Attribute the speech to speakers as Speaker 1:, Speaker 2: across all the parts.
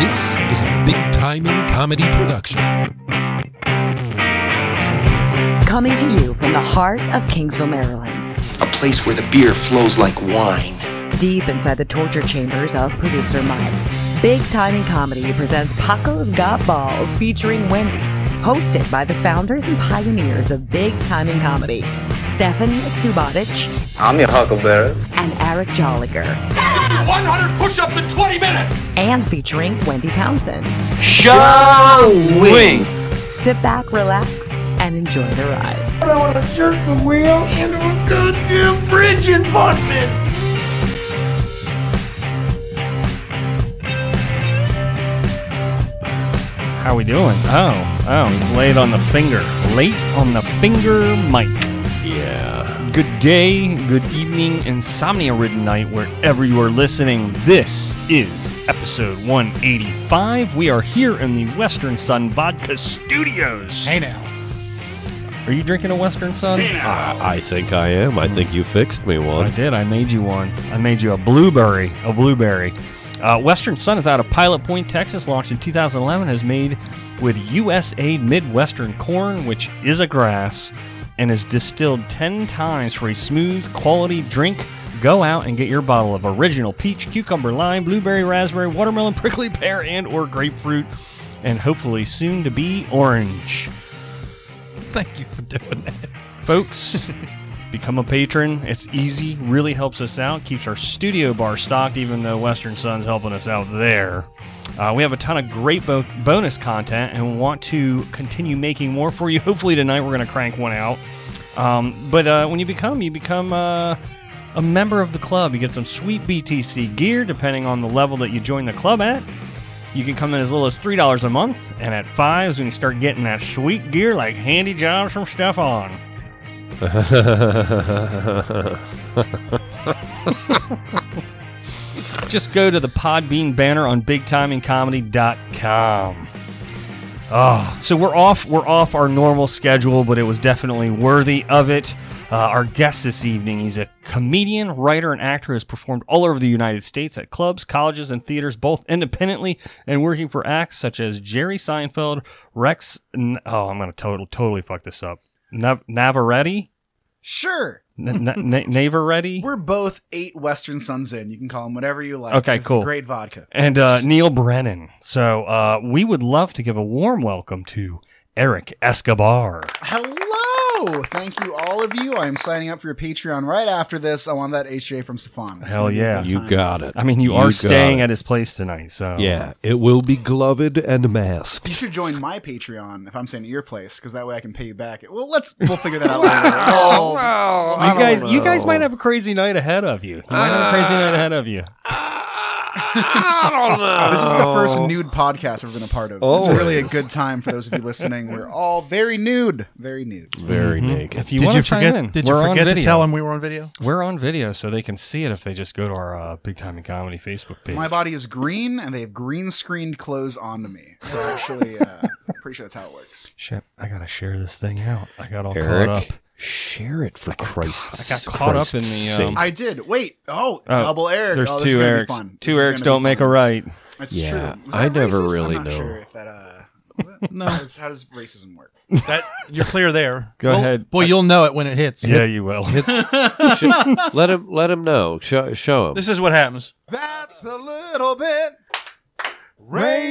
Speaker 1: This is a big time in comedy production.
Speaker 2: Coming to you from the heart of Kingsville, Maryland,
Speaker 3: a place where the beer flows like wine.
Speaker 2: deep inside the torture chambers of producer Mike. Big Timing Comedy presents Paco's Got Balls featuring Wendy, hosted by the founders and pioneers of Big Timing Comedy, Stefan Subotic
Speaker 4: I'm your huckleberry.
Speaker 2: and Eric Jolliger,
Speaker 5: 100 push-ups in 20 minutes.
Speaker 2: and featuring Wendy Townsend.
Speaker 3: Wing.
Speaker 2: Sit back, relax, and enjoy the ride.
Speaker 6: How we doing? Oh, oh, he's late on the finger. Late on the finger, Mike. Yeah. Good day, good evening, insomnia-ridden night, wherever you are listening. This is episode 185. We are here in the Western Sun Vodka Studios. Hey now. Are you drinking a Western Sun?
Speaker 7: I think I am. I think you fixed me
Speaker 6: I
Speaker 7: one.
Speaker 6: did. I made you one. I made you a blueberry. A blueberry. Uh, Western Sun is out of Pilot Point, Texas. Launched in 2011, has made with USA Midwestern corn, which is a grass, and is distilled 10 times for a smooth, quality drink. Go out and get your bottle of original peach, cucumber, lime, blueberry, raspberry, watermelon, prickly pear, and or grapefruit, and hopefully soon to be orange
Speaker 1: Thank you for doing that.
Speaker 6: folks become a patron it's easy really helps us out keeps our studio bar stocked even though western sun's helping us out there uh, we have a ton of great bo- bonus content and want to continue making more for you hopefully tonight we're going to crank one out um, but uh, when you become you become uh, a member of the club you get some sweet btc gear depending on the level that you join the club at you can come in as little as three dollars a month, and at five is when you start getting that sweet gear like handy jobs from Stefan. Just go to the Podbean banner on BigTimingComedy.com. Oh, so we're off. We're off our normal schedule, but it was definitely worthy of it. Uh, our guest this evening, he's a comedian, writer, and actor who has performed all over the United States at clubs, colleges, and theaters, both independently and working for acts such as Jerry Seinfeld, Rex. N- oh, I'm gonna total, totally fuck this up. Nav- Navaretti,
Speaker 8: Sure.
Speaker 6: N- N- Na- Navaretti,
Speaker 8: We're both eight Western Suns in. You can call them whatever you like.
Speaker 6: Okay,
Speaker 8: This is
Speaker 6: cool.
Speaker 8: Great vodka.
Speaker 6: and uh, Neil Brennan. So uh, we would love to give a warm welcome to Eric Escobar.
Speaker 8: Hello. Thank you, all of you. I am signing up for your Patreon right after this. I want that HJ from Stefan. It's
Speaker 6: Hell
Speaker 8: gonna be a
Speaker 6: yeah.
Speaker 8: good
Speaker 7: You
Speaker 8: time.
Speaker 7: got it.
Speaker 6: I mean, you, are
Speaker 7: got
Speaker 6: staying
Speaker 7: it.
Speaker 6: at his place tonight, so
Speaker 7: Yeah, it will be gloved and
Speaker 8: You
Speaker 7: masked.
Speaker 8: should join my Patreon if I'm staying at your place because that way I can pay you back. Well, let's. We'll figure that out later. Oh,
Speaker 6: You guys, you guys might have a crazy night ahead of you. You might have a crazy night ahead of you.
Speaker 8: This is the first nude podcast I've been a part of. it's
Speaker 6: Oh.
Speaker 8: really a good time for those of you listening. We're all very nude. Very nude.
Speaker 7: Very naked.
Speaker 6: Mm-hmm. If you
Speaker 9: Did
Speaker 6: want
Speaker 9: you
Speaker 6: to chime in,
Speaker 9: forget? Did you
Speaker 6: we're on
Speaker 9: forget to
Speaker 6: video.
Speaker 9: tell him we were on video?
Speaker 6: We're on video, so they can see it if they just go to our uh, Big Time in Comedy Facebook page.
Speaker 8: My body is green, and they have green screened clothes onto me. So it's actually, uh, pretty sure that's how it works.
Speaker 6: Shit, I gotta share this thing out. I got all caught up.
Speaker 7: Eric, share it for Christ's
Speaker 6: I got caught up in
Speaker 7: Christ's
Speaker 6: the, um,
Speaker 7: sake.
Speaker 8: I did. Wait. Oh,
Speaker 6: Oh,
Speaker 8: double Eric.
Speaker 6: There's
Speaker 8: oh, this
Speaker 6: two
Speaker 8: is gonna
Speaker 6: Erics.
Speaker 8: Be fun.
Speaker 6: Two
Speaker 8: This is
Speaker 6: Erics
Speaker 8: gonna
Speaker 6: don't
Speaker 8: be
Speaker 6: make
Speaker 8: fun.
Speaker 6: a right.
Speaker 8: That's
Speaker 7: Yeah,
Speaker 8: true. Was
Speaker 7: I
Speaker 8: that
Speaker 7: never
Speaker 8: racist?
Speaker 7: really
Speaker 8: I'm not
Speaker 7: know.
Speaker 8: Sure if that, uh, no. How does, how does racism work?
Speaker 9: That you're clear there.
Speaker 6: Go
Speaker 9: Well-
Speaker 6: ahead.
Speaker 9: Well, you'll know it when it hits.
Speaker 6: Yeah, you will. uh,
Speaker 7: let him let him know. Show, show him.
Speaker 9: This is what happens.
Speaker 4: That's a little bit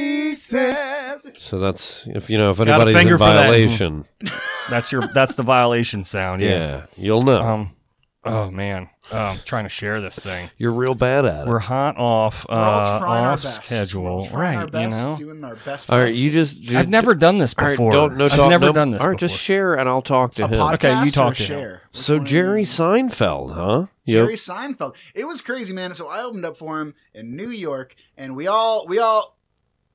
Speaker 4: racist.
Speaker 7: so that's if you know if
Speaker 9: a
Speaker 7: anybody's in
Speaker 9: finger for that.
Speaker 7: violation.
Speaker 6: that's your. That's the violation sound.
Speaker 7: Yeah,
Speaker 6: Yeah.
Speaker 7: you'll know.
Speaker 6: Um. Oh man, oh, I'm trying to share this thing.
Speaker 7: You're real bad at it.
Speaker 6: We're hot off. Uh,
Speaker 8: We're all trying
Speaker 6: off
Speaker 8: our best. We're all
Speaker 6: schedule.
Speaker 8: trying
Speaker 6: Right.
Speaker 8: Our best,
Speaker 6: you know.
Speaker 8: doing our best.
Speaker 7: All right, you just, ju-
Speaker 6: I've never done this
Speaker 7: all right,
Speaker 6: before.
Speaker 7: don't, no,
Speaker 6: I've
Speaker 7: talk,
Speaker 6: never
Speaker 7: no-
Speaker 6: done this.
Speaker 7: All right,
Speaker 6: before.
Speaker 7: just share and I'll talk to
Speaker 8: a
Speaker 7: him.
Speaker 8: podcast
Speaker 6: Okay, you talk
Speaker 8: or
Speaker 6: to him.
Speaker 8: share. Which
Speaker 7: So
Speaker 8: one are you
Speaker 7: Jerry
Speaker 8: doing?
Speaker 7: Seinfeld, huh? Yep.
Speaker 8: Jerry Seinfeld. It was crazy, man. So I opened up for him in New York, and we all we all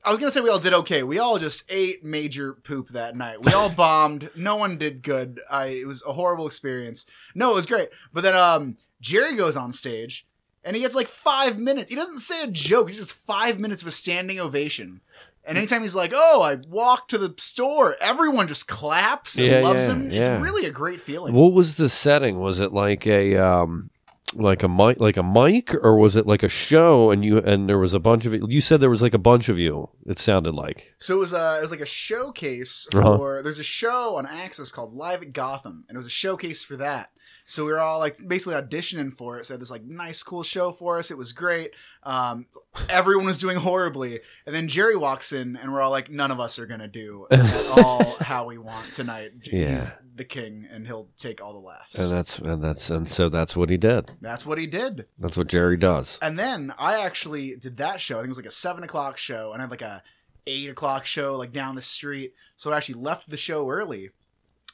Speaker 8: I was gonna say we all did okay. We all just ate major poop that night. We all bombed. No one did good. I it was a horrible experience. No, it was great. But then um Jerry goes on stage and he gets like five minutes. He doesn't say a joke, he just gets five minutes of a standing ovation. And
Speaker 7: Mm.
Speaker 8: anytime he's like, "Oh, I walked to the store," everyone just claps and
Speaker 7: Yeah,
Speaker 8: loves
Speaker 7: yeah,
Speaker 8: him.
Speaker 7: yeah.
Speaker 8: It's really a great feeling.
Speaker 7: What was the setting? Was it like a um like a mic, like a mic, or was it like a show? And you and there was a bunch of you said there was like a bunch of you. It sounded like
Speaker 8: So it was uh, it was like a showcase
Speaker 7: Uh-huh.
Speaker 8: for there's a show on Access called Live at Gotham, and it was a showcase for that. So we were all like basically auditioning for it. So they had this like nice cool show for us. It was great. Um, everyone was doing horribly, and then Jerry walks in, and we're all like, none of us are gonna do at all how we want tonight. J-
Speaker 7: Yeah.
Speaker 8: He's the king, and he'll take all the laughs.
Speaker 7: and that's and that's and so that's what he did.
Speaker 8: That's what he did.
Speaker 7: That's what Jerry does.
Speaker 8: And then I actually did that show. I think it was like a seven o'clock show, and I had like a eight o'clock show like down the street. So I actually left the show early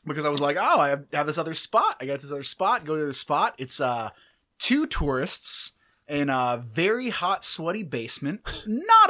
Speaker 8: because I was like, oh, I have, have this other spot. I got this other spot. Go to the spot. It's uh two tourists in a very hot, sweaty basement. Not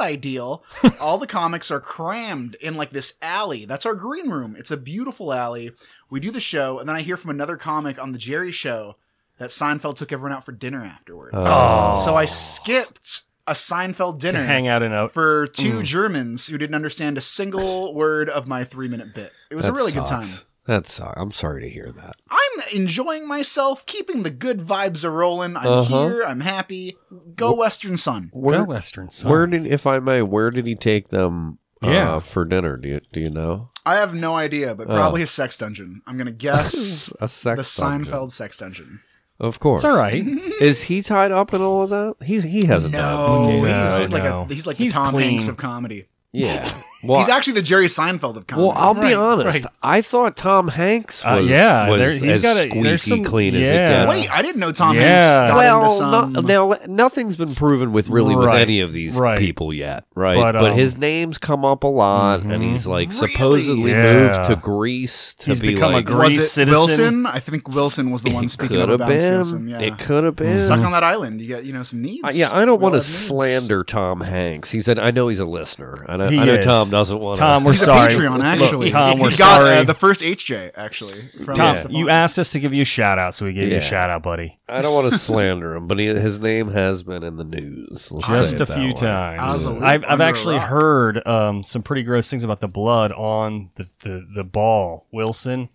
Speaker 8: ideal. All the comics are crammed in like this alley. That's our green room. It's a beautiful alley. We do the show, and then I hear from another comic on the Jerry show that Seinfeld took everyone out for dinner afterwards. So I skipped a Seinfeld dinner
Speaker 6: to hang out in a.
Speaker 8: for
Speaker 7: Mm.
Speaker 8: two Germans who didn't understand a single word of my three minute bit. It was a really good time.
Speaker 7: That sucks. I'm sorry to hear that.
Speaker 8: I'm enjoying myself, keeping the good vibes a rolling. I'm
Speaker 7: Uh-huh.
Speaker 8: here. I'm happy. Go Western Sun.
Speaker 6: Go
Speaker 7: Where,
Speaker 6: Western Sun.
Speaker 7: where did, if I may, where did he take them?
Speaker 6: Yeah.
Speaker 7: Uh, for dinner, do you, do you know?
Speaker 8: I have no idea, but probably a sex dungeon. I'm gonna guess
Speaker 7: Oh. A sex
Speaker 8: the
Speaker 7: dungeon.
Speaker 8: Seinfeld sex dungeon.
Speaker 7: Of course.
Speaker 6: It's all right.
Speaker 7: Is he tied up in all of that? He's he hasn't done.
Speaker 8: No,
Speaker 6: Yeah,
Speaker 8: he's,
Speaker 6: I
Speaker 8: he's like a,
Speaker 6: know.
Speaker 8: he's like
Speaker 6: He's
Speaker 8: the Tom
Speaker 6: clean.
Speaker 8: Hanks of comedy.
Speaker 7: Yeah. Well,
Speaker 8: he's actually the Jerry Seinfeld of comedy.
Speaker 7: well I'll be honest.
Speaker 9: right.
Speaker 7: I thought Tom Hanks
Speaker 6: Uh,
Speaker 7: was,
Speaker 6: yeah,
Speaker 7: was
Speaker 6: there- he's
Speaker 7: as
Speaker 6: got a-
Speaker 7: squeaky
Speaker 6: there's some-
Speaker 7: clean as it
Speaker 6: yeah.
Speaker 7: gets.
Speaker 8: Wait, I didn't know Tom
Speaker 6: Yeah.
Speaker 8: Hanks got into
Speaker 7: well,
Speaker 8: some.
Speaker 7: no, now nothing's been proven with really with
Speaker 6: Right,
Speaker 7: any of these
Speaker 6: right.
Speaker 7: people yet, right? But,
Speaker 6: But, um,
Speaker 7: his name's come up a lot, and he's like supposedly
Speaker 6: Really?
Speaker 7: moved to
Speaker 6: Yeah.
Speaker 7: Greece to
Speaker 6: He's
Speaker 7: be
Speaker 6: become a
Speaker 7: like
Speaker 6: Greece
Speaker 8: was it
Speaker 6: citizen.
Speaker 8: Wilson? I think Wilson was the one
Speaker 7: It
Speaker 8: speaking
Speaker 7: could
Speaker 8: up
Speaker 7: have
Speaker 8: about
Speaker 7: been.
Speaker 8: Stilson. Yeah.
Speaker 7: It could have
Speaker 6: Mm-hmm.
Speaker 7: been.
Speaker 8: Suck on that island. You got you know some needs.
Speaker 7: Uh, yeah, Hmm. I don't
Speaker 8: We all
Speaker 7: want to
Speaker 8: have needs.
Speaker 7: slander Tom Hanks. He said, "I know he's a listener, and I,
Speaker 6: He
Speaker 7: I know
Speaker 6: is.
Speaker 7: Tom doesn't want
Speaker 6: Tom, we're
Speaker 8: He's
Speaker 6: sorry.
Speaker 8: a Patreon
Speaker 6: Look,
Speaker 8: actually.
Speaker 6: Tom, we're
Speaker 8: he got
Speaker 6: sorry.
Speaker 8: Uh, the first HJ actually. From
Speaker 6: Tom,
Speaker 8: Stefan.
Speaker 6: you asked us to give you a shout out, so we gave you
Speaker 7: Yeah.
Speaker 6: a shout out, buddy.
Speaker 7: I don't want to slander him, but he, his name has been in the news let's say
Speaker 6: Just
Speaker 7: it
Speaker 6: a
Speaker 7: that
Speaker 6: few
Speaker 7: way.
Speaker 8: I was
Speaker 6: times.
Speaker 8: a leaf
Speaker 6: I've, I've
Speaker 8: under a
Speaker 6: actually
Speaker 8: rock.
Speaker 6: heard um, some pretty gross things about the blood on the, the, the ball. Wilson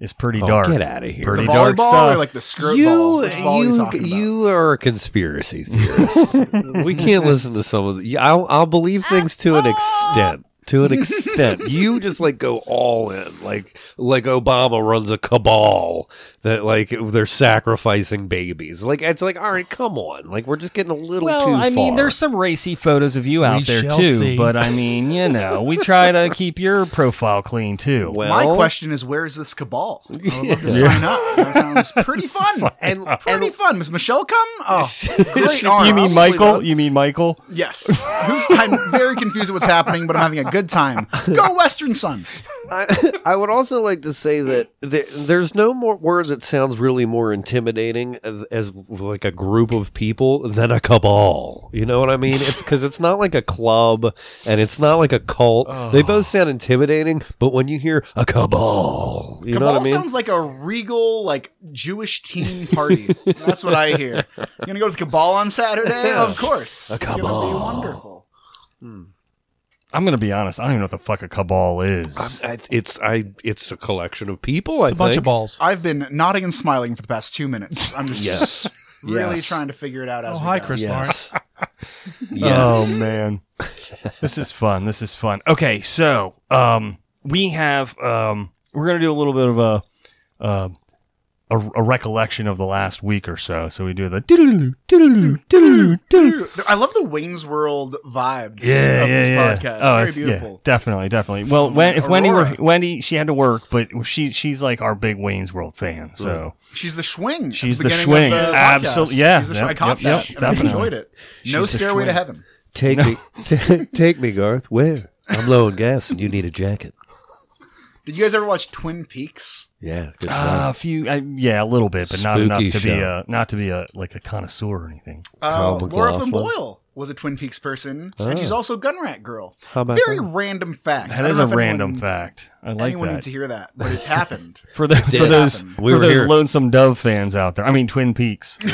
Speaker 6: is pretty
Speaker 7: Oh,
Speaker 6: dark.
Speaker 7: get outta here.
Speaker 8: the
Speaker 6: Pretty dark
Speaker 8: volleyball
Speaker 6: stuff.
Speaker 8: or like the skirt ball?
Speaker 7: You,
Speaker 8: Which ball are you
Speaker 7: you,
Speaker 8: talking about?
Speaker 7: you are a conspiracy theorist. we can't listen to some of the. I'll, I'll believe things to an extent. To an extent, you just like go all in, like like Obama runs a cabal that like they're sacrificing babies. Like it's like, all right, come on, like we're just getting a little
Speaker 6: well,
Speaker 7: too
Speaker 6: I mean,
Speaker 7: far.
Speaker 6: there's some racy photos of you out there
Speaker 9: shall
Speaker 6: too,
Speaker 9: see.
Speaker 6: but I mean, you know, we try to keep your profile clean too.
Speaker 7: well,
Speaker 8: My question is, where is this cabal? I would love to sign up. That sounds pretty fun. and pretty fun. Is Michelle come? Oh, great arms.
Speaker 6: you mean Michael? You mean Michael?
Speaker 8: Yes. Who's- I'm very confused at what's happening, but I'm having a good time. Go Western Sun.
Speaker 7: I, I would also like to say that there, there's no more word that sounds really more intimidating as, as like a group of people than a cabal. You know what I mean? It's because it's not like a club and it's not like a cult. They both sound intimidating, but when you hear a cabal, you know
Speaker 8: Cabal
Speaker 7: what I mean?
Speaker 8: sounds like a regal, like Jewish teen party. That's what I hear. You're gonna go to the Cabal on Saturday? Of course.
Speaker 7: A
Speaker 8: It's gonna be
Speaker 7: Cabal.
Speaker 8: wonderful.
Speaker 6: I'm gonna be honest. I don't even know what the fuck a cabal is.
Speaker 7: I- it's I. It's a collection of people.
Speaker 9: It's
Speaker 7: I
Speaker 9: a bunch
Speaker 7: think.
Speaker 9: of balls.
Speaker 8: I've been nodding and smiling for the past two minutes. I'm just
Speaker 7: Yes.
Speaker 8: really
Speaker 7: Yes.
Speaker 8: trying to figure it out as
Speaker 9: Oh,
Speaker 8: we
Speaker 9: hi,
Speaker 8: go.
Speaker 9: Chris Lawrence.
Speaker 7: Yes.
Speaker 6: Oh man, this is fun. This is fun. Okay, so um, we have um, we're gonna do a little bit of a, uh, a a recollection of the last week or so. So we do the doo-doo-doo, doo-doo-doo, doo-doo-doo, doo-doo-doo.
Speaker 8: I love the Wayne's World vibes
Speaker 6: yeah,
Speaker 8: of
Speaker 6: yeah,
Speaker 8: this
Speaker 6: yeah.
Speaker 8: podcast.
Speaker 6: Oh,
Speaker 8: Very
Speaker 6: it's- yeah,
Speaker 8: beautiful.
Speaker 6: definitely, definitely. Well, when, if Wendy were
Speaker 8: Aurora.
Speaker 6: Wendy, she had to work, but she she's like our big Wayne's World fan. So
Speaker 8: She's the swing.
Speaker 6: She's the
Speaker 8: beginning of
Speaker 6: schwing.
Speaker 8: podcast.
Speaker 6: Absolutely. Yeah.
Speaker 8: She's the
Speaker 6: Yep,
Speaker 8: schwing. I caught
Speaker 6: yep,
Speaker 8: that.
Speaker 6: yep,
Speaker 8: and I
Speaker 6: definitely.
Speaker 8: enjoyed it. No
Speaker 6: She's the
Speaker 8: stairway to
Speaker 6: schwing.
Speaker 8: heaven.
Speaker 7: Take me, take me, Garth. Where? I'm low on gas, and you need a jacket.
Speaker 8: Did you guys ever watch Twin Peaks?
Speaker 7: Yeah, good
Speaker 6: uh, a few, uh, yeah, a little bit, but not enough
Speaker 7: Spooky
Speaker 6: to be
Speaker 7: show.
Speaker 6: a not to be a like a connoisseur or anything.
Speaker 8: Uh,
Speaker 7: Kyle
Speaker 8: Laura
Speaker 7: McLaughlin.
Speaker 8: Flynn Boyle was a Twin Peaks person, and she's also Gun Rat Girl.
Speaker 7: How about
Speaker 8: Very
Speaker 7: that?
Speaker 8: random fact. I
Speaker 6: That
Speaker 8: don't
Speaker 6: is
Speaker 8: know
Speaker 6: a
Speaker 8: if anyone-
Speaker 6: random fact. I like
Speaker 8: anyone
Speaker 6: that.
Speaker 8: needs to hear that, but it happened.
Speaker 6: for, the, for
Speaker 7: did.
Speaker 6: those
Speaker 7: We
Speaker 6: for
Speaker 7: were
Speaker 6: those
Speaker 7: here.
Speaker 6: lonesome dove fans out there. I mean Twin Peaks.
Speaker 7: we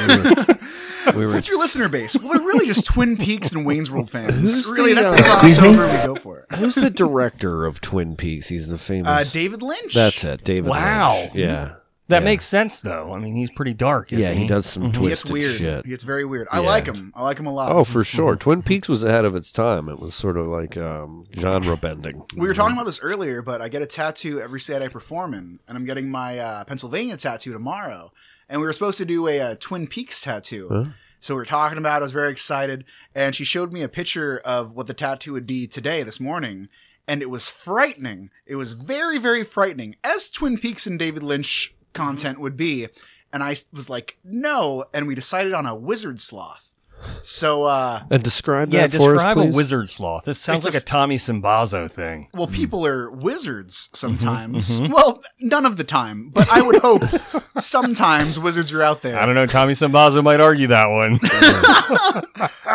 Speaker 7: were
Speaker 8: What's your listener base? Well, they're really just Twin Peaks and Wayne's World fans. really,
Speaker 7: the, uh,
Speaker 8: that's the crossover we go for.
Speaker 7: Who's the director of Twin Peaks? He's the famous.
Speaker 8: Uh, David Lynch.
Speaker 7: That's it, David.
Speaker 6: Wow. Mm-hmm.
Speaker 7: Lynch. Yeah.
Speaker 6: That
Speaker 10: Yeah.
Speaker 6: makes sense though. I mean, he's pretty dark. Isn't
Speaker 10: yeah, he does some
Speaker 6: Mm-hmm.
Speaker 8: He gets
Speaker 10: twisted
Speaker 8: weird.
Speaker 10: shit.
Speaker 8: He gets very weird. I
Speaker 10: Yeah.
Speaker 8: like him. I like him a lot.
Speaker 7: Oh,
Speaker 6: Mm-hmm.
Speaker 7: for sure. Twin Peaks was ahead of its time. It was sort of like um, genre bending.
Speaker 8: We were talking about this earlier, but I get a tattoo every Saturday I perform in, and I'm getting my uh, Pennsylvania tattoo tomorrow. And we were supposed to do a, uh Twin Peaks tattoo. So we were talking about it. I was very excited. And she showed me a picture of what the tattoo would be today, this morning. And it was frightening. It was very, very frightening, as Twin Peaks and David Lynch content would be. And I was like, no. And we decided on a wizard sloth. So, uh,
Speaker 7: And describe
Speaker 6: Yeah,
Speaker 7: that for us,
Speaker 6: describe a
Speaker 7: please.
Speaker 6: wizard sloth. This sounds
Speaker 8: It's
Speaker 6: like
Speaker 8: a
Speaker 6: a
Speaker 8: s-
Speaker 6: Tommy Simbazo thing.
Speaker 8: well,
Speaker 7: Mm-hmm.
Speaker 8: people are wizards sometimes. Well, none of the time, but I would hope sometimes wizards are out there.
Speaker 6: I don't know. Tommy Simbazo might argue that one.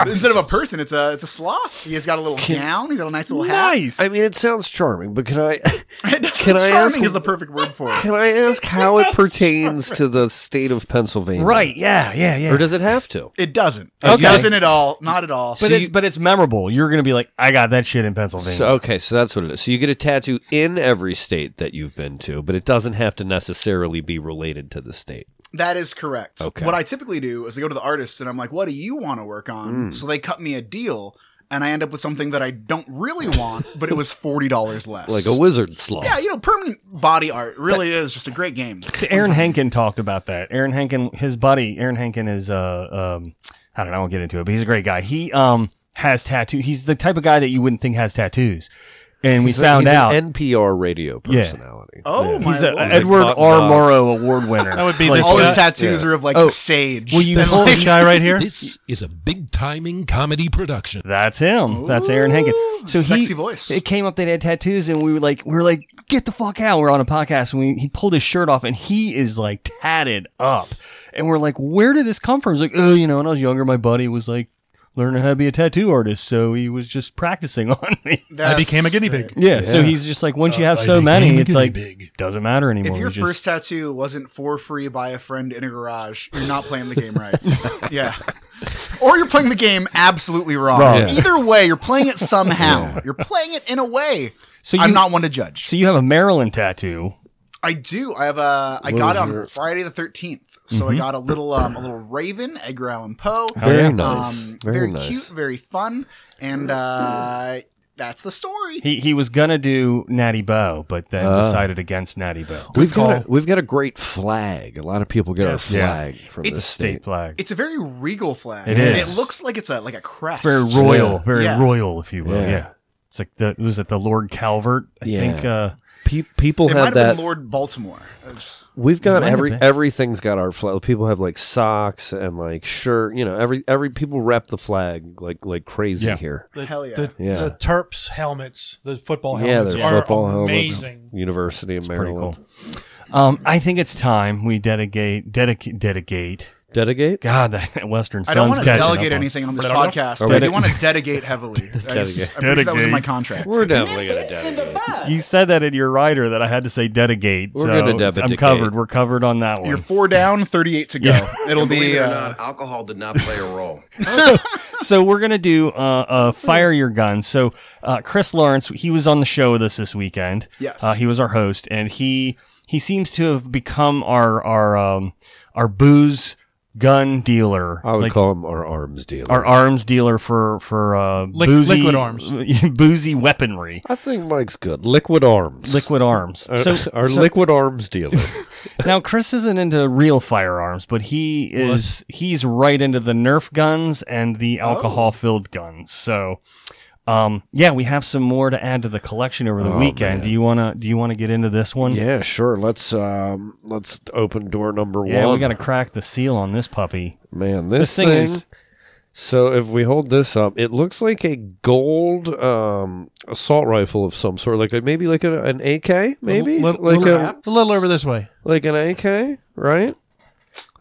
Speaker 8: Instead of a person, it's a it's a sloth. He's got a little gown. He's got a nice little
Speaker 6: nice.
Speaker 7: I mean, it sounds charming, but can I
Speaker 8: hat.
Speaker 7: Can I ask-
Speaker 8: Charming is the perfect word for it.
Speaker 7: can I ask how it pertains to the state of Pennsylvania?
Speaker 6: right. Yeah. Yeah. Yeah.
Speaker 7: Or does it have to?
Speaker 8: It doesn't. It
Speaker 6: Okay.
Speaker 8: doesn't at all. Not at all.
Speaker 6: but it's but it's memorable. You're gonna be like, I got that shit in Pennsylvania.
Speaker 7: So okay, so that's what it is. So you get a tattoo in every state that you've been to, but it doesn't have to necessarily be related to the state.
Speaker 8: That is correct.
Speaker 7: Okay.
Speaker 8: What I typically do is I go to the artist and I'm like, "What do you want to work
Speaker 7: Mm.
Speaker 8: on?" So they cut me a deal, and I end up with something that I don't really want, but it was forty dollars less.
Speaker 7: Like a wizard sloth.
Speaker 8: yeah, you know, permanent body art really is just a great game.
Speaker 6: So Aaron Hankin talked about that. Aaron Hankin, his buddy, Aaron Hankin is, uh, um, I don't know, I won't get into it, but he's a great guy. He um, has tattoo. He's the type of guy that you wouldn't think has tattoos. And we
Speaker 7: He's a-
Speaker 6: found
Speaker 7: he's an
Speaker 6: out
Speaker 7: NPR radio
Speaker 6: Yeah.
Speaker 7: personality.
Speaker 8: Oh my!
Speaker 6: he's an
Speaker 8: lord.
Speaker 6: Edward
Speaker 7: Cotton
Speaker 6: R.
Speaker 7: Bob.
Speaker 6: Morrow Award winner.
Speaker 9: That would be
Speaker 6: Like,
Speaker 9: this
Speaker 8: All
Speaker 9: guy.
Speaker 8: his tattoos are of like
Speaker 6: Oh.
Speaker 8: sage.
Speaker 6: Will you
Speaker 8: That's
Speaker 6: hold-
Speaker 9: this guy right here.
Speaker 1: This is a big timing comedy production.
Speaker 6: That's him. That's Aaron Henkin. So
Speaker 8: sexy
Speaker 6: he,
Speaker 8: voice.
Speaker 6: It came up. They had tattoos, and we were like, we were like, get the fuck out. We're on a podcast, and we, he pulled his shirt off, and he is like tatted up, and we're like, where did this come from? He's like, oh, you know, when I was younger, my buddy was like learning how to be a tattoo artist, so he was just practicing on me.
Speaker 8: That's
Speaker 9: I became a guinea pig.
Speaker 8: great.
Speaker 6: Yeah, so he's just like,
Speaker 8: Uh,
Speaker 6: once you have
Speaker 1: I
Speaker 6: so
Speaker 1: became
Speaker 6: many,
Speaker 1: a
Speaker 6: it's
Speaker 1: guinea
Speaker 6: like
Speaker 1: pig.
Speaker 6: doesn't matter anymore.
Speaker 8: If your
Speaker 6: We just-
Speaker 8: first tattoo wasn't for free by a friend in a garage, you're not playing the game right. yeah. Or you're playing the game absolutely wrong.
Speaker 6: Wrong.
Speaker 7: Yeah.
Speaker 8: Either way, you're playing it somehow. You're playing it in a way.
Speaker 6: so
Speaker 8: I'm not one to judge.
Speaker 6: So you have a Maryland tattoo.
Speaker 8: I do. I have a. I got it on Friday the 13th. So I got a little um, a little raven, Edgar Allan Poe.
Speaker 7: Oh, Very
Speaker 6: yeah.
Speaker 7: nice.
Speaker 8: Um,
Speaker 7: very,
Speaker 8: very
Speaker 7: nice.
Speaker 8: cute, very fun, and uh, that's the story.
Speaker 6: He, he was gonna do Natty Bow, but then
Speaker 8: Uh.
Speaker 7: Ah.
Speaker 6: decided against Natty Bow.
Speaker 7: We've got a, we've got a great flag. A lot of people get
Speaker 6: Yes.
Speaker 7: our
Speaker 6: Yeah.
Speaker 7: flag from
Speaker 8: It's
Speaker 7: this
Speaker 6: State
Speaker 7: state.
Speaker 6: flag.
Speaker 8: It's a very regal flag.
Speaker 6: It
Speaker 8: And
Speaker 6: is.
Speaker 8: It looks like it's a like a crest.
Speaker 6: It's very royal,
Speaker 7: Yeah.
Speaker 6: very
Speaker 8: Yeah.
Speaker 6: royal, if you will. Yeah.
Speaker 7: Yeah.
Speaker 6: It's like the was it the Lord Calvert? I
Speaker 7: Yeah.
Speaker 6: think uh,
Speaker 7: Pe- people
Speaker 8: It might
Speaker 7: have
Speaker 8: have been
Speaker 7: that.
Speaker 8: Lord Baltimore. Uh, It was-
Speaker 7: We've got
Speaker 6: Might have
Speaker 7: every
Speaker 6: been.
Speaker 7: everything's got our flag. People have like socks and like shirt. You know, every every people rep the flag like like crazy
Speaker 6: Yeah.
Speaker 7: here.
Speaker 9: The,
Speaker 8: Hell yeah.
Speaker 9: The,
Speaker 7: Yeah.
Speaker 9: the Terps helmets, the
Speaker 8: Oh,
Speaker 9: football
Speaker 7: Yeah,
Speaker 9: helmets
Speaker 7: their
Speaker 9: are
Speaker 7: football helmets.
Speaker 9: amazing.
Speaker 7: University of
Speaker 6: pretty cool.
Speaker 7: Maryland.
Speaker 6: Um, I think it's time we dedicate dedicate dedicate.
Speaker 7: Dedicate.
Speaker 6: God, that Western
Speaker 8: I don't
Speaker 6: Sun's
Speaker 8: want to
Speaker 6: catching up
Speaker 8: delegate
Speaker 6: on-
Speaker 8: anything on this podcast, but I do
Speaker 6: Dedicate.
Speaker 8: want to delegate heavily. I just, I'm pretty sure that was in my contract.
Speaker 7: We're definitely gonna dedicate.
Speaker 6: You said that in your rider that I had to say dedicate.
Speaker 7: We're
Speaker 6: so
Speaker 7: gonna
Speaker 6: it's- I'm
Speaker 7: dedicate.
Speaker 6: covered. We're covered on that one.
Speaker 8: You're four down, 38 to go. It'll be. Uh,
Speaker 3: alcohol did not play a role.
Speaker 6: so we're gonna do uh, uh, fire your gun. So uh, Chris Lawrence, he was on the show with us this weekend.
Speaker 8: Yes.
Speaker 6: uh, he was our host, and he he seems to have become our our um, our booze gun dealer.
Speaker 7: I would
Speaker 6: Like,
Speaker 7: call him our arms dealer.
Speaker 6: our arms dealer for for uh,
Speaker 9: Liq-
Speaker 6: boozy,
Speaker 9: liquid arms.
Speaker 6: boozy weaponry,
Speaker 7: I think Mike's good. Liquid arms.
Speaker 6: liquid arms.
Speaker 7: Our,
Speaker 6: so
Speaker 7: our
Speaker 6: so
Speaker 7: liquid arms dealer.
Speaker 6: now Chris isn't into real firearms, but he is he's right into the Nerf guns and the
Speaker 7: Oh.
Speaker 6: alcohol filled guns. So. Um, yeah, we have some more to add to the collection over the
Speaker 7: Oh,
Speaker 6: weekend.
Speaker 7: man.
Speaker 6: Do you wanna do you wanna get into this one?
Speaker 7: yeah, sure. Let's um let's open door number
Speaker 6: Yeah,
Speaker 7: one.
Speaker 6: we gotta crack the seal on this puppy.
Speaker 7: Man, this,
Speaker 6: thing
Speaker 7: thing,
Speaker 6: is-
Speaker 7: So if we hold this up, it looks like a gold um, assault rifle of some sort, like a, maybe like a, an AK, maybe
Speaker 9: Little-
Speaker 7: like uh,
Speaker 9: little-
Speaker 7: a
Speaker 9: a little over this way.
Speaker 7: like an AK, right?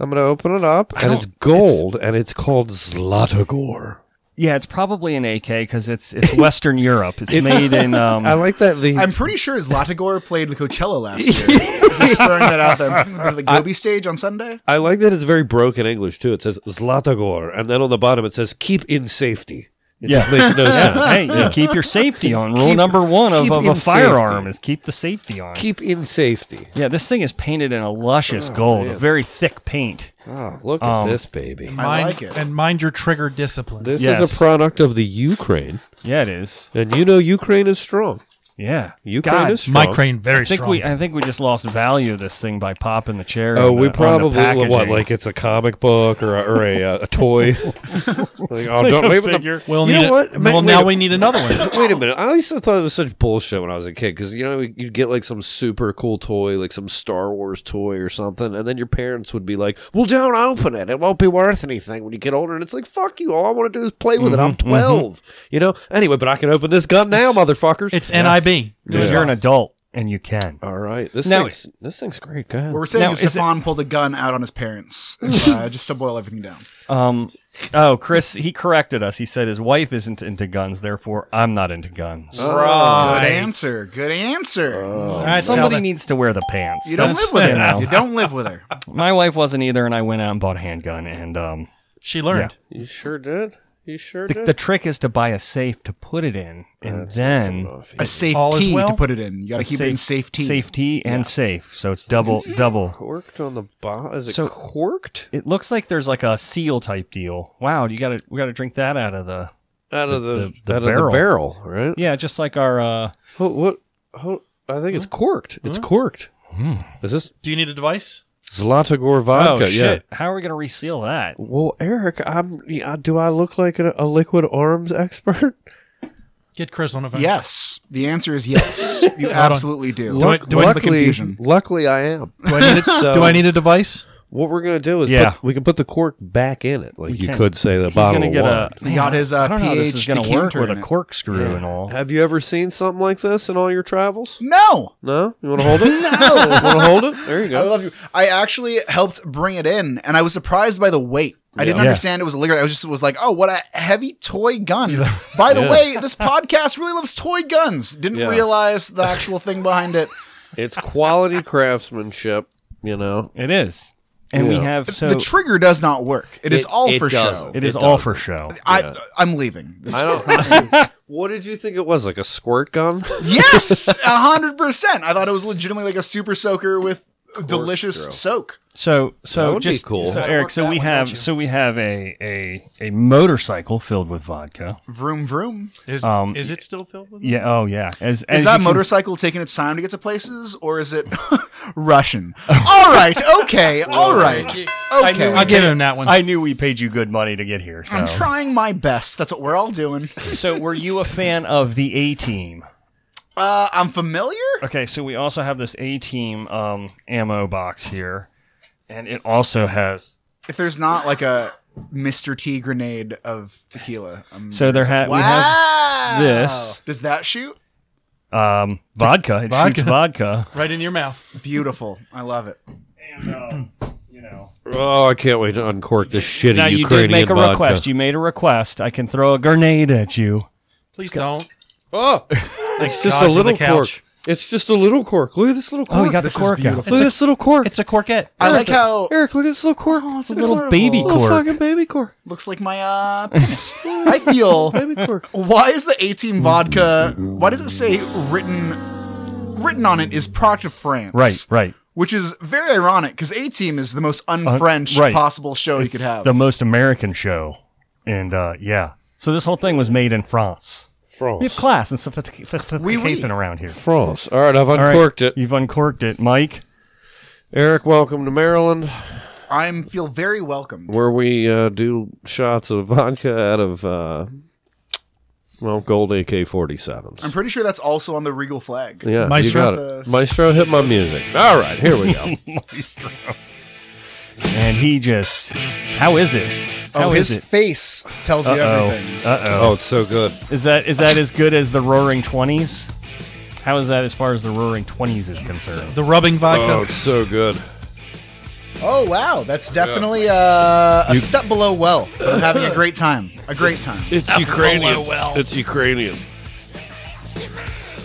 Speaker 7: I'm gonna open it up, and it's gold, and it's called Zlatogor.
Speaker 6: Yeah, it's probably an AK because it's it's Western Europe. It's made in um,
Speaker 7: I like that the
Speaker 8: I'm pretty sure Zlatogor played the Coachella last year. just throwing that out there. The Gobi stage on Sunday.
Speaker 7: I like that it's very broken English too. It says Zlatogor, and then on the bottom it says "Keep in safety." It just makes no sense.
Speaker 6: hey, you keep your safety on. Rule
Speaker 7: Keep-
Speaker 6: number one of,
Speaker 7: keep
Speaker 6: of a
Speaker 7: in
Speaker 6: firearm
Speaker 7: safety.
Speaker 6: is keep the safety on.
Speaker 7: Keep in safety.
Speaker 6: yeah, this thing is painted in a luscious gold, a
Speaker 7: man.
Speaker 6: very thick paint.
Speaker 7: Oh, look at
Speaker 6: Um,
Speaker 7: this baby.
Speaker 8: I
Speaker 9: Mind-
Speaker 8: like it.
Speaker 9: And mind your trigger discipline.
Speaker 7: This
Speaker 6: yes.
Speaker 7: is a product of the Ukraine,
Speaker 6: Yeah, it is.
Speaker 7: and you know Ukraine is strong.
Speaker 6: Yeah,
Speaker 7: Ukraine
Speaker 6: God,
Speaker 7: is strong.
Speaker 9: My crane very
Speaker 6: I think
Speaker 9: strong.
Speaker 6: we I think we just lost value of this thing by popping the cherry.
Speaker 7: Oh,
Speaker 6: on the-
Speaker 7: we
Speaker 6: on the
Speaker 7: probably what
Speaker 6: packaging.
Speaker 7: like it's a comic book or a, or a, uh, a toy. like, oh,
Speaker 6: Go
Speaker 7: don't wait,
Speaker 6: figure.
Speaker 9: we'll
Speaker 7: you
Speaker 9: need
Speaker 7: know
Speaker 9: it-
Speaker 7: what? Ma-
Speaker 9: Well,
Speaker 7: wait
Speaker 9: now
Speaker 7: a-
Speaker 9: we need another one.
Speaker 7: wait a minute. I always thought it was such bullshit when I was a kid because you know you'd get like some super cool toy, like some Star Wars toy or something, and then your parents would be like, "Well, don't open it. It won't be worth anything when you get older." And it's like, "Fuck you! All I want to do is play with it. I'm 12, you know." Anyway, but I can open this gun now, motherfuckers.
Speaker 9: It's NIB.
Speaker 6: because you're an adult and you can.
Speaker 7: All right, this
Speaker 6: Now-
Speaker 7: thing's this thing's great. Go ahead.
Speaker 8: What we're saying
Speaker 6: Now,
Speaker 8: is
Speaker 6: is it-
Speaker 8: Stefan pulled a gun out on his parents, if, uh, just to boil everything down.
Speaker 6: Um, oh, Chris, he corrected us. He said his wife isn't into guns, therefore I'm not into guns.
Speaker 8: Good answer. Good answer.
Speaker 6: Oh.
Speaker 9: That's how
Speaker 6: Somebody
Speaker 9: that-
Speaker 6: needs to wear the pants.
Speaker 8: you don't
Speaker 6: That's-
Speaker 8: live with
Speaker 6: you
Speaker 8: her.
Speaker 6: know.
Speaker 8: You don't live with her.
Speaker 6: My wife wasn't either, and I went out and bought a handgun. And um,
Speaker 9: She learned.
Speaker 7: You sure did. You sure
Speaker 6: the,
Speaker 7: did.
Speaker 6: the trick is to buy a safe to put it in, and then
Speaker 8: A safe
Speaker 9: All is
Speaker 8: key
Speaker 9: well?
Speaker 8: to put it in. You got to
Speaker 6: a
Speaker 8: keep it in safety.
Speaker 6: safety and safe. So it's double, double.
Speaker 7: corked on the bottom. Is it
Speaker 6: So-
Speaker 7: corked
Speaker 6: It looks like there's like a seal type deal. Wow, you gotta we gotta drink that out of the
Speaker 7: out of the,
Speaker 6: the- the
Speaker 7: out
Speaker 6: barrel.
Speaker 7: of the barrel? Right.
Speaker 6: yeah, just like our uh
Speaker 7: Ho- what? ho- I think it's corked. It's corked. Is this
Speaker 9: Do you need a device?
Speaker 7: Zlatogor vodka?
Speaker 6: Hmm. oh
Speaker 7: yeah.
Speaker 6: shit. How are we gonna reseal that?
Speaker 7: Well, Eric, I'm. yeah, Do I look like a, a liquid arms expert?
Speaker 9: Get Chris on the phone.
Speaker 8: Yes. The answer is yes. You absolutely do.
Speaker 9: Do I- do I-
Speaker 8: What's the
Speaker 7: luckily,
Speaker 8: confusion?
Speaker 7: luckily, I am.
Speaker 9: Do I need a,
Speaker 7: So-
Speaker 9: do I need a device?
Speaker 7: What we're gonna do is,
Speaker 6: Yeah.
Speaker 7: put- we can put the cork back in it. Like you
Speaker 6: can.
Speaker 7: could say the
Speaker 6: He's
Speaker 7: bottle
Speaker 6: gonna
Speaker 7: of
Speaker 6: get
Speaker 7: wine.
Speaker 6: a
Speaker 8: He got his, uh,
Speaker 6: I don't know how this is
Speaker 8: PH
Speaker 6: gonna work
Speaker 8: decanter
Speaker 6: with a
Speaker 8: in it.
Speaker 6: corkscrew and all.
Speaker 7: Have you ever seen something like this in all your travels?
Speaker 8: no.
Speaker 7: No. You want to hold it? no. Want to hold it? There you
Speaker 8: I
Speaker 7: go.
Speaker 8: love you. I actually helped bring it in, and I was surprised by the weight. I didn't
Speaker 7: Yeah.
Speaker 8: understand it was a liquor. I was just was like, oh, what a heavy toy gun. By the way, this podcast really loves toy guns. Didn't
Speaker 7: Yeah.
Speaker 8: realize the actual thing behind it.
Speaker 7: It's quality craftsmanship. You know,
Speaker 6: It is. And we
Speaker 7: Yeah.
Speaker 6: have so
Speaker 8: the trigger does not work. it is
Speaker 7: It-
Speaker 8: all
Speaker 7: it
Speaker 8: for show.
Speaker 7: doesn't.
Speaker 6: Oh, it is
Speaker 7: it
Speaker 6: all
Speaker 7: doesn't.
Speaker 6: for show.
Speaker 8: I, I'm leaving. This-
Speaker 7: I don't. what did you think it was? Like a squirt gun?
Speaker 8: yes, a hundred percent. I thought it was legitimately like a super soaker with delicious
Speaker 7: Corkscrew.
Speaker 8: soak.
Speaker 6: So so
Speaker 7: That would be
Speaker 6: just
Speaker 7: cool.
Speaker 6: so
Speaker 7: Gotta
Speaker 6: Eric, so we have so we have a a a motorcycle filled with vodka.
Speaker 8: Vroom vroom.
Speaker 9: Is,
Speaker 7: Mm.
Speaker 6: Um,
Speaker 9: is it still filled with?
Speaker 6: Yeah, oh yeah. As, as
Speaker 8: Is
Speaker 6: you
Speaker 8: that
Speaker 6: can-
Speaker 8: motorcycle taking its time to get to places, or is it Russian? all right, okay, all right, okay.
Speaker 9: I'll give him that one.
Speaker 6: I knew we paid you good money to get here. So,
Speaker 8: I'm trying my best. That's what we're all doing.
Speaker 6: so were you a fan of the A Team?
Speaker 8: Uh, I'm familiar.
Speaker 6: Okay, so we also have this A Team um, ammo box here, and it also has.
Speaker 8: If there's not like a Mr. T grenade of tequila, um,
Speaker 6: So there ha- we have
Speaker 8: wow,
Speaker 6: this.
Speaker 8: does that shoot?
Speaker 6: um, vodka. It
Speaker 9: Vodka.
Speaker 6: shoots vodka.
Speaker 9: right in your mouth.
Speaker 8: Beautiful. I love it.
Speaker 6: And um, you know,
Speaker 7: Oh, I can't wait to uncork this shitty
Speaker 6: now you
Speaker 7: Ukrainian
Speaker 6: did make a
Speaker 7: vodka.
Speaker 6: request. You made a request. I can throw a grenade at you.
Speaker 9: Please don't.
Speaker 7: oh, it's just
Speaker 9: God
Speaker 7: a
Speaker 9: for the
Speaker 7: little cork.
Speaker 9: couch.
Speaker 7: It's just a little cork. Look at this little cork.
Speaker 6: Oh, we got
Speaker 8: This
Speaker 6: the
Speaker 8: is
Speaker 6: cork out.
Speaker 8: beautiful.
Speaker 7: look at this little cork.
Speaker 9: It's a corkette.
Speaker 8: I like how
Speaker 7: Eric, look at this little cork.
Speaker 6: Oh, It's a little baby
Speaker 7: little
Speaker 6: cork.
Speaker 7: fucking baby cork.
Speaker 8: looks like my uh penis. I feel
Speaker 7: Baby cork.
Speaker 8: why is the 18 vodka why does it say written written on it is product of France.
Speaker 6: Right, right.
Speaker 8: Which is very ironic because A Team is the most un-French
Speaker 6: Uh, right.
Speaker 8: possible show you could
Speaker 6: It's
Speaker 8: have.
Speaker 6: the most American show, and uh, yeah. So this whole thing was made in France. We have
Speaker 7: France.
Speaker 6: class and sophistic- sophistication around here.
Speaker 7: France. All right, I've
Speaker 6: All right,
Speaker 7: uncorked it.
Speaker 6: You've uncorked it, Mike.
Speaker 7: Eric, welcome to Maryland,
Speaker 8: I feel very welcomed.
Speaker 7: where we uh, do shots of vodka out of, uh, well, gold AK-47s.
Speaker 8: I'm pretty sure that's also on the Regal flag.
Speaker 7: Yeah,
Speaker 9: Maestro?
Speaker 7: you got it. Maestro, hit my music. All right, here we go.
Speaker 6: Maestro. And he just, how is it? How
Speaker 8: oh,
Speaker 6: is
Speaker 8: his
Speaker 6: it?
Speaker 8: face tells you everything.
Speaker 6: Uh oh.
Speaker 7: oh, it's so good.
Speaker 6: Is that is that as good as the Roaring Twenties? How is that as far as the Roaring Twenties is concerned?
Speaker 9: The rubbing
Speaker 7: Oh,
Speaker 9: vodka.
Speaker 7: it's so good.
Speaker 8: oh wow, that's definitely uh, a step below well. But I'm having a great time. A great time.
Speaker 7: It's Ukrainian. It's Ukrainian.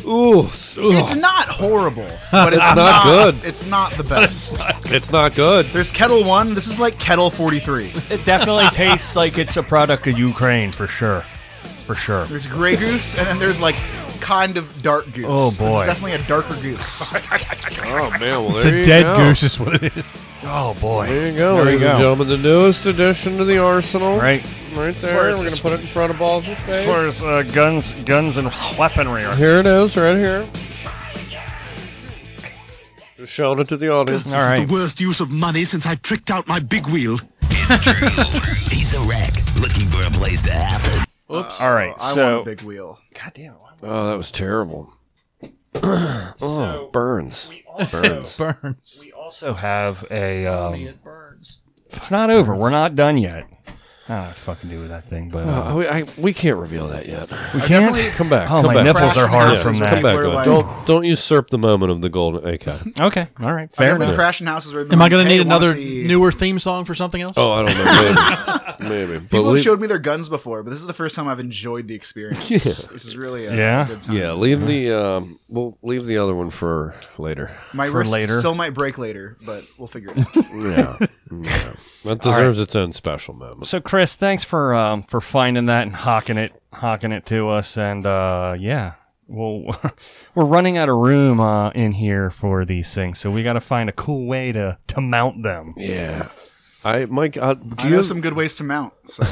Speaker 7: Ooh,
Speaker 8: It's not horrible, but it's,
Speaker 7: It's not good.
Speaker 8: It's not the best.
Speaker 7: it's not good.
Speaker 8: There's Kettle One. This is like Kettle 43.
Speaker 6: It definitely tastes like it's a product of Ukraine for sure. for sure.
Speaker 8: There's gray goose, and then there's like kind of dark goose.
Speaker 6: Oh,
Speaker 8: This is
Speaker 6: boy.
Speaker 8: definitely a darker goose.
Speaker 7: Oh man, well,
Speaker 9: It's a dead goose, is what it is.
Speaker 6: Oh boy.
Speaker 7: There you go,
Speaker 6: There you
Speaker 7: ladies
Speaker 6: go.
Speaker 7: and gentlemen. The newest addition to the arsenal,
Speaker 6: Right.
Speaker 7: right
Speaker 6: Where
Speaker 7: there.
Speaker 6: is
Speaker 7: We're gonna
Speaker 6: this?
Speaker 7: put it in front of balls and
Speaker 6: As far
Speaker 7: face.
Speaker 6: as uh, guns, guns and weaponry are.
Speaker 7: Here it is, right here. Just showing it to the audience.
Speaker 6: All right.
Speaker 10: worst use of money since I tricked out my big wheel. It's true. it's true. He's a wreck, looking for a place to happen.
Speaker 8: Oops.
Speaker 6: All right,
Speaker 8: I
Speaker 6: so-
Speaker 8: want a big wheel.
Speaker 7: Oh, that was terrible. oh, burns. Burns.
Speaker 9: Burns.
Speaker 6: We also have a. Um, it burns. It's not over. We're not done yet. I don't know what to fucking do with that thing, but uh,
Speaker 7: Uh, we, I, we can't reveal that yet.
Speaker 6: we can't.
Speaker 7: Come back.
Speaker 6: Oh,
Speaker 7: come
Speaker 6: my
Speaker 7: back.
Speaker 6: nipples are
Speaker 8: Crashing
Speaker 6: hard
Speaker 8: houses
Speaker 6: from
Speaker 8: where
Speaker 6: that.
Speaker 7: Come back.
Speaker 8: people are like-
Speaker 7: don't don't usurp the moment of the golden okay.
Speaker 6: Okay, all right,
Speaker 8: I
Speaker 6: fair
Speaker 8: think
Speaker 6: enough.
Speaker 8: crashing houses. Where
Speaker 9: Am I going to
Speaker 8: hey,
Speaker 9: need
Speaker 8: wanna
Speaker 9: another
Speaker 8: see-
Speaker 9: newer theme song for something else?
Speaker 7: Oh, I don't know. Maybe. maybe. But
Speaker 8: People have
Speaker 7: leave-
Speaker 8: showed me their guns before, but this is the first time I've enjoyed the experience. This is really a
Speaker 6: Yeah.
Speaker 8: good time.
Speaker 7: yeah, leave the um, we'll leave the other one for later.
Speaker 8: My
Speaker 6: For
Speaker 8: wrist
Speaker 6: later.
Speaker 8: still might break later, but we'll figure it out.
Speaker 7: Yeah, yeah. that deserves its own special moment.
Speaker 6: So, Chris, thanks for um, for finding that and hawking it, hawking it to us, and uh, yeah, well, we're running out of room uh, in here for these things, so we got to find a cool way to to mount them.
Speaker 7: Yeah, I Mike, uh, do
Speaker 8: I
Speaker 7: you
Speaker 8: know
Speaker 7: have,
Speaker 8: some good ways to mount. So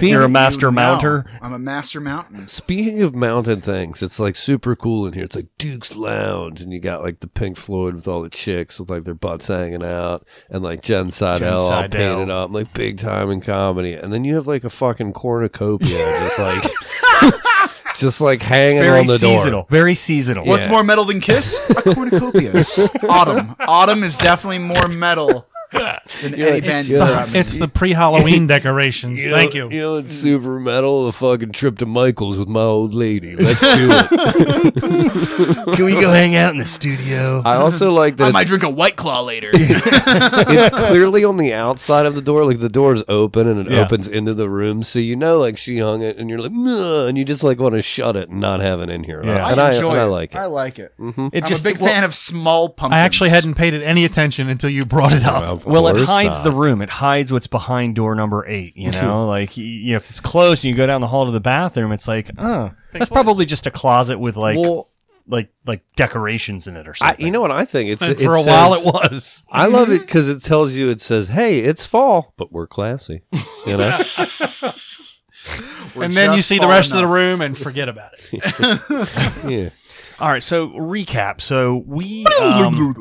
Speaker 6: You're a master
Speaker 8: You know,
Speaker 6: mounter.
Speaker 8: I'm a master mountain.
Speaker 7: speaking of mountain things? It's like super cool in here. It's like Duke's Lounge, and you got like the Pink Floyd with all the chicks with like their butts hanging out, and like Jen Seidel, all
Speaker 9: Seidel.
Speaker 7: painted up, like big time in comedy, and then you have like a fucking cornucopia, just like just like hanging
Speaker 6: Very
Speaker 7: on the door.
Speaker 6: seasonal. Very seasonal.
Speaker 8: What's more metal than Kiss? A cornucopia. Autumn. Autumn is definitely more metal than any band you've ever had.
Speaker 9: It's the pre-Halloween decorations. Thank you.
Speaker 7: You know, it's super metal. A fucking trip to Michael's with my old lady. Let's do it.
Speaker 6: Can we go hang out in the studio?
Speaker 7: I also like
Speaker 8: I
Speaker 7: that
Speaker 8: might
Speaker 7: it's,
Speaker 8: drink a White Claw later.
Speaker 7: it's clearly on the outside of the door. Like the door's open and it
Speaker 6: Yeah.
Speaker 7: opens into the room. So you know, like she hung it and you're like, "Nah," and you just like want to shut it and not have it in here.
Speaker 6: Yeah.
Speaker 7: And I,
Speaker 8: enjoy
Speaker 7: and I like it.
Speaker 8: I like it.
Speaker 6: it
Speaker 8: I'm a big fan of small pumpkins.
Speaker 9: I actually hadn't paid it any attention until you brought it up.
Speaker 7: Of
Speaker 6: Well, it
Speaker 7: course
Speaker 6: hides
Speaker 7: not.
Speaker 6: the room. It hides what's behind door number eight. You know, like y- you know, if it's closed and you go down the hall to the bathroom, it's like, oh, that's probably just a closet with like,
Speaker 7: Well,
Speaker 6: like, like decorations in it or
Speaker 7: I,
Speaker 6: something.
Speaker 7: you know what I think? It's
Speaker 9: And
Speaker 7: it
Speaker 9: for a
Speaker 7: says-
Speaker 9: while, it was.
Speaker 7: I love it because it tells you it says, "Hey, it's fall, but we're classy." You know.
Speaker 8: We're
Speaker 9: And then you
Speaker 8: just
Speaker 9: see the
Speaker 8: small
Speaker 9: rest of
Speaker 8: enough.
Speaker 9: the room and forget about it.
Speaker 7: yeah.
Speaker 6: All right, so recap. So we, um,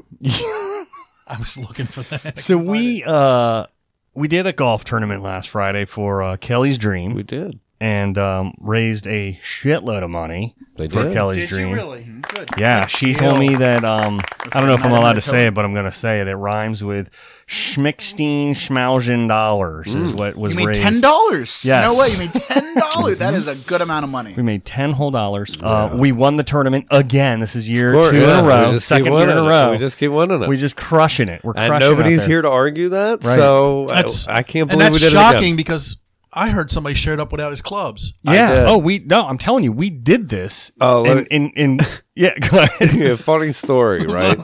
Speaker 9: I was looking for that.
Speaker 6: so we, uh, we did a golf tournament last Friday for uh, Kelly's Dream
Speaker 7: We did.
Speaker 6: and um, raised a shitload of money
Speaker 7: They
Speaker 6: for
Speaker 7: did.
Speaker 6: Kelly's Dream.
Speaker 9: really? Good.
Speaker 6: Yeah, she told me that. Um, I don't know if I'm
Speaker 8: Madame
Speaker 6: allowed to
Speaker 8: Matilda.
Speaker 6: say it, but I'm going to say it. It rhymes with schmickstein schmausen dollars
Speaker 7: Mm.
Speaker 6: is what was
Speaker 8: You made
Speaker 6: raised.
Speaker 8: ten dollars.
Speaker 6: Yes.
Speaker 8: No way. You made ten dollars. that is a good amount of money.
Speaker 6: We made ten whole dollars. Uh, we won the tournament again. This is year
Speaker 7: Of course,
Speaker 6: two in
Speaker 7: yeah.
Speaker 6: a
Speaker 7: We
Speaker 6: row,
Speaker 7: just keep
Speaker 6: second year in
Speaker 7: winning
Speaker 6: a
Speaker 7: it.
Speaker 6: row.
Speaker 7: We just keep winning it.
Speaker 6: We just crushing it. We're crushing
Speaker 7: and
Speaker 6: it out
Speaker 7: nobody's
Speaker 6: there.
Speaker 7: here to argue that,
Speaker 6: Right.
Speaker 7: so I,
Speaker 9: That's-
Speaker 7: I can't
Speaker 9: And
Speaker 7: believe
Speaker 9: that's
Speaker 7: we did
Speaker 9: shocking
Speaker 7: it
Speaker 9: because I heard somebody showed up without his clubs.
Speaker 7: I
Speaker 6: Yeah.
Speaker 7: did.
Speaker 6: Oh, we no. I'm telling you, we did this.
Speaker 7: Oh, let
Speaker 6: and, and, and- yeah. Go ahead.
Speaker 7: again. Yeah, funny story, right?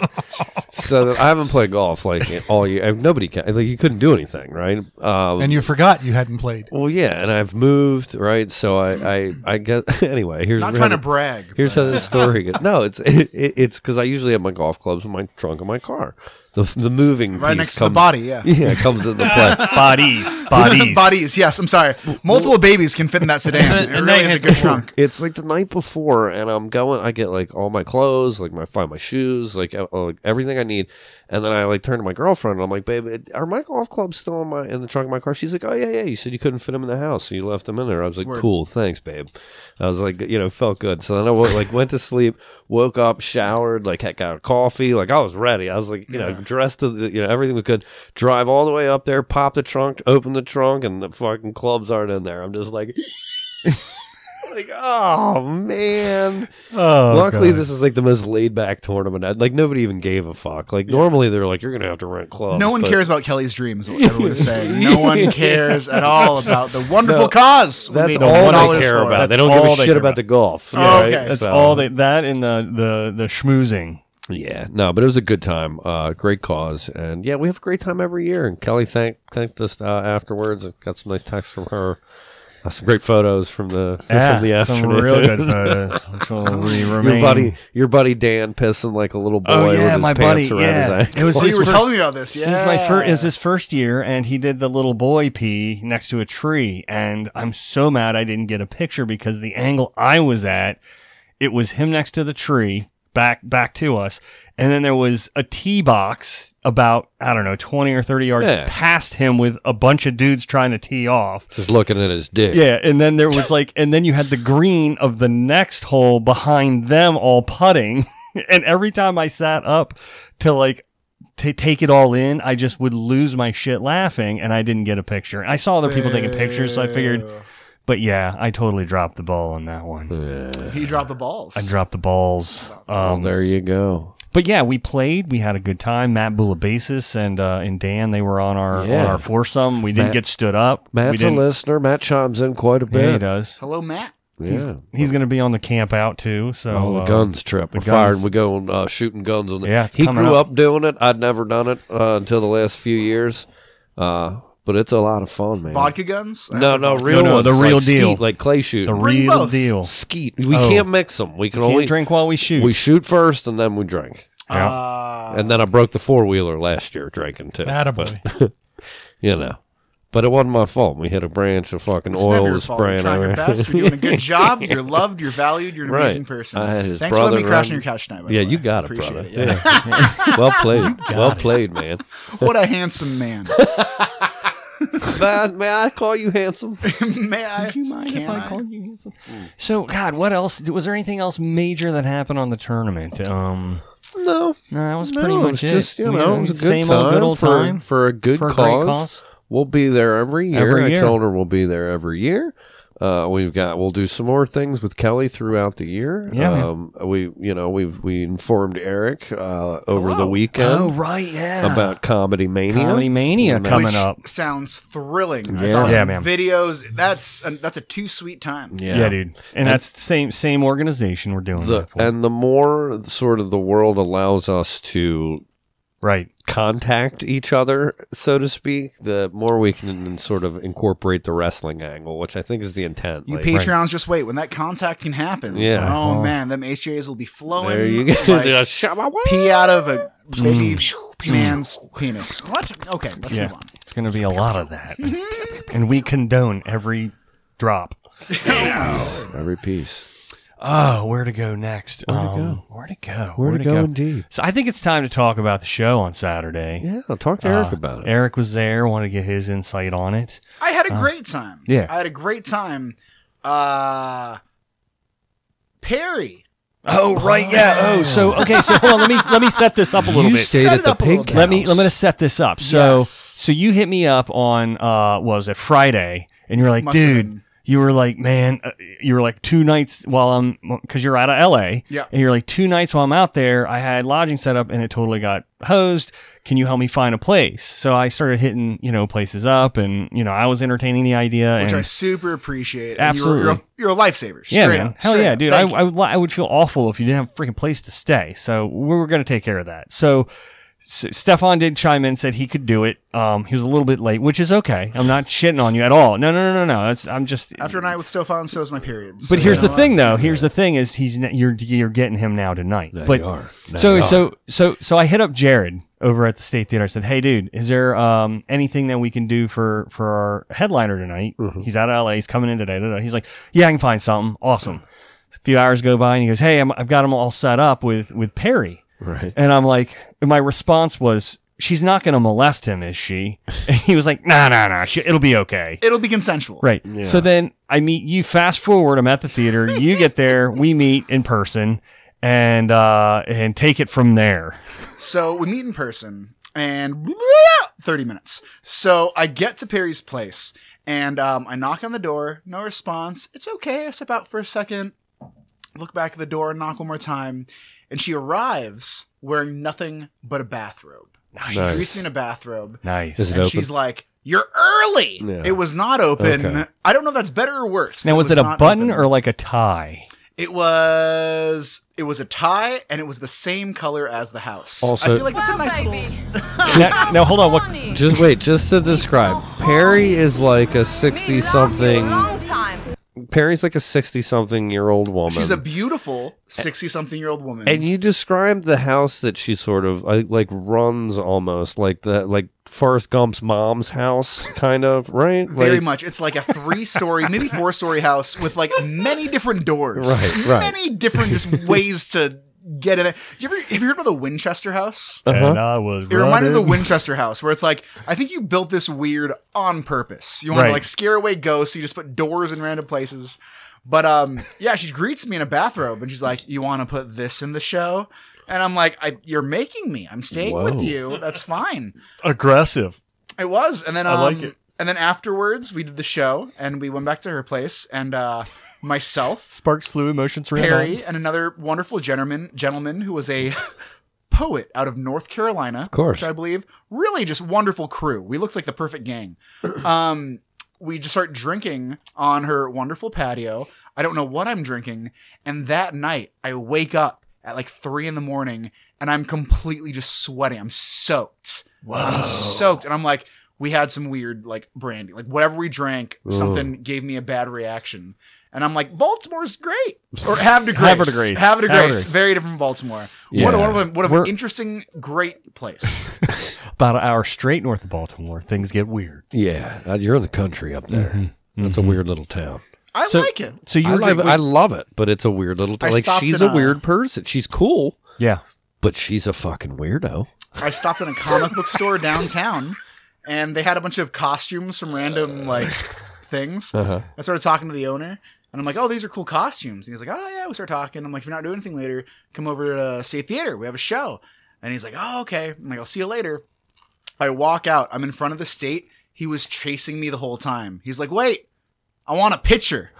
Speaker 7: so that I haven't played golf like all year. and Nobody can. Like you couldn't do anything, right? Um,
Speaker 9: And you forgot you hadn't played.
Speaker 7: well, yeah, and I've moved, right? So I, I, I get anyway. Here's
Speaker 8: Not
Speaker 7: how
Speaker 8: trying to
Speaker 7: the-
Speaker 8: brag.
Speaker 7: Here's how this story goes. No, it's it, it, it's because I usually have my golf clubs in my trunk of my car. The the moving
Speaker 8: Right
Speaker 7: piece
Speaker 8: next to the
Speaker 7: comes-
Speaker 8: body, yeah.
Speaker 7: yeah, comes into play.
Speaker 6: Bodies. Bodies.
Speaker 8: Bodies, yes. I'm sorry. Multiple babies can fit in that sedan.
Speaker 9: And
Speaker 8: It
Speaker 9: they
Speaker 8: really is
Speaker 9: hit
Speaker 8: a good
Speaker 9: the
Speaker 8: trunk.
Speaker 7: It's like the night before, and I'm going. I get like all my clothes, like my find my shoes, like, uh, like everything I need, and then I like turn to my girlfriend and I'm like, "Babe, it- are my golf clubs still in my in the trunk of my car?" She's like, "Oh yeah, yeah. You said you couldn't fit them in the house, so you left them in there." I was like, "Cool, thanks, babe." I was like, you know, felt good. So then I wo- like went to sleep, woke up, showered, like had got coffee, like I was ready. I was like, you know, dressed to the, you know, everything was good. Drive all the way up there, pop the trunk, open the trunk, and the fucking clubs aren't in there. I'm just like. Like, oh man.
Speaker 6: Oh,
Speaker 7: Luckily,
Speaker 6: God.
Speaker 7: this is like the most laid back tournament. I- Like, nobody even gave a fuck. Like, normally they're like, you're going to have to rent clubs.
Speaker 8: No one
Speaker 7: but
Speaker 8: cares about Kelly's dreams, is what everyone is saying. No one cares at all about the wonderful
Speaker 7: No,
Speaker 8: cause. we
Speaker 7: That's
Speaker 8: made
Speaker 7: all they
Speaker 8: $1
Speaker 7: care
Speaker 8: for.
Speaker 7: about.
Speaker 6: That's
Speaker 7: they don't give
Speaker 6: all
Speaker 7: a
Speaker 6: they
Speaker 7: shit
Speaker 6: care
Speaker 7: about
Speaker 6: about.
Speaker 7: the golf.
Speaker 8: Oh, okay.
Speaker 6: That's all they, that and the the the schmoozing.
Speaker 7: Yeah, no, but it was a good time. Uh, great cause, and yeah, we have a great time every year. And Kelly thanked thanked us uh, afterwards. I got some nice texts from her. Uh, some great photos from the
Speaker 6: Yeah,
Speaker 7: from the
Speaker 6: Ah, some
Speaker 7: afternoon.
Speaker 6: real good photos. Which will re-
Speaker 7: Your
Speaker 6: remain-
Speaker 7: buddy, your buddy Dan pissing like a little boy
Speaker 6: Oh yeah,
Speaker 7: with his
Speaker 6: my
Speaker 7: pants
Speaker 6: buddy.
Speaker 7: around his
Speaker 6: Yeah,
Speaker 7: ankle.
Speaker 6: it was.
Speaker 8: Oh,
Speaker 6: his
Speaker 8: you were
Speaker 6: first-
Speaker 8: telling me about this. Yeah.
Speaker 6: It was my first. It was his first year, and he did the little boy pee next to a tree. And I'm so mad I didn't get a picture because the angle I was at, it was him next to the tree, back back to us, and then there was a tee box about I don't know 20 or 30 yards
Speaker 7: Yeah.
Speaker 6: past him with a bunch of dudes trying to tee off.
Speaker 7: Just looking at his dick.
Speaker 6: Yeah, and then there was like, and then you had the green of the next hole behind them all putting. And every time I sat up to like to take it all in, I just would lose my shit laughing, and I didn't get a picture. I saw other people taking pictures, so I figured. But yeah, I totally dropped the ball on that one.
Speaker 8: He dropped the balls.
Speaker 6: I dropped the balls. Um,
Speaker 7: There you go.
Speaker 6: but yeah, we played. We had a good time. Matt Bulabasis and uh, and Dan they were on our
Speaker 7: Yeah.
Speaker 6: on our foursome. We didn't
Speaker 7: Matt-
Speaker 6: get stood up. we
Speaker 7: Matt's a
Speaker 6: didn't,
Speaker 7: listener. Matt chimes in quite a
Speaker 6: Yeah, he
Speaker 7: bit.
Speaker 6: does.
Speaker 8: Hello, Matt.
Speaker 7: yeah.
Speaker 6: uh, He's going to be on the camp out too. So
Speaker 7: Oh, the
Speaker 6: uh,
Speaker 7: guns trip. We're
Speaker 6: guns.
Speaker 7: firing. We go on uh, shooting guns on the.
Speaker 6: Yeah, it's
Speaker 7: he
Speaker 6: coming
Speaker 7: grew
Speaker 6: up.
Speaker 7: up. doing it. I'd never done it uh, until the last few years, uh, but it's a lot of fun, man.
Speaker 8: Vodka guns. Uh,
Speaker 7: No, no, real.
Speaker 6: no,
Speaker 7: ones,
Speaker 6: the
Speaker 7: like
Speaker 6: real
Speaker 7: skeet,
Speaker 6: deal.
Speaker 7: like clay shoot.
Speaker 6: the
Speaker 8: Bring
Speaker 6: real
Speaker 8: both.
Speaker 6: deal.
Speaker 7: skeet. We
Speaker 6: Oh.
Speaker 7: can't mix them. We can
Speaker 6: Can't
Speaker 7: only
Speaker 6: drink while we shoot.
Speaker 7: We shoot first, and then we drink.
Speaker 8: Uh,
Speaker 7: and then I broke the four wheeler last year drinking too.
Speaker 9: Attaboy.
Speaker 7: You know, but it wasn't my fault. We hit a branch of fucking
Speaker 8: it's
Speaker 7: oil
Speaker 8: never your
Speaker 7: was
Speaker 8: fault. You're
Speaker 7: spraying
Speaker 8: trying your
Speaker 7: everywhere.
Speaker 8: best. You're doing a good job. You're loved. You're valued. You're an
Speaker 7: Right.
Speaker 8: amazing person.
Speaker 7: I had his
Speaker 8: Thanks for letting me
Speaker 7: brother
Speaker 8: crash
Speaker 7: run-
Speaker 8: on your couch tonight. By
Speaker 7: Yeah,
Speaker 8: the way.
Speaker 7: you got it,
Speaker 8: Appreciate
Speaker 7: brother.
Speaker 8: it.
Speaker 7: Yeah. well played. Well played, man.
Speaker 8: What a handsome man.
Speaker 7: But may I call you handsome?
Speaker 8: May I?
Speaker 6: Do you mind if
Speaker 8: can
Speaker 6: I, called you handsome? So, God, what else? Was there anything else major that happened on the tournament? Um,
Speaker 7: No.
Speaker 6: no, that was pretty
Speaker 7: No,
Speaker 6: much
Speaker 7: it's
Speaker 6: it.
Speaker 7: Just you
Speaker 6: We-
Speaker 7: know, it was a good
Speaker 6: same
Speaker 7: time,
Speaker 6: old good old
Speaker 7: for,
Speaker 6: time
Speaker 7: for a good
Speaker 6: for a
Speaker 7: cause.
Speaker 6: great cause.
Speaker 7: We'll be there every year.
Speaker 6: Every
Speaker 7: I
Speaker 6: year.
Speaker 7: told her we'll be there every year. Uh, we've got we'll do some more things with Kelly throughout the year.
Speaker 6: Yeah, man.
Speaker 7: um, we you know we've we informed Eric uh, over the weekend.
Speaker 6: Oh, right, yeah.
Speaker 7: about comedy mania.
Speaker 6: Comedy Mania coming
Speaker 8: Which
Speaker 6: up.
Speaker 8: sounds thrilling. I
Speaker 7: Yeah.
Speaker 8: saw
Speaker 6: Yeah,
Speaker 8: some
Speaker 6: man.
Speaker 8: videos. That's a, that's a too sweet time.
Speaker 6: Yeah, dude. And, that's the same same organization we're doing
Speaker 7: The,
Speaker 6: that for.
Speaker 7: and the more sort of the world allows us to
Speaker 6: right.
Speaker 7: contact each other, so to speak, the more we can sort of incorporate the wrestling angle, which I think is the intent.
Speaker 8: You
Speaker 7: Like,
Speaker 8: Patreons just wait when that contact can happen.
Speaker 7: Yeah.
Speaker 8: Oh
Speaker 6: Uh-huh.
Speaker 8: man, them HJs will be flowing.
Speaker 7: There you go.
Speaker 8: like
Speaker 7: Just shut my way.
Speaker 8: pee out of a baby man's penis. What? Okay, let's
Speaker 6: Yeah.
Speaker 8: move on.
Speaker 6: It's going to be a lot of that. and we condone every drop.
Speaker 7: Every piece.
Speaker 6: Oh, where to go next? Where to go? Where to go?
Speaker 7: Where to go indeed.
Speaker 6: So I think it's time to talk about the show on Saturday.
Speaker 7: Yeah, I'll talk to Eric about it.
Speaker 6: Uh, Eric was there, wanted to get his insight on it.
Speaker 8: I had a great time.
Speaker 6: Uh-huh. yeah.
Speaker 8: I had a great time. Uh Perry.
Speaker 6: Oh right, yeah. Oh, so okay, so hold on, let me let me set this up a little
Speaker 7: you
Speaker 6: bit.
Speaker 7: stayed
Speaker 8: Set
Speaker 7: at
Speaker 8: it
Speaker 7: the
Speaker 8: up a little
Speaker 7: pig
Speaker 8: bit.
Speaker 7: house.
Speaker 6: let me let me to set this up. So
Speaker 8: Yes.
Speaker 6: so you hit me up on uh what was it Friday, and you're like,
Speaker 8: Must have
Speaker 6: dude.
Speaker 8: been.
Speaker 6: You were like, man, uh, you were like two nights while I'm, because you're out of LA.
Speaker 8: Yeah.
Speaker 6: And you're like, two nights while I'm out there, I had lodging set up and it totally got hosed. Can you help me find a place? So I started hitting, you know, places up and, you know, I was entertaining the idea.
Speaker 8: Which
Speaker 6: and
Speaker 8: I super appreciate. And
Speaker 6: Absolutely.
Speaker 8: You're, you're, a, you're a lifesaver. Straight
Speaker 6: Yeah, man.
Speaker 8: up.
Speaker 6: Hell
Speaker 8: Straight
Speaker 6: yeah,
Speaker 8: up.
Speaker 6: dude. I,
Speaker 8: Thank you.
Speaker 6: I, would, li- I would feel awful if you didn't have a freaking place to stay. So we were going to take care of that. So, S Stefan did chime in, said he could do it. Um, he was a little bit late, which is okay. I'm not shitting on you at all. No, no, no, no, no. That's, I'm just.
Speaker 8: After a night with Stefan, so is my periods.
Speaker 6: but
Speaker 8: So, uh,
Speaker 6: here's
Speaker 8: you know
Speaker 6: the
Speaker 8: what?
Speaker 6: thing, though. Here's the thing is he's n- you're you're getting him now tonight. but
Speaker 7: you are. Now
Speaker 6: so
Speaker 7: you are.
Speaker 6: so so so I hit up Jared over at the State Theater. I said, "Hey, dude, is there um, anything that we can do for for our headliner tonight?
Speaker 7: Mm-hmm.
Speaker 6: He's out of LA. He's coming in today. da, da." He's like, yeah, I can find something. Awesome." A few hours go by, and he goes, "Hey, I'm, I've got them all set up with with Perry."
Speaker 7: Right.
Speaker 6: And I'm like, and my response was, "She's not going to molest him, is she?" And he was like, "Nah, nah, nah. She, it'll be okay."
Speaker 8: It'll be consensual.
Speaker 6: Right. So then I meet you. Fast forward, I'm at the theater. You get there. We meet in person, and uh, and take it from there.
Speaker 8: So we meet in person and 30 minutes. So I get to Perry's place and um, I knock on the door. No response. It's okay. I step out for a second, look back at the door, knock one more time. And she arrives wearing nothing but a bathrobe. Nice. She greets me in a bathrobe.
Speaker 6: Nice.
Speaker 7: Is it
Speaker 8: and
Speaker 7: open?
Speaker 8: she's like, You're early.
Speaker 7: Yeah.
Speaker 8: It was not open.
Speaker 7: Okay.
Speaker 8: I don't know if that's better or worse.
Speaker 6: Now, was it a
Speaker 8: not
Speaker 6: button
Speaker 8: open.
Speaker 6: or like a tie?
Speaker 8: It was it was a tie, and it was the same color as the house.
Speaker 7: Also-
Speaker 8: I feel like that's a nice little.
Speaker 6: now, now, hold on. What?
Speaker 7: Just wait, just to describe, Perry is like a sixty-something. Perry's like a sixty-something-year-old woman.
Speaker 8: She's a beautiful sixty-something-year-old woman.
Speaker 7: and you described the house that she sort of uh, like runs almost like the like Forrest Gump's mom's house, kind of right?
Speaker 8: very
Speaker 7: Like-
Speaker 8: much, it's like a three-story, maybe four-story house with like many different doors,
Speaker 7: Right, right.
Speaker 8: many different just ways to get in. there. You ever have you heard about the Winchester house?
Speaker 6: And I was.
Speaker 8: It reminded me of the Winchester house, where it's like, I think you built this weird on purpose. You want
Speaker 6: Right.
Speaker 8: to like scare away ghosts, so you just put doors in random places. But um, yeah, she greets me in a bathrobe, and she's like, "You want to put this in the show?" And I'm like, I, "You're making me. I'm staying with you. That's fine."
Speaker 6: aggressive.
Speaker 8: It was, and then um,
Speaker 6: I like it.
Speaker 8: And then afterwards, we did the show, and we went back to her place, and uh, myself,
Speaker 6: Sparks flew. Emotions ran.
Speaker 8: Perry, and another wonderful gentleman gentleman who was a poet out of North Carolina, of
Speaker 7: course.
Speaker 8: which I believe. Really, just wonderful crew. We looked like the perfect gang. Um, we just start drinking on her wonderful patio. I don't know what I'm drinking, and that night I wake up at like three in the morning, and I'm completely just sweating. I'm soaked. I'm soaked, and I'm like. We had some weird like brandy, like whatever we drank, something gave me a bad reaction, and I'm like, Baltimore's great, or have to grace,
Speaker 6: Havre de Grace.
Speaker 8: Havre de
Speaker 6: Havre de
Speaker 8: Grace.
Speaker 6: Grace.
Speaker 8: very different from Baltimore.
Speaker 7: Yeah.
Speaker 8: What, a, what, a, what a
Speaker 6: We're-
Speaker 8: interesting, great place.
Speaker 6: About an hour straight north of Baltimore, things get weird.
Speaker 7: Yeah, uh, you're in the country up there. That's a weird little town.
Speaker 8: I
Speaker 6: So-
Speaker 8: like it.
Speaker 6: So Mm-hmm. you
Speaker 7: I
Speaker 6: were
Speaker 7: love,
Speaker 6: like,
Speaker 7: I love it, but it's a weird little
Speaker 8: I
Speaker 7: town. Like
Speaker 8: stopped
Speaker 7: she's
Speaker 8: in
Speaker 7: a
Speaker 8: a-
Speaker 7: weird person. She's cool,
Speaker 6: yeah.
Speaker 7: but she's a fucking weirdo.
Speaker 8: I stopped in a comic book store downtown, and they had a bunch of costumes from random like things. I started talking to the owner, and I'm like, "Oh, these are cool costumes." And he's like, "Oh yeah." We start talking. I'm like, "If you're not doing anything later, come over to uh, State Theater. We have a show." And he's like, "Oh okay." I'm like, "I'll see you later." I walk out. I'm in front of the state. He was chasing me the whole time. He's like, "Wait, I want a picture."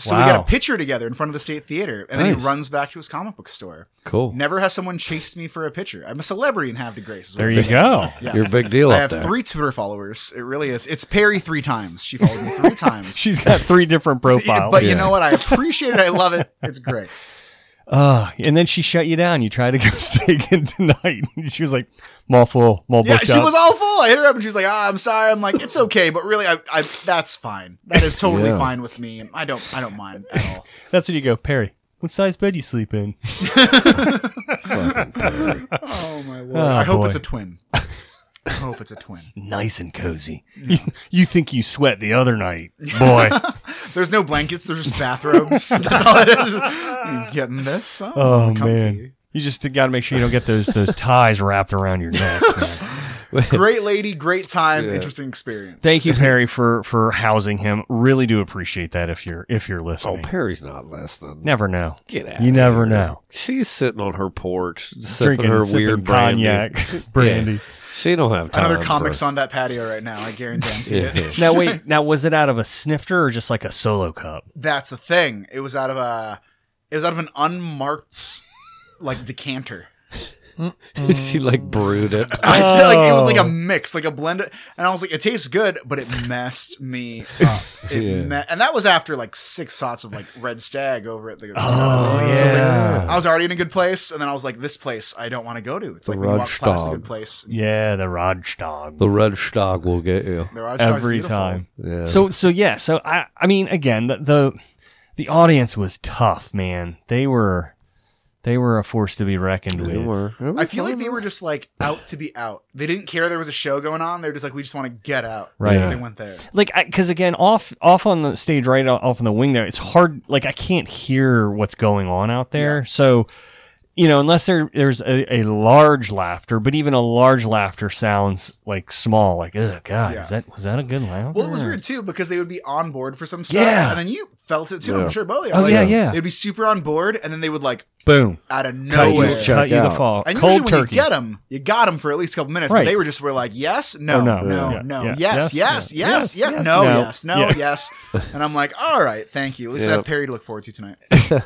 Speaker 8: So we
Speaker 6: Wow.
Speaker 8: got a picture together in front of the state theater, and then he runs back to his comic book store.
Speaker 7: Cool.
Speaker 8: Never has someone chased me for a picture. I'm a celebrity and have to grace. is what
Speaker 6: There
Speaker 8: I'm
Speaker 6: you
Speaker 8: saying.
Speaker 6: go.
Speaker 8: Yeah.
Speaker 7: You're a big deal
Speaker 8: I
Speaker 7: up
Speaker 8: have
Speaker 7: there.
Speaker 8: three Twitter followers. It really is. It's Perry three times. She followed me three times.
Speaker 6: She's got three different profiles.
Speaker 8: but you know what? I appreciate it. I love it. It's great.
Speaker 6: Uh, and then she shut you down. You tried to go stake in tonight. she was like, "Mall full, mall
Speaker 8: Yeah,
Speaker 6: booked
Speaker 8: she
Speaker 6: up."
Speaker 8: was all full. I hit her up and she was like, "Ah, I'm sorry." I'm like, "It's okay," but really, I, I that's fine. That is totally fine with me. I don't, I don't mind at all.
Speaker 6: That's when you go, Perry. What size bed you sleep in?
Speaker 8: Oh my lord!
Speaker 6: Oh,
Speaker 8: I hope
Speaker 6: boy.
Speaker 8: it's a twin. I hope it's a twin.
Speaker 6: Nice and cozy. You, you think you sweat the other night, boy?
Speaker 8: There's no blankets. There's just bathrobes. That's all it is. You getting this? Oh,
Speaker 6: oh
Speaker 8: comfy.
Speaker 6: man, you just got to make sure you don't get those those ties wrapped around your neck. man.
Speaker 8: Great lady, great time, interesting experience.
Speaker 6: Thank you, Perry, for for housing him. Really do appreciate that. If you're if you're
Speaker 7: Oh,
Speaker 6: listening,
Speaker 7: Perry's not listening.
Speaker 6: never know.
Speaker 7: Get out.
Speaker 6: You never know.
Speaker 7: She's sitting on her porch, sipping
Speaker 6: Drinking
Speaker 7: her
Speaker 6: sipping
Speaker 7: weird brandy.
Speaker 6: cognac brandy.
Speaker 7: She don't have time.
Speaker 8: Another
Speaker 7: for-
Speaker 8: comics on that patio right now. I guarantee
Speaker 7: Yeah.
Speaker 8: it.
Speaker 6: Now wait, now was it out of a snifter or just like a solo cup?
Speaker 8: That's the thing. It was out of a, it was out of an unmarked, like decanter.
Speaker 7: she like brewed it.
Speaker 8: I feel like it was like
Speaker 6: Oh.
Speaker 8: a mix, like a blend, of- and I was like, it tastes good, but it messed me up. It
Speaker 7: Yeah.
Speaker 8: me- and that was after like six shots of like Red Stag over at the.
Speaker 6: Oh,
Speaker 8: So I, was like,
Speaker 6: yeah.
Speaker 8: I was already in a good place, and then I was like, this place I don't want to go to. It's
Speaker 7: The
Speaker 8: like when you walk
Speaker 7: Rudge
Speaker 8: past a
Speaker 7: Dog.
Speaker 8: good place.
Speaker 6: Yeah, the Rodstog.
Speaker 7: The red stock will get you.
Speaker 8: The Rudge Dog's
Speaker 6: Every
Speaker 8: beautiful.
Speaker 6: time.
Speaker 7: Yeah.
Speaker 6: So so yeah, so I I mean again, the, the the audience was tough, man. They were they were a force to be reckoned with.
Speaker 7: They were.
Speaker 8: I feel like they were just like out to be out. They didn't care there was a show going on. They're just like, we just want to get out.
Speaker 6: Right.
Speaker 8: Because They went there.
Speaker 6: Like because again, off off on the stage right o- off on the wing there, it's hard like I can't hear what's going on out there. So you know, unless there there's a, a large laughter, but even a large laughter sounds like small, like, oh god,
Speaker 8: Yeah.
Speaker 6: is that was that a good laugh?
Speaker 8: Well, it was weird too because they would be on board for some stuff,
Speaker 6: Yeah.
Speaker 8: and then you felt it too. I'm sure both. of you.
Speaker 6: Oh,
Speaker 8: Like,
Speaker 6: yeah, yeah.
Speaker 8: They'd be super on board, and then they would like
Speaker 6: Boom.
Speaker 8: out of
Speaker 6: cut you,
Speaker 8: nowhere.
Speaker 7: check
Speaker 6: cut you the
Speaker 7: out.
Speaker 6: fall.
Speaker 8: And
Speaker 6: Cold
Speaker 8: usually when
Speaker 6: turkey.
Speaker 8: you get them, you got them for at least a couple minutes.
Speaker 6: Right.
Speaker 8: But they were just were like, yes, no,
Speaker 6: Or no.
Speaker 8: no, no,
Speaker 6: Yeah. Yeah.
Speaker 8: yes,
Speaker 6: Yes, no.
Speaker 8: yes, yes, yes,
Speaker 6: Yes, yes,
Speaker 8: no,
Speaker 6: no.
Speaker 8: yes, no,
Speaker 6: Yeah.
Speaker 8: yes. And I'm like, all right, thank you. At least I
Speaker 7: Yeah.
Speaker 8: have Perry to look forward to tonight.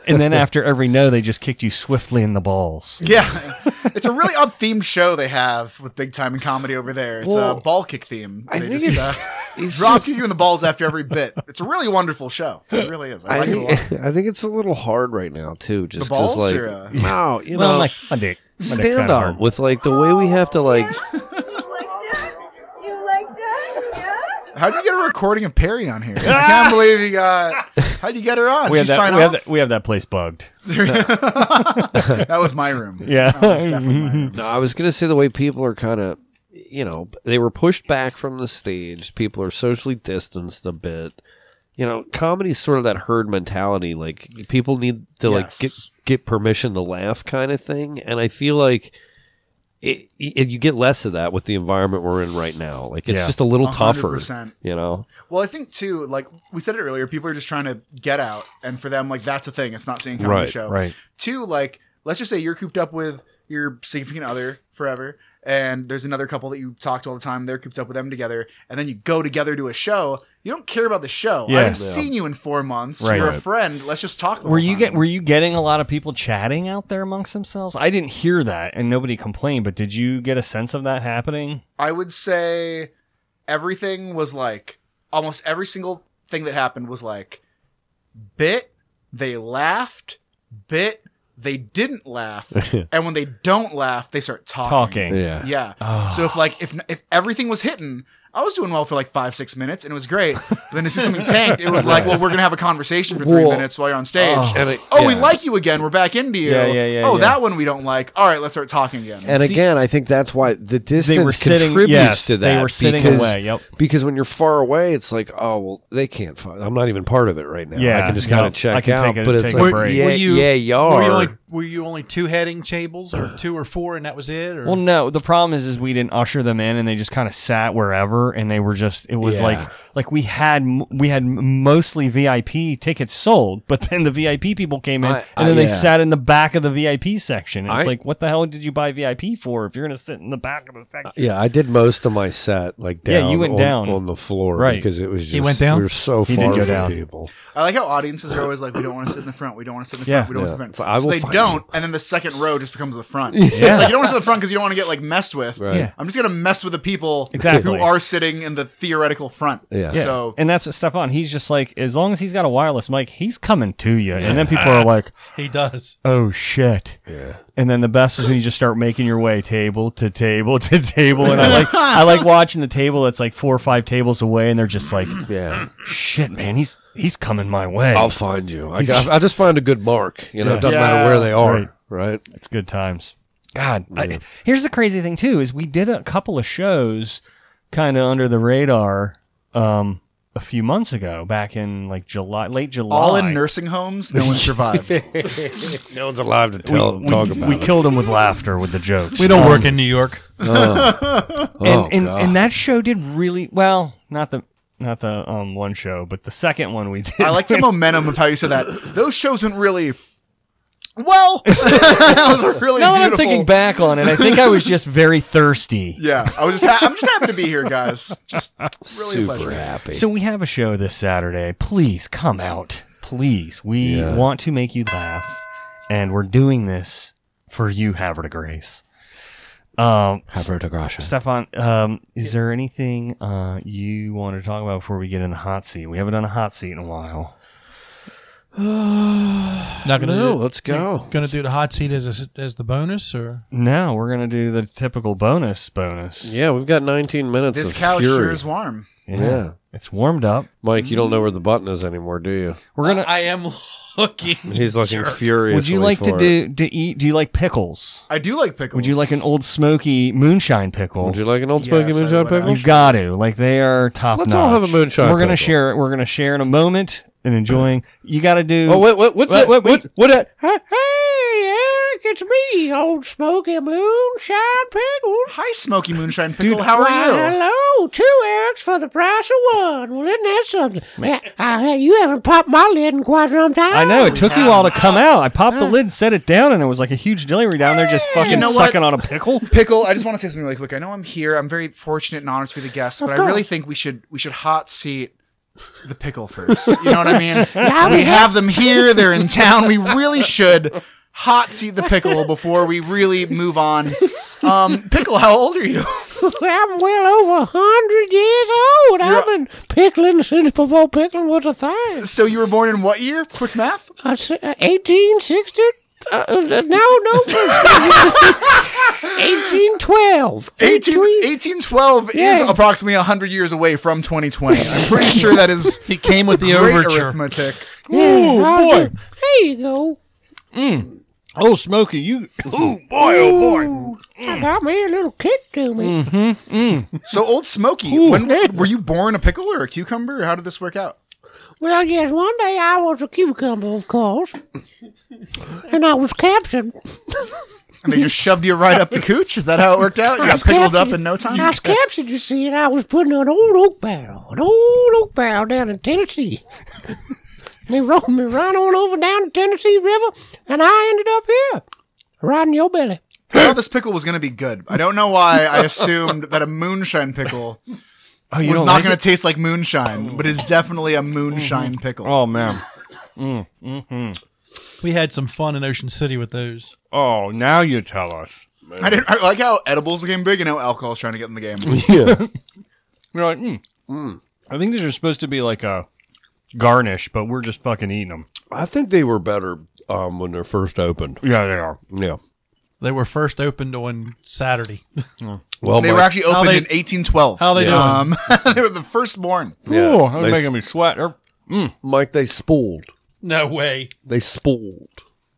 Speaker 6: and then after every no, they just kicked you swiftly in the balls.
Speaker 8: yeah, it's a really odd themed show they have with big time and comedy over there. It's a
Speaker 7: Well,
Speaker 8: ball kick theme.
Speaker 7: I
Speaker 8: They
Speaker 7: think
Speaker 8: just,
Speaker 7: it's-
Speaker 8: uh,
Speaker 7: it's
Speaker 8: Drop
Speaker 7: just-
Speaker 8: you in the balls after every bit. It's a really wonderful show. It really is. I
Speaker 7: I
Speaker 8: like it a lot.
Speaker 7: think, I think it's a little hard right now too. Just
Speaker 8: balls
Speaker 7: because, like,
Speaker 8: or, uh,
Speaker 7: no, you
Speaker 6: Well,
Speaker 7: know,
Speaker 6: like my dick. My dick's
Speaker 7: stand
Speaker 6: kinda hard.
Speaker 7: up with like the way we have to like.
Speaker 11: You like that? Yeah?
Speaker 8: How do you get a recording of Perry on here? I can't believe you got. How'd you get her on?
Speaker 6: We have,
Speaker 8: Did
Speaker 6: that,
Speaker 8: she sign
Speaker 6: we, have
Speaker 8: off?
Speaker 6: that, we have that place bugged.
Speaker 8: That. was my room.
Speaker 6: Yeah.
Speaker 8: That was definitely my room.
Speaker 7: No, I was gonna say the way people are kind of, you know, they were pushed back from the stage. People are socially distanced a bit. You know, comedy's sort of that herd mentality. Like people need to like get
Speaker 8: Yes.
Speaker 7: get permission to laugh, kind of thing. And I feel like. It, it, you get less of that with the environment we're in right now. Like it's
Speaker 6: Yeah.
Speaker 7: just a little tougher,
Speaker 8: 100%.
Speaker 7: you know.
Speaker 8: Well, I think too, like we said it earlier, people are just trying to get out, and for them, like that's a thing. It's not seeing a comedy
Speaker 7: Right,
Speaker 8: show.
Speaker 6: right.
Speaker 8: Two, like let's just say you're cooped up with your significant other forever, and there's another couple that you talk to all the time. They're cooped up with them together, and then you go together to a show. You don't care about the show.
Speaker 6: Yeah.
Speaker 8: I haven't
Speaker 6: Yeah.
Speaker 8: seen you in four months.
Speaker 6: Right.
Speaker 8: You're a
Speaker 6: Right.
Speaker 8: friend. Let's just talk. The
Speaker 6: Were
Speaker 8: whole
Speaker 6: you
Speaker 8: time.
Speaker 6: get Were you getting a lot of people chatting out there amongst themselves? I didn't hear that, and nobody complained. But did you get a sense of that happening?
Speaker 8: I would say everything was like almost every single thing that happened was like bit they laughed, bit they didn't laugh, and when they don't laugh, they start talking.
Speaker 6: Talking. Oh.
Speaker 7: Yeah.
Speaker 8: Yeah. So if like if if everything was hitting, I was doing well for like five six minutes and it was great. then as soon as something tanked, it was like, well, we're gonna have a conversation for three
Speaker 7: Well,
Speaker 8: minutes while you're on stage.
Speaker 6: oh.
Speaker 8: Oh,
Speaker 7: And it-
Speaker 8: we
Speaker 7: yeah.
Speaker 8: like you again. We're back into you.
Speaker 6: Yeah, yeah, yeah,
Speaker 8: oh,
Speaker 6: yeah.
Speaker 8: that one we don't like. All right, let's start talking again.
Speaker 7: And
Speaker 6: See-
Speaker 7: again, I think that's why the distance
Speaker 6: were sitting-
Speaker 7: contributes
Speaker 6: yes,
Speaker 7: to
Speaker 6: they
Speaker 7: that.
Speaker 6: were sitting
Speaker 7: because,
Speaker 6: away, yep.
Speaker 7: Because when you're far away, it's like, oh well, they can't. Fu- I'm not even part of it right now.
Speaker 6: Yeah,
Speaker 7: I can just
Speaker 6: yep.
Speaker 7: kind
Speaker 6: I
Speaker 7: of check
Speaker 6: can
Speaker 7: out.
Speaker 6: take a-
Speaker 7: but it's
Speaker 6: take a
Speaker 7: like,
Speaker 6: break.
Speaker 7: yeah,
Speaker 9: Were you-
Speaker 7: yeah, you
Speaker 9: Were
Speaker 7: are.
Speaker 9: you only were you only two heading tables or two or four, and that was it? Or
Speaker 6: Well, no. The problem is, is we didn't usher them in, and they just kind of sat wherever, and they were just. It was
Speaker 7: Yeah.
Speaker 6: like, like we had m- we had m- mostly VIP tickets sold, but then the VIP people came in,
Speaker 7: I-
Speaker 6: and
Speaker 7: I-
Speaker 6: then they
Speaker 7: yeah.
Speaker 6: sat in the back of the VIP section. It's
Speaker 7: I-
Speaker 6: like, what the hell did you buy VIP for if you're gonna sit in the back of the section?
Speaker 7: yeah, I did most of my set like
Speaker 6: Yeah,
Speaker 7: down.
Speaker 6: you went
Speaker 7: on,
Speaker 6: down.
Speaker 7: on the floor,
Speaker 6: Right.
Speaker 7: Because it was just
Speaker 9: went down?
Speaker 7: We were so
Speaker 6: He
Speaker 7: far
Speaker 6: did go
Speaker 7: from
Speaker 6: down.
Speaker 7: people.
Speaker 8: I like how audiences are always like, we don't want to sit in the front, we don't want to sit in the
Speaker 6: Yeah.
Speaker 8: front, we don't want to sit
Speaker 7: Yeah.
Speaker 8: in the
Speaker 7: So
Speaker 8: front.
Speaker 7: I
Speaker 8: So,
Speaker 7: will
Speaker 8: they
Speaker 7: find
Speaker 8: don't, and then the second row just becomes the front. It's like you don't want to sit in the front because you don't want to get like messed with.
Speaker 7: Right. Yeah.
Speaker 8: I'm just gonna mess with the people
Speaker 6: Exactly.
Speaker 8: who are sitting in the theoretical front.
Speaker 7: Yeah. Yeah.
Speaker 8: So
Speaker 6: and that's what Stefan. He's just like, as long as he's got a wireless mic, he's coming to you. And then people are like,
Speaker 9: he does.
Speaker 6: oh shit. Yeah. And then the best is when you just start making your way table to table to table. And I like, I like watching the table that's like four or five tables away, and they're just like,
Speaker 7: Yeah,
Speaker 6: shit, man, he's he's coming my way.
Speaker 7: I'll find you. I, got, I just find a good mark. You know,
Speaker 6: Yeah.
Speaker 7: it doesn't matter where they are.
Speaker 6: Right.
Speaker 7: Right.
Speaker 6: it's good times. God, I, here's the crazy thing too: is we did a couple of shows kind of under the radar. Um, a few months ago, back in like July, late July,
Speaker 8: all in nursing homes, no one survived.
Speaker 7: No one's alive to tell
Speaker 6: we,
Speaker 7: talk
Speaker 6: we-
Speaker 7: about
Speaker 6: we
Speaker 7: it.
Speaker 6: killed him with laughter with the jokes.
Speaker 9: We don't work in New York.
Speaker 7: oh,
Speaker 6: and, and,
Speaker 7: God.
Speaker 6: and that show did really well. Not the not the um one show, but the second one we did.
Speaker 8: I like the momentum of how you said that. Those shows went really well. that was a really
Speaker 6: now that I'm
Speaker 8: beautiful.
Speaker 6: thinking back on it, I think I was just very thirsty.
Speaker 8: Yeah, I was just ha- I'm just happy to be here, guys. Just really a
Speaker 7: super
Speaker 8: pleasure.
Speaker 7: happy.
Speaker 6: So we have a show this Saturday. Please come out. Please, we
Speaker 7: Yeah.
Speaker 6: want to make you laugh, and we're doing this for you, Havard Grace. Um,
Speaker 7: Roberto Gracia.
Speaker 6: Stefan, um, is there anything uh, you want to talk about before we get in the hot seat? We haven't done a hot seat in a while.
Speaker 9: Not gonna.
Speaker 7: No,
Speaker 9: do,
Speaker 7: let's go.
Speaker 9: Gonna do the hot seat as a, as the bonus, or
Speaker 6: No, we're gonna do the typical bonus bonus.
Speaker 7: Yeah, we've got 19 minutes.
Speaker 8: This
Speaker 7: of
Speaker 8: couch
Speaker 7: fury.
Speaker 8: sure is warm.
Speaker 7: Yeah.
Speaker 6: It's warmed up.
Speaker 7: Mike, you don't know where the button is anymore, do you?
Speaker 6: We're gonna.
Speaker 9: I am looking.
Speaker 7: He's looking furiously.
Speaker 6: would you like to
Speaker 7: for it.
Speaker 6: do to eat? Do you like pickles?
Speaker 8: I do like pickles.
Speaker 6: Would you like an old smoky moonshine pickle?
Speaker 7: Would you like an old
Speaker 8: Yes,
Speaker 7: smoky
Speaker 8: I
Speaker 7: moonshine
Speaker 8: would
Speaker 7: pickle?
Speaker 6: have got to. Like they are top.
Speaker 7: Let's
Speaker 6: notch.
Speaker 7: all have a moonshine
Speaker 6: We're gonna
Speaker 7: pickle.
Speaker 6: share it. We're gonna share in a moment and enjoying. You got to do.
Speaker 7: Oh, what, what, what's
Speaker 6: Wait,
Speaker 7: that?
Speaker 6: wait, wait.
Speaker 7: What, what that? Hey, Eric, it's me, old smoky moonshine pickle.
Speaker 8: Hi, Smoky Moonshine Pickle. how are
Speaker 7: Why,
Speaker 8: you?
Speaker 7: Hello, two Erics for the price of one. Well, isn't that something? Yeah,
Speaker 12: Ah,
Speaker 7: I- you haven't popped my lid in quite some time.
Speaker 6: I know it took you all to come out. I popped the lid, set it down, and it was like a huge delivery down there, just fucking
Speaker 8: know what?
Speaker 6: sucking on a pickle.
Speaker 8: Pickle, I just want to say something really quick. I know I'm here. I'm very fortunate and honored to be the guest, but I really think we should we should hot seat the pickle first. You know what I mean? we have them here. They're in town. We really should hot seat the pickle before we really move on. Um, pickle, how old are you?
Speaker 12: I'm well over a hundred years old. I've been pickling since before pickling was a thing.
Speaker 8: So you were born in what year? Quick math.
Speaker 12: I s- uh, 1860. Uh, uh, no, no. 1812.
Speaker 8: 18, 1812 is
Speaker 12: Yeah.
Speaker 8: approximately 100 years away from 2020. I'm pretty sure that is.
Speaker 9: He came with the
Speaker 8: great
Speaker 9: overture.
Speaker 8: arithmetic.
Speaker 12: Yeah, I'll do- There you go.
Speaker 6: Mm. Oh, Smokey, you. Oh boy, oh
Speaker 12: I got me a little kick to me.
Speaker 6: Mm-hmm.
Speaker 8: So, old Smokey, when were you born a pickle or a cucumber? Or how did this work out?
Speaker 12: Well, yes, one day I was a cucumber, of course, and I was captured.
Speaker 8: And they just shoved you right up the cooch. Is that how it worked out? You
Speaker 12: I was
Speaker 8: got pickled up
Speaker 12: captured-
Speaker 8: in no time.
Speaker 12: I was captured, you see, and I was put in an old oak barrel, an old oak barrel down in Tennessee. they rode me right on over down the Tennessee River, and I ended up here, right in your belly.
Speaker 8: I thought this pickle was going to be good. I don't know why I assumed that a moonshine pickle
Speaker 6: Oh,
Speaker 8: was
Speaker 6: you
Speaker 8: not
Speaker 6: don't like
Speaker 8: going
Speaker 6: it?
Speaker 8: to taste like moonshine, but it's definitely a moonshine pickle.
Speaker 6: Oh man. Mm. Mm-hmm.
Speaker 13: We had some fun in Ocean City with those.
Speaker 6: Oh, now you tell us.
Speaker 8: I didn't I like how edibles became big and now alcohol's trying to get in the game.
Speaker 6: Yeah. You're like, mm. I think these are supposed to be like a garnish, but we're just fucking eating them.
Speaker 7: I think they were better um, when they're first opened.
Speaker 6: Yeah, they are.
Speaker 7: Yeah.
Speaker 13: They were first opened on Saturday.
Speaker 7: Well,
Speaker 8: they
Speaker 7: my-
Speaker 8: were actually
Speaker 13: How
Speaker 8: opened
Speaker 13: they-
Speaker 8: in 1812.
Speaker 13: how they
Speaker 8: Um, they were the firstborn.
Speaker 7: Yeah,
Speaker 6: Ooh, that's
Speaker 7: they
Speaker 6: making me sweat.
Speaker 7: Mike, they spooled.
Speaker 13: No way.
Speaker 7: They spooled.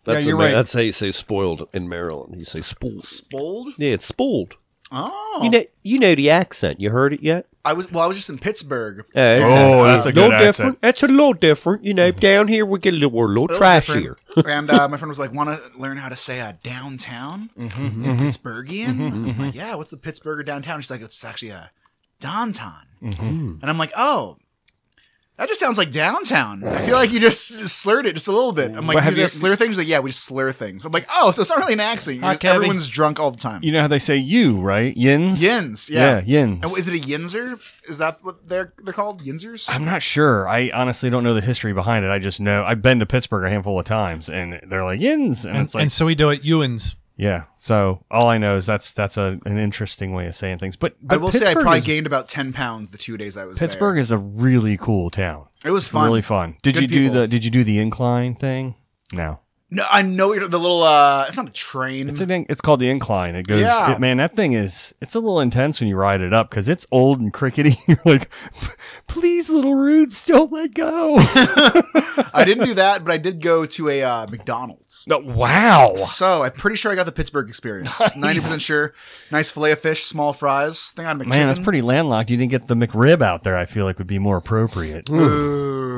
Speaker 6: Yeah,
Speaker 7: That's
Speaker 6: you're
Speaker 7: a ma-
Speaker 6: right.
Speaker 7: That's how you say spoiled in Maryland. You say spooled.
Speaker 8: Spoiled?
Speaker 7: Yeah, it's spooled.
Speaker 8: Oh.
Speaker 7: You know, you know the accent. You heard it yet?
Speaker 8: I was well. I was just in Pittsburgh.
Speaker 7: Eh,
Speaker 6: Oh, that's a good
Speaker 7: little
Speaker 6: accent.
Speaker 7: different. That's a little different. You know, down here we get a little, we're a little trashier.
Speaker 8: and uh, my friend was like, "Want to learn how to say uh, downtown
Speaker 6: Mm-hmm,
Speaker 8: in Pittsburghian?" I'm like, "Yeah, what's the Pittsburgher downtown?" She's like, "It's actually a downtown,"
Speaker 6: Mm-hmm.
Speaker 8: and I'm like, "Oh." That just sounds like downtown. I feel like you just slurred it just a little bit. I'm
Speaker 6: But
Speaker 8: like, you
Speaker 6: have
Speaker 8: guys
Speaker 6: you-
Speaker 8: slur things? She's like, yeah, we just slur things. I'm like, oh, so it's not really an accent. You're
Speaker 6: Hi,
Speaker 8: just-
Speaker 6: Kevy.
Speaker 8: everyone's drunk all the time.
Speaker 6: You know how they say you, right? Yins?
Speaker 8: Yins, yeah.
Speaker 6: yins.
Speaker 8: And is it a yinzer? Is that what they're they're called? Yinzers?
Speaker 6: I'm not sure. I honestly don't know the history behind it. I just know I've been to Pittsburgh a handful of times, and they're like yins, and,
Speaker 13: And,
Speaker 6: it's like
Speaker 13: and so we do it Ewan's.
Speaker 6: yeah. So all I know is that's that's a, an interesting way of saying things. But,
Speaker 8: I
Speaker 6: but
Speaker 8: will say I
Speaker 6: Pittsburgh
Speaker 8: probably
Speaker 6: is,
Speaker 8: gained about ten pounds the two days I was
Speaker 6: Pittsburgh is a really cool town.
Speaker 8: It was
Speaker 6: It's
Speaker 8: fun.
Speaker 6: Really fun. Did
Speaker 8: Good
Speaker 6: you do
Speaker 8: people.
Speaker 6: the Did you do the incline thing? No.
Speaker 8: there. No, I know you're the little. uh It's not a train.
Speaker 6: It's an in- it's called the incline. It goes,
Speaker 8: Yeah.
Speaker 6: it- man. That thing is it's a little intense when you ride it up because it's old and crickety. You're like, please, little roots, don't let go.
Speaker 8: I didn't do that, but I did go to a uh, McDonald's.
Speaker 6: No, wow.
Speaker 8: So I'm pretty sure I got the Pittsburgh experience. Ninety percent sure. Nice fillet of fish, small fries. Thing on McChicken.
Speaker 6: Man, that's pretty landlocked. You didn't get the McRib out there. I feel like would be more appropriate.
Speaker 8: Mm-hmm,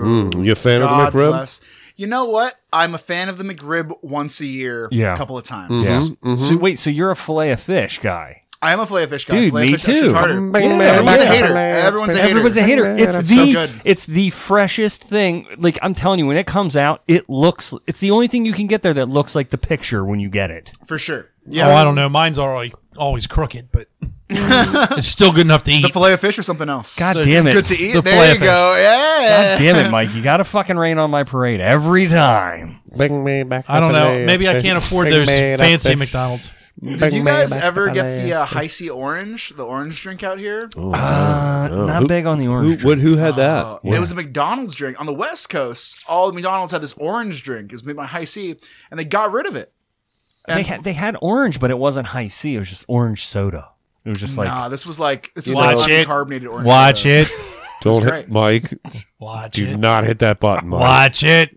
Speaker 8: Ooh.
Speaker 7: Mm, you a fan of the
Speaker 8: God
Speaker 7: McRib?
Speaker 8: bless. You know what? I'm a fan of the McRib once a year,
Speaker 6: Yeah,
Speaker 8: a couple of times.
Speaker 7: Mm-hmm.
Speaker 6: Yeah.
Speaker 8: mm-hmm.
Speaker 6: So wait, so you're a fillet of fish guy?
Speaker 8: I am a fillet of fish guy.
Speaker 6: Dude,
Speaker 8: fillet of
Speaker 6: me
Speaker 8: fish extra
Speaker 6: too.
Speaker 8: Tartar.
Speaker 6: Yeah.
Speaker 8: Everyone's a
Speaker 6: Yeah.
Speaker 8: hater. Everyone's a hater.
Speaker 6: Everyone's a hater. It's
Speaker 8: It's
Speaker 6: the
Speaker 8: so good.
Speaker 6: it's the freshest thing. Like I'm telling you, when it comes out, it looks. It's the only thing you can get there that looks like the picture when you get it.
Speaker 8: for sure.
Speaker 13: Oh, I don't know. Mine's already always crooked, but it's still good enough to eat.
Speaker 8: The fillet of fish or something else.
Speaker 6: God damn it.
Speaker 8: Good to eat.
Speaker 13: The
Speaker 8: there you
Speaker 13: filet-o-fish.
Speaker 8: go. Yeah.
Speaker 6: God damn it, Mike! You got to fucking rain on my parade every time.
Speaker 7: Bring me back.
Speaker 13: I don't
Speaker 7: the
Speaker 13: know.
Speaker 7: filet
Speaker 13: Maybe I
Speaker 7: fish.
Speaker 13: can't afford
Speaker 7: Bring
Speaker 13: those
Speaker 7: me the
Speaker 13: fancy
Speaker 7: fish.
Speaker 13: McDonald's.
Speaker 7: Bring
Speaker 8: Did you
Speaker 7: me
Speaker 8: guys
Speaker 7: back
Speaker 8: ever
Speaker 7: the
Speaker 8: get
Speaker 7: filet.
Speaker 8: the uh, high C orange, the orange drink out here?
Speaker 7: Oh,
Speaker 6: Uh,
Speaker 7: no.
Speaker 6: not
Speaker 7: Who-
Speaker 6: big on the orange.
Speaker 7: Who, what, who had that?
Speaker 8: Uh, It was a McDonald's drink on the West Coast. All the McDonald's had this orange drink. It was made by High C, and they got rid of it.
Speaker 6: they had they had orange, but it wasn't high C. It was just orange soda. It was just like
Speaker 8: nah, this was like this was
Speaker 13: Watch
Speaker 8: like
Speaker 13: it.
Speaker 8: uncarbonated orange.
Speaker 13: Watch
Speaker 8: soda.
Speaker 13: it.
Speaker 7: Don't
Speaker 8: great.
Speaker 7: hit Mike.
Speaker 13: Watch
Speaker 7: Do
Speaker 13: it.
Speaker 7: not hit that button, Mike.
Speaker 13: Watch it.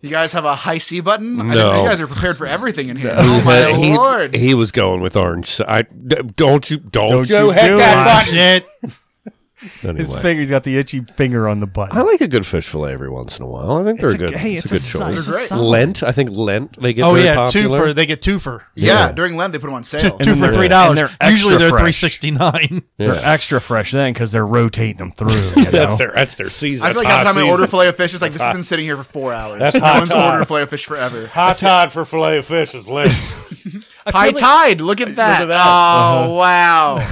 Speaker 8: You guys have a High C button? I didn't
Speaker 7: No.
Speaker 8: know you guys are prepared for everything in here. Oh my
Speaker 7: he,
Speaker 8: lord!
Speaker 7: He was going with orange. So I d- don't you don't,
Speaker 6: Don't
Speaker 7: you
Speaker 6: you
Speaker 7: hit
Speaker 6: do
Speaker 7: that
Speaker 13: Watch it.
Speaker 7: button.
Speaker 6: his
Speaker 7: Anyway.
Speaker 6: finger's got the itchy finger on the button.
Speaker 7: I like a good fish fillet every once in a while. I think they're
Speaker 6: It's a-
Speaker 7: good.
Speaker 6: hey,
Speaker 7: it's,
Speaker 6: it's a
Speaker 7: a
Speaker 6: sol-
Speaker 7: good
Speaker 6: it's a
Speaker 7: choice.
Speaker 6: solid-
Speaker 7: Lent, I think Lent they get.
Speaker 13: Oh
Speaker 7: very
Speaker 13: yeah,
Speaker 7: popular.
Speaker 13: two for they get two for
Speaker 8: yeah,
Speaker 7: yeah.
Speaker 8: during Lent they put them on
Speaker 13: two,
Speaker 8: sale.
Speaker 13: two for
Speaker 6: they're-
Speaker 13: three
Speaker 6: and
Speaker 13: dollars.
Speaker 6: they're extra
Speaker 13: Usually they're
Speaker 6: fresh.
Speaker 13: three sixty nine.
Speaker 7: Yeah.
Speaker 6: They're extra fresh then because they're rotating them through. You know?
Speaker 7: That's their that's their season.
Speaker 8: I feel like
Speaker 7: That's
Speaker 8: every time
Speaker 7: high
Speaker 8: I order
Speaker 7: season.
Speaker 8: filet of fish, it's like this has been sitting here for four hours.
Speaker 7: That's
Speaker 8: no
Speaker 7: hot
Speaker 8: one's
Speaker 7: tide.
Speaker 8: ordered filet of fish forever.
Speaker 7: High tide for fillet of fish is Lent.
Speaker 8: High tide. Look at that.
Speaker 6: that.
Speaker 8: Oh wow.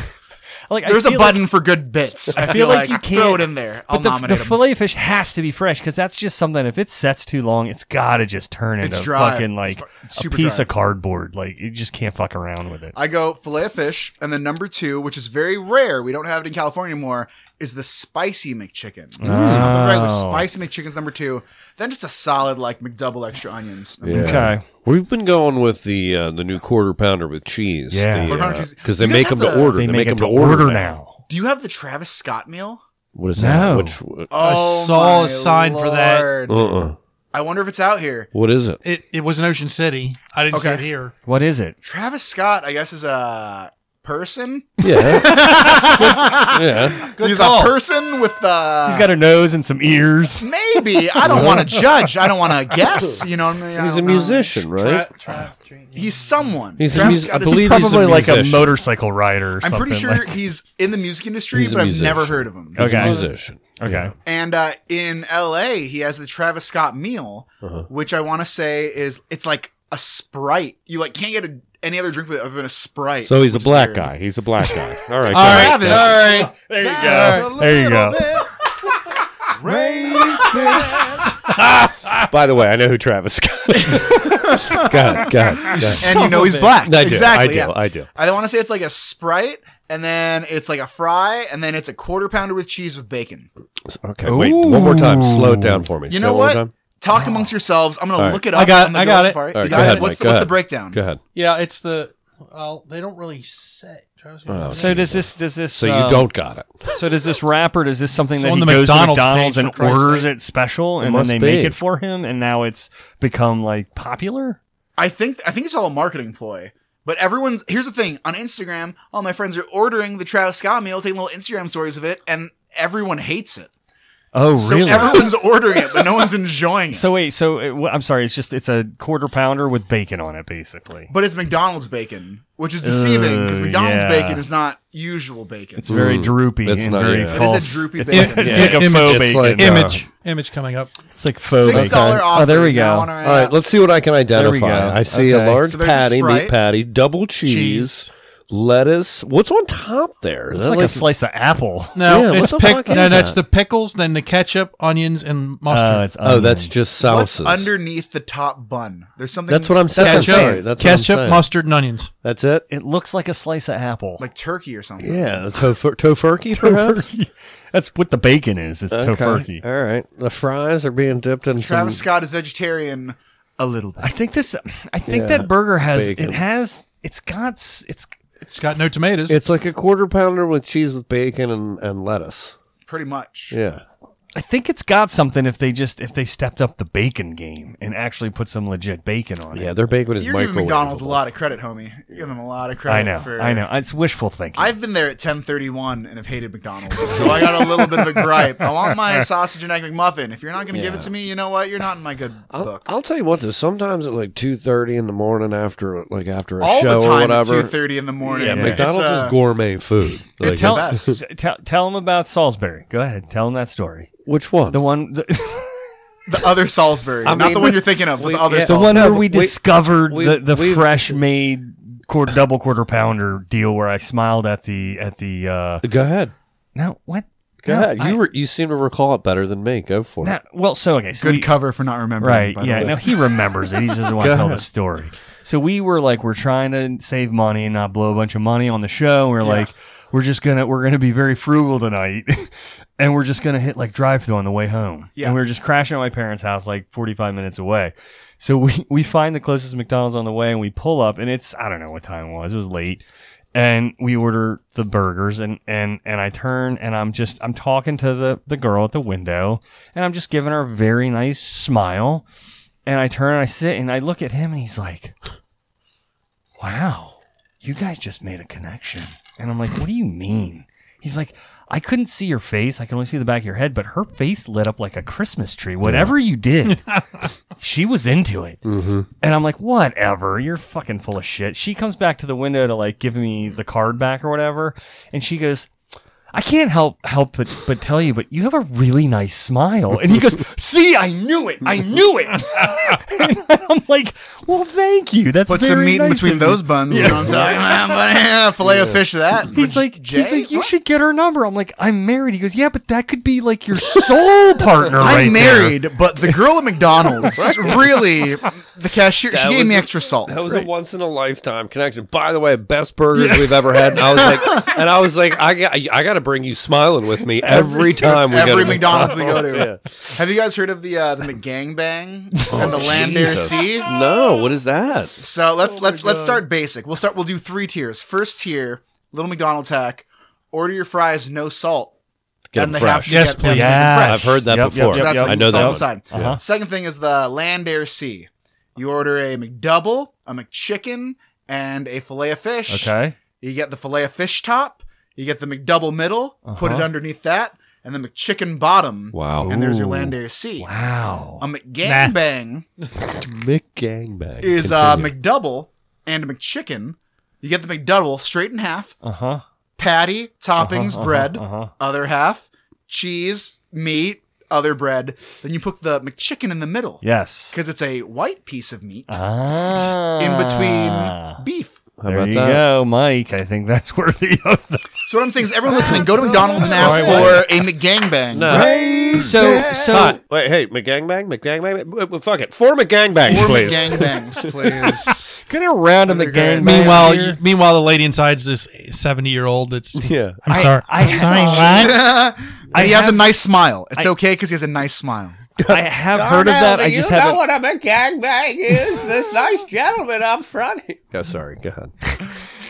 Speaker 6: like I
Speaker 8: There's a
Speaker 6: feel
Speaker 8: button
Speaker 6: like-
Speaker 8: for good bits.
Speaker 6: I feel like you can't
Speaker 8: throw it in there. I'll
Speaker 6: but the,
Speaker 8: nominate
Speaker 6: the
Speaker 8: 'em.
Speaker 6: fillet fish has to be fresh because that's just something. If it sets too long, it's gotta just turn
Speaker 8: It's
Speaker 6: into
Speaker 8: dry.
Speaker 6: fucking like
Speaker 8: It's fu-
Speaker 6: a
Speaker 8: super
Speaker 6: piece
Speaker 8: dry.
Speaker 6: of cardboard. Like you just can't fuck around with it.
Speaker 8: I go fillet of fish, and then number two, which is very rare, we don't have it in California anymore, is the spicy McChicken. Not the regular
Speaker 6: Oh.
Speaker 8: spicy McChicken's number two. Then just a solid like McDouble extra onions.
Speaker 7: Yeah.
Speaker 6: Okay.
Speaker 7: We've been going with the uh, the new quarter pounder with cheese.
Speaker 6: Yeah.
Speaker 8: Quarter pounder cheese.
Speaker 7: because
Speaker 8: Do you
Speaker 7: they
Speaker 8: guys
Speaker 7: make them
Speaker 8: have
Speaker 7: to
Speaker 8: the-
Speaker 7: order.
Speaker 6: They
Speaker 7: They,
Speaker 6: make
Speaker 7: make
Speaker 6: it
Speaker 7: them
Speaker 6: to
Speaker 7: to order,
Speaker 6: order
Speaker 7: now.
Speaker 8: Do you have the Travis Scott meal?
Speaker 7: What is that?
Speaker 6: No.
Speaker 7: Which,
Speaker 8: Oh,
Speaker 9: saw a
Speaker 8: my
Speaker 9: sign for that.
Speaker 8: lord.
Speaker 7: uh-uh.
Speaker 8: I wonder if it's out here.
Speaker 7: What is it?
Speaker 9: It it was in Ocean City. I didn't see it
Speaker 8: Okay.
Speaker 9: here.
Speaker 6: What is it?
Speaker 8: Travis Scott, I guess, is a person.
Speaker 7: Yeah,
Speaker 8: yeah,
Speaker 7: Good
Speaker 8: he's
Speaker 7: call.
Speaker 8: a person with uh,
Speaker 6: He's got a nose and some ears.
Speaker 8: maybe. I don't want to judge. I don't want to guess. You know, what I mean? I
Speaker 7: he's a
Speaker 8: don't know.
Speaker 7: musician, right?
Speaker 8: He's someone.
Speaker 7: He's a
Speaker 8: Travis
Speaker 7: mus-
Speaker 8: Scott
Speaker 7: I
Speaker 8: is-
Speaker 7: believe
Speaker 6: he's
Speaker 7: he's a
Speaker 6: probably like a
Speaker 7: musician.
Speaker 6: motorcycle rider. Or
Speaker 8: I'm pretty
Speaker 6: something,
Speaker 8: sure
Speaker 6: like-
Speaker 8: he's in the music industry,
Speaker 7: He's a
Speaker 8: but I've
Speaker 7: musician.
Speaker 8: never heard of him.
Speaker 7: He's
Speaker 6: Okay.
Speaker 7: a musician.
Speaker 6: okay.
Speaker 8: And uh, in L.A., he has the Travis Scott meal,
Speaker 7: Uh-huh.
Speaker 8: which I want to say is it's like a Sprite. You like can't get a, any other drink with- other than a Sprite.
Speaker 7: So he's a
Speaker 8: which is
Speaker 7: black
Speaker 8: weird.
Speaker 7: guy. He's a black guy. All right. guys.
Speaker 9: All right,
Speaker 7: That's-
Speaker 9: all right.
Speaker 6: There you
Speaker 9: That's
Speaker 6: go. There you go.
Speaker 7: By the way, I know who Travis Scott is. God, God, God.
Speaker 8: and you know he's black.
Speaker 7: I do.
Speaker 8: exactly.
Speaker 7: I do.
Speaker 8: yeah.
Speaker 7: I do.
Speaker 8: I want to say it's like a Sprite, and then it's like a fry, and then it's a quarter pounder with cheese with bacon.
Speaker 7: Okay, wait. One more time. Slow it down for me.
Speaker 8: You
Speaker 7: Say it
Speaker 8: know
Speaker 7: one more
Speaker 8: what?
Speaker 7: time.
Speaker 8: Talk amongst yourselves. I'm gonna
Speaker 7: All right.
Speaker 8: look it up.
Speaker 9: I got-
Speaker 8: I'm gonna
Speaker 9: I
Speaker 8: go
Speaker 9: got
Speaker 8: to
Speaker 9: it.
Speaker 8: Safari.
Speaker 7: All right,
Speaker 8: You
Speaker 7: go
Speaker 8: got
Speaker 7: ahead,
Speaker 8: it? What's
Speaker 7: Mike,
Speaker 8: the
Speaker 7: go
Speaker 8: what's the
Speaker 7: ahead.
Speaker 8: breakdown?
Speaker 7: Go ahead.
Speaker 9: Yeah, it's the. Well, they don't really say. Travis Scott.
Speaker 7: Oh,
Speaker 6: So
Speaker 7: Jesus.
Speaker 6: does this? Does this?
Speaker 7: So you
Speaker 6: um,
Speaker 7: don't got it.
Speaker 6: So does this rapper? Does this something
Speaker 13: It's
Speaker 6: that
Speaker 13: on
Speaker 6: he
Speaker 13: the
Speaker 6: goes
Speaker 13: McDonald's
Speaker 6: to McDonald's
Speaker 13: page,
Speaker 6: and
Speaker 13: for Christ's
Speaker 6: orders
Speaker 13: sake.
Speaker 6: it special, and
Speaker 7: It
Speaker 6: then
Speaker 7: must
Speaker 6: they
Speaker 7: be.
Speaker 6: make it for him, and now it's become like popular?
Speaker 8: I think I think it's all a marketing ploy. But everyone's here's the thing on Instagram, all my friends are ordering the Travis Scott meal, taking little Instagram stories of it, and everyone hates it.
Speaker 6: Oh, really?
Speaker 8: So everyone's ordering it, but no one's enjoying it.
Speaker 6: So wait, so it, wh- I'm sorry. It's just it's a quarter pounder with bacon on it, basically.
Speaker 8: But it's McDonald's bacon, which is deceiving because
Speaker 6: Uh,
Speaker 8: McDonald's
Speaker 6: yeah.
Speaker 8: bacon is not usual bacon.
Speaker 6: It's very
Speaker 7: Mm.
Speaker 6: droopy
Speaker 7: It's
Speaker 6: and
Speaker 7: not-
Speaker 6: very
Speaker 7: yeah. It is
Speaker 8: a
Speaker 6: false.
Speaker 8: droopy
Speaker 6: it's,
Speaker 8: bacon.
Speaker 6: it's
Speaker 7: Yeah.
Speaker 6: like a
Speaker 7: Image,
Speaker 6: faux
Speaker 7: it's
Speaker 6: bacon.
Speaker 7: like, uh,
Speaker 13: Image image coming up.
Speaker 6: it's like faux
Speaker 8: Six
Speaker 6: bacon.
Speaker 8: dollar off.
Speaker 6: oh, there we go.
Speaker 8: on our
Speaker 7: All
Speaker 8: app.
Speaker 7: right, let's see what I can identify.
Speaker 6: go.
Speaker 7: I see
Speaker 6: Okay.
Speaker 7: a large
Speaker 8: So there's a
Speaker 7: patty,
Speaker 8: Sprite.
Speaker 7: meat patty, double cheese, lettuce. What's on top there? Is
Speaker 6: It's
Speaker 7: that
Speaker 6: like a slice of apple.
Speaker 7: Yeah,
Speaker 9: No,
Speaker 7: what
Speaker 9: it's
Speaker 7: the
Speaker 9: pick.
Speaker 7: fuck is
Speaker 9: No, that's
Speaker 7: that?
Speaker 9: the pickles, then the ketchup, onions,
Speaker 13: Uh,
Speaker 9: and mustard.
Speaker 6: Oh, it's
Speaker 7: Oh, that's
Speaker 6: onions.
Speaker 7: just
Speaker 8: What's
Speaker 7: sauces.
Speaker 8: underneath the top bun? There's something
Speaker 7: That's what I'm saying.
Speaker 9: ketchup,
Speaker 7: I'm sorry. That's
Speaker 9: ketchup,
Speaker 7: what I'm saying.
Speaker 9: mustard, and onions.
Speaker 7: That's it.
Speaker 6: It looks like a slice of apple.
Speaker 8: like turkey or something.
Speaker 7: Yeah, tofur- tofurkey, perhaps.
Speaker 6: Tofurkey. That's what the bacon is. It's
Speaker 7: Okay.
Speaker 6: tofurkey.
Speaker 7: All right. The fries are being dipped in
Speaker 8: Travis
Speaker 7: some-
Speaker 8: Scott is vegetarian a little bit.
Speaker 6: I think this. I think
Speaker 7: Yeah,
Speaker 6: that burger has.
Speaker 7: bacon.
Speaker 6: It has. It's got. s- It's.
Speaker 9: It's got no tomatoes.
Speaker 7: It's like a quarter pounder with cheese with bacon and, and lettuce.
Speaker 8: Pretty much.
Speaker 7: Yeah.
Speaker 6: I think it's got something. If they just. If they stepped up the bacon game and actually put some legit bacon on
Speaker 7: Yeah,
Speaker 6: it.
Speaker 7: their bacon is
Speaker 8: You're giving McDonald's a
Speaker 7: microwavable.
Speaker 8: lot of credit, homie. You're giving them a lot of credit.
Speaker 6: I know.
Speaker 8: For,
Speaker 6: I know. It's wishful thinking.
Speaker 8: I've been there at 10:31 and have hated McDonald's, so I got a little bit of a gripe. I want my sausage and egg McMuffin. If you're not going to give it to me, you know what? You're not in my good
Speaker 7: I'll,
Speaker 8: book.
Speaker 7: I'll tell you what though. Sometimes at like two thirty in the morning after like after a
Speaker 8: All
Speaker 7: show
Speaker 8: the
Speaker 7: or
Speaker 8: time at
Speaker 7: whatever.
Speaker 8: 2:30 in the morning.
Speaker 7: yeah,
Speaker 8: It's,
Speaker 7: McDonald's
Speaker 8: uh,
Speaker 7: is gourmet food. Like,
Speaker 8: it's
Speaker 6: tell,
Speaker 8: the
Speaker 7: it's-
Speaker 8: best.
Speaker 6: tell, tell 'em about Salisbury. Go ahead. Tell them that story.
Speaker 7: Which one?
Speaker 6: The one. The,
Speaker 8: the other Salisbury,
Speaker 7: I
Speaker 8: not the
Speaker 7: mean,
Speaker 8: one you're thinking of. But
Speaker 7: we-
Speaker 8: the other
Speaker 7: yeah. Oh,
Speaker 6: the
Speaker 8: Salisbury.
Speaker 6: one
Speaker 7: no,
Speaker 6: where
Speaker 7: but
Speaker 6: we
Speaker 7: we-
Speaker 6: discovered
Speaker 7: we-
Speaker 6: the, the
Speaker 7: we-
Speaker 6: fresh made quarter, double quarter pounder deal where I smiled at the at the uh
Speaker 7: Go ahead.
Speaker 6: no what
Speaker 7: Go
Speaker 6: No,
Speaker 7: ahead. You
Speaker 6: I-
Speaker 7: were you seem to recall it better than me. Go for
Speaker 6: no,
Speaker 7: it.
Speaker 6: well so okay so
Speaker 8: Good
Speaker 6: we-
Speaker 8: cover for not remembering.
Speaker 6: Right.
Speaker 8: by the
Speaker 6: Yeah.
Speaker 8: way.
Speaker 6: No, he remembers it. He just doesn't want to tell the story. So we were like, we're trying to save money and not blow a bunch of money on the show. We're like, we're just gonna we're gonna be very frugal tonight, and we're just gonna hit like drive through on the way home.
Speaker 8: Yeah.
Speaker 6: And we were just crashing at my parents' house, like forty five minutes away. So we we find the closest McDonald's on the way, and we pull up, and it's I don't know what time it was. It was late. And we order the burgers, and, and, and I turn and I'm just I'm talking to the, the girl at the window, and I'm just giving her a very nice smile, and I turn and I sit and I look at him and he's like, Wow, you guys just made a connection. And I'm like, What do you mean? He's like, I couldn't see your face. I can only see the back of your head, but her face lit up like a Christmas tree. Whatever you did, she was into it. And I'm like, whatever, you're fucking full of shit. She comes back to the window to like give me the card back or whatever. And she goes, I can't help help but, but tell you, but you have a really nice smile. And he goes, See, I knew it. I knew it. and I'm like, Well, thank you. That's
Speaker 8: Put some
Speaker 6: very
Speaker 8: meat in
Speaker 6: nice
Speaker 8: between
Speaker 6: of you."
Speaker 8: those buns. You know what I'm saying? Yeah, Filet of fish to that.
Speaker 6: He's like, he's
Speaker 8: Jay?
Speaker 6: like, you should get her number. I'm like, I'm married. He goes, yeah, but that could be like your soul partner.
Speaker 8: I'm
Speaker 6: right there."
Speaker 8: married, but the girl at McDonald's really the cashier
Speaker 7: That
Speaker 8: she gave
Speaker 7: was
Speaker 8: me
Speaker 7: a-
Speaker 8: extra salt.
Speaker 7: That was a once in a lifetime connection. By the way, best burgers we've ever had. And I was like, and I was like, I got, I got to bring you smiling with me every, time we go
Speaker 8: every
Speaker 7: to
Speaker 8: McDonald's we
Speaker 7: Oh,
Speaker 8: go to.
Speaker 7: Yeah. Oh,
Speaker 8: Have you guys heard of the uh, the McGangbang and the Land Air
Speaker 7: Jesus. Oh
Speaker 8: Sea?
Speaker 7: No, what is that?
Speaker 8: So let's let's let's start basic. We'll start. We'll do three tiers. First tier, little McDonald's hack. Order your fries, no salt.
Speaker 7: Get 'em
Speaker 8: and they
Speaker 7: fresh.
Speaker 8: have to
Speaker 7: Yes,
Speaker 8: get them
Speaker 7: please.
Speaker 8: fresh.
Speaker 7: Yeah, I've heard that Yep, before.
Speaker 8: So that's
Speaker 7: yep,
Speaker 8: on-
Speaker 7: I know
Speaker 8: it's on
Speaker 7: that
Speaker 8: the
Speaker 7: one.
Speaker 8: side.
Speaker 7: Uh-huh.
Speaker 8: Second thing is the Land Air Sea. You order a McDouble, a McChicken, and a filet of fish.
Speaker 6: Okay.
Speaker 8: You get the filet of fish top. You get the McDouble middle. Put it
Speaker 6: Uh-huh.
Speaker 8: underneath that, and the McChicken bottom.
Speaker 7: Wow.
Speaker 8: And there's your
Speaker 7: Ooh.
Speaker 8: Land Air Sea.
Speaker 6: Wow.
Speaker 8: A McGangbang
Speaker 7: McGangbang
Speaker 8: is uh,
Speaker 7: Continue.
Speaker 8: McDouble and McChicken. You get the McDouble straight in half,
Speaker 6: Uh
Speaker 7: Uh-huh.
Speaker 6: huh.
Speaker 8: patty, toppings,
Speaker 6: Uh-huh, uh-huh,
Speaker 8: bread,
Speaker 6: uh-huh.
Speaker 8: other half, cheese, meat, other bread. Then you put the McChicken in the middle.
Speaker 6: Yes.
Speaker 8: Because it's a white piece of meat
Speaker 6: Ah.
Speaker 8: in between beef.
Speaker 6: How
Speaker 7: about
Speaker 6: there you
Speaker 7: that?
Speaker 6: go, Mike. I think that's worthy of the.
Speaker 8: So what I'm saying is everyone listening, go to McDonald's and ask
Speaker 7: Sorry,
Speaker 8: for
Speaker 7: what?
Speaker 8: a McGangbang.
Speaker 7: No.
Speaker 6: So- so-
Speaker 7: Hot. wait, hey, McGangbang, McGangbang, w- w- fuck it, four McGangbangs,
Speaker 8: Four
Speaker 7: please.
Speaker 8: McGangbangs, please.
Speaker 6: Can I round him
Speaker 8: McGangbang
Speaker 6: again?
Speaker 13: Meanwhile,
Speaker 6: here?
Speaker 13: you- meanwhile, the lady inside's this seventy-year-old. That's
Speaker 7: yeah.
Speaker 13: I'm
Speaker 6: I-
Speaker 13: sorry.
Speaker 6: I-
Speaker 13: I'm sorry.
Speaker 8: But he has
Speaker 6: have-
Speaker 8: a nice smile. It's
Speaker 6: I-
Speaker 8: okay because he has a nice smile.
Speaker 6: I have heard of that. I just haven't.
Speaker 12: what a McGangbang is? this nice gentleman up front.
Speaker 7: Yeah, sorry. Go ahead.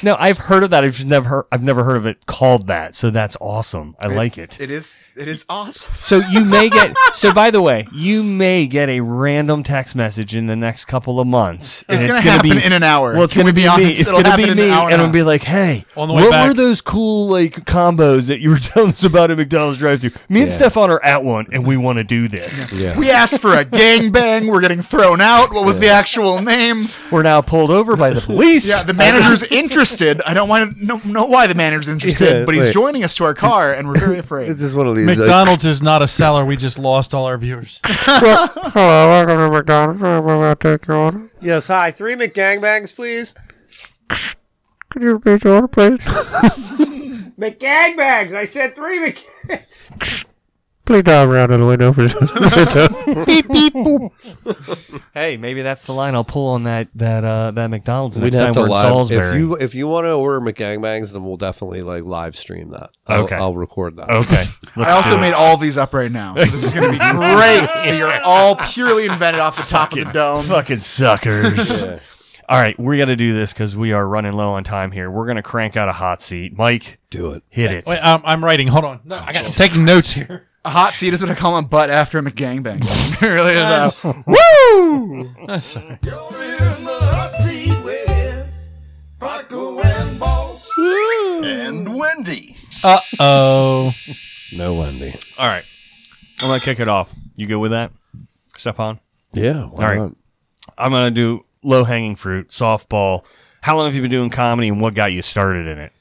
Speaker 6: No, I've heard of that. I've just never. I've never heard of it called that. So that's awesome. I like it.
Speaker 8: It is. It is awesome.
Speaker 6: So you may get. So by the way, you may get a random text message in the next couple of months. and
Speaker 8: It's gonna happen in an hour.
Speaker 6: Well, it's
Speaker 8: Can
Speaker 6: gonna
Speaker 8: we
Speaker 6: be,
Speaker 8: be honest?
Speaker 6: me. It's
Speaker 8: It'll
Speaker 6: gonna
Speaker 8: happen
Speaker 6: be
Speaker 8: in an
Speaker 6: me,
Speaker 8: hour and
Speaker 6: and
Speaker 8: a
Speaker 6: I'm gonna
Speaker 8: half.
Speaker 6: be like, "Hey,
Speaker 13: On the way
Speaker 6: what
Speaker 13: back.
Speaker 6: were those cool like combos that you were telling us about at McDonald's drive-thru? Me and
Speaker 7: Yeah.
Speaker 6: Stefan are at one, and we want to do this.
Speaker 7: Yeah.
Speaker 8: We asked for a gangbang. We're getting thrown out. What was the actual name?
Speaker 6: We're now pulled over by the police.
Speaker 8: Yeah, the manager's interested. I don't want to know, know why the manager's interested,
Speaker 7: Yeah,
Speaker 8: but he's
Speaker 7: wait.
Speaker 8: joining us to our car, and we're very afraid.
Speaker 7: It's just one of these. like-
Speaker 13: McDonald's is not a seller. We just lost all our viewers.
Speaker 12: Hello, welcome to McDonald's. I'm about to take your order.
Speaker 7: yes, hi. Three McGangbangs, please.
Speaker 12: Could you repeat your order, please?
Speaker 10: McGangbangs! I said three Mc.
Speaker 12: Please dive around to the window for just a minute. beep, beep, boop.
Speaker 6: hey, maybe that's the line I'll pull on that that uh, that McDonald's
Speaker 7: We'd
Speaker 6: next
Speaker 7: have
Speaker 6: time
Speaker 7: to
Speaker 6: we're in
Speaker 7: live
Speaker 6: Salisbury.
Speaker 7: if you if you want to order McGangbangs, then we'll definitely like live stream that. I'll,
Speaker 6: Okay.
Speaker 7: I'll record that.
Speaker 6: okay,
Speaker 8: I also made all these up right now. So this is going to be great. They are all purely invented off the top of the dome.
Speaker 6: fucking suckers.
Speaker 7: Yeah.
Speaker 6: All right, we got to do this because we are running low on time here. We're gonna crank out a hot seat, Mike.
Speaker 7: Do it.
Speaker 6: Hit it.
Speaker 13: Wait, um, I'm writing. Hold on. No, I got taking notes here.
Speaker 8: A hot seat is what I call my butt after I'm a gangbang. It really is. uh,
Speaker 13: Woo! I'm sorry.
Speaker 4: And Wendy.
Speaker 13: Uh oh.
Speaker 7: No Wendy.
Speaker 6: All right, I'm gonna kick it off. You go with that, Stefan?
Speaker 7: Yeah. Why
Speaker 6: All right.
Speaker 7: not?
Speaker 6: I'm gonna do low hanging fruit, softball. How long have you been doing comedy, and what got you started in it?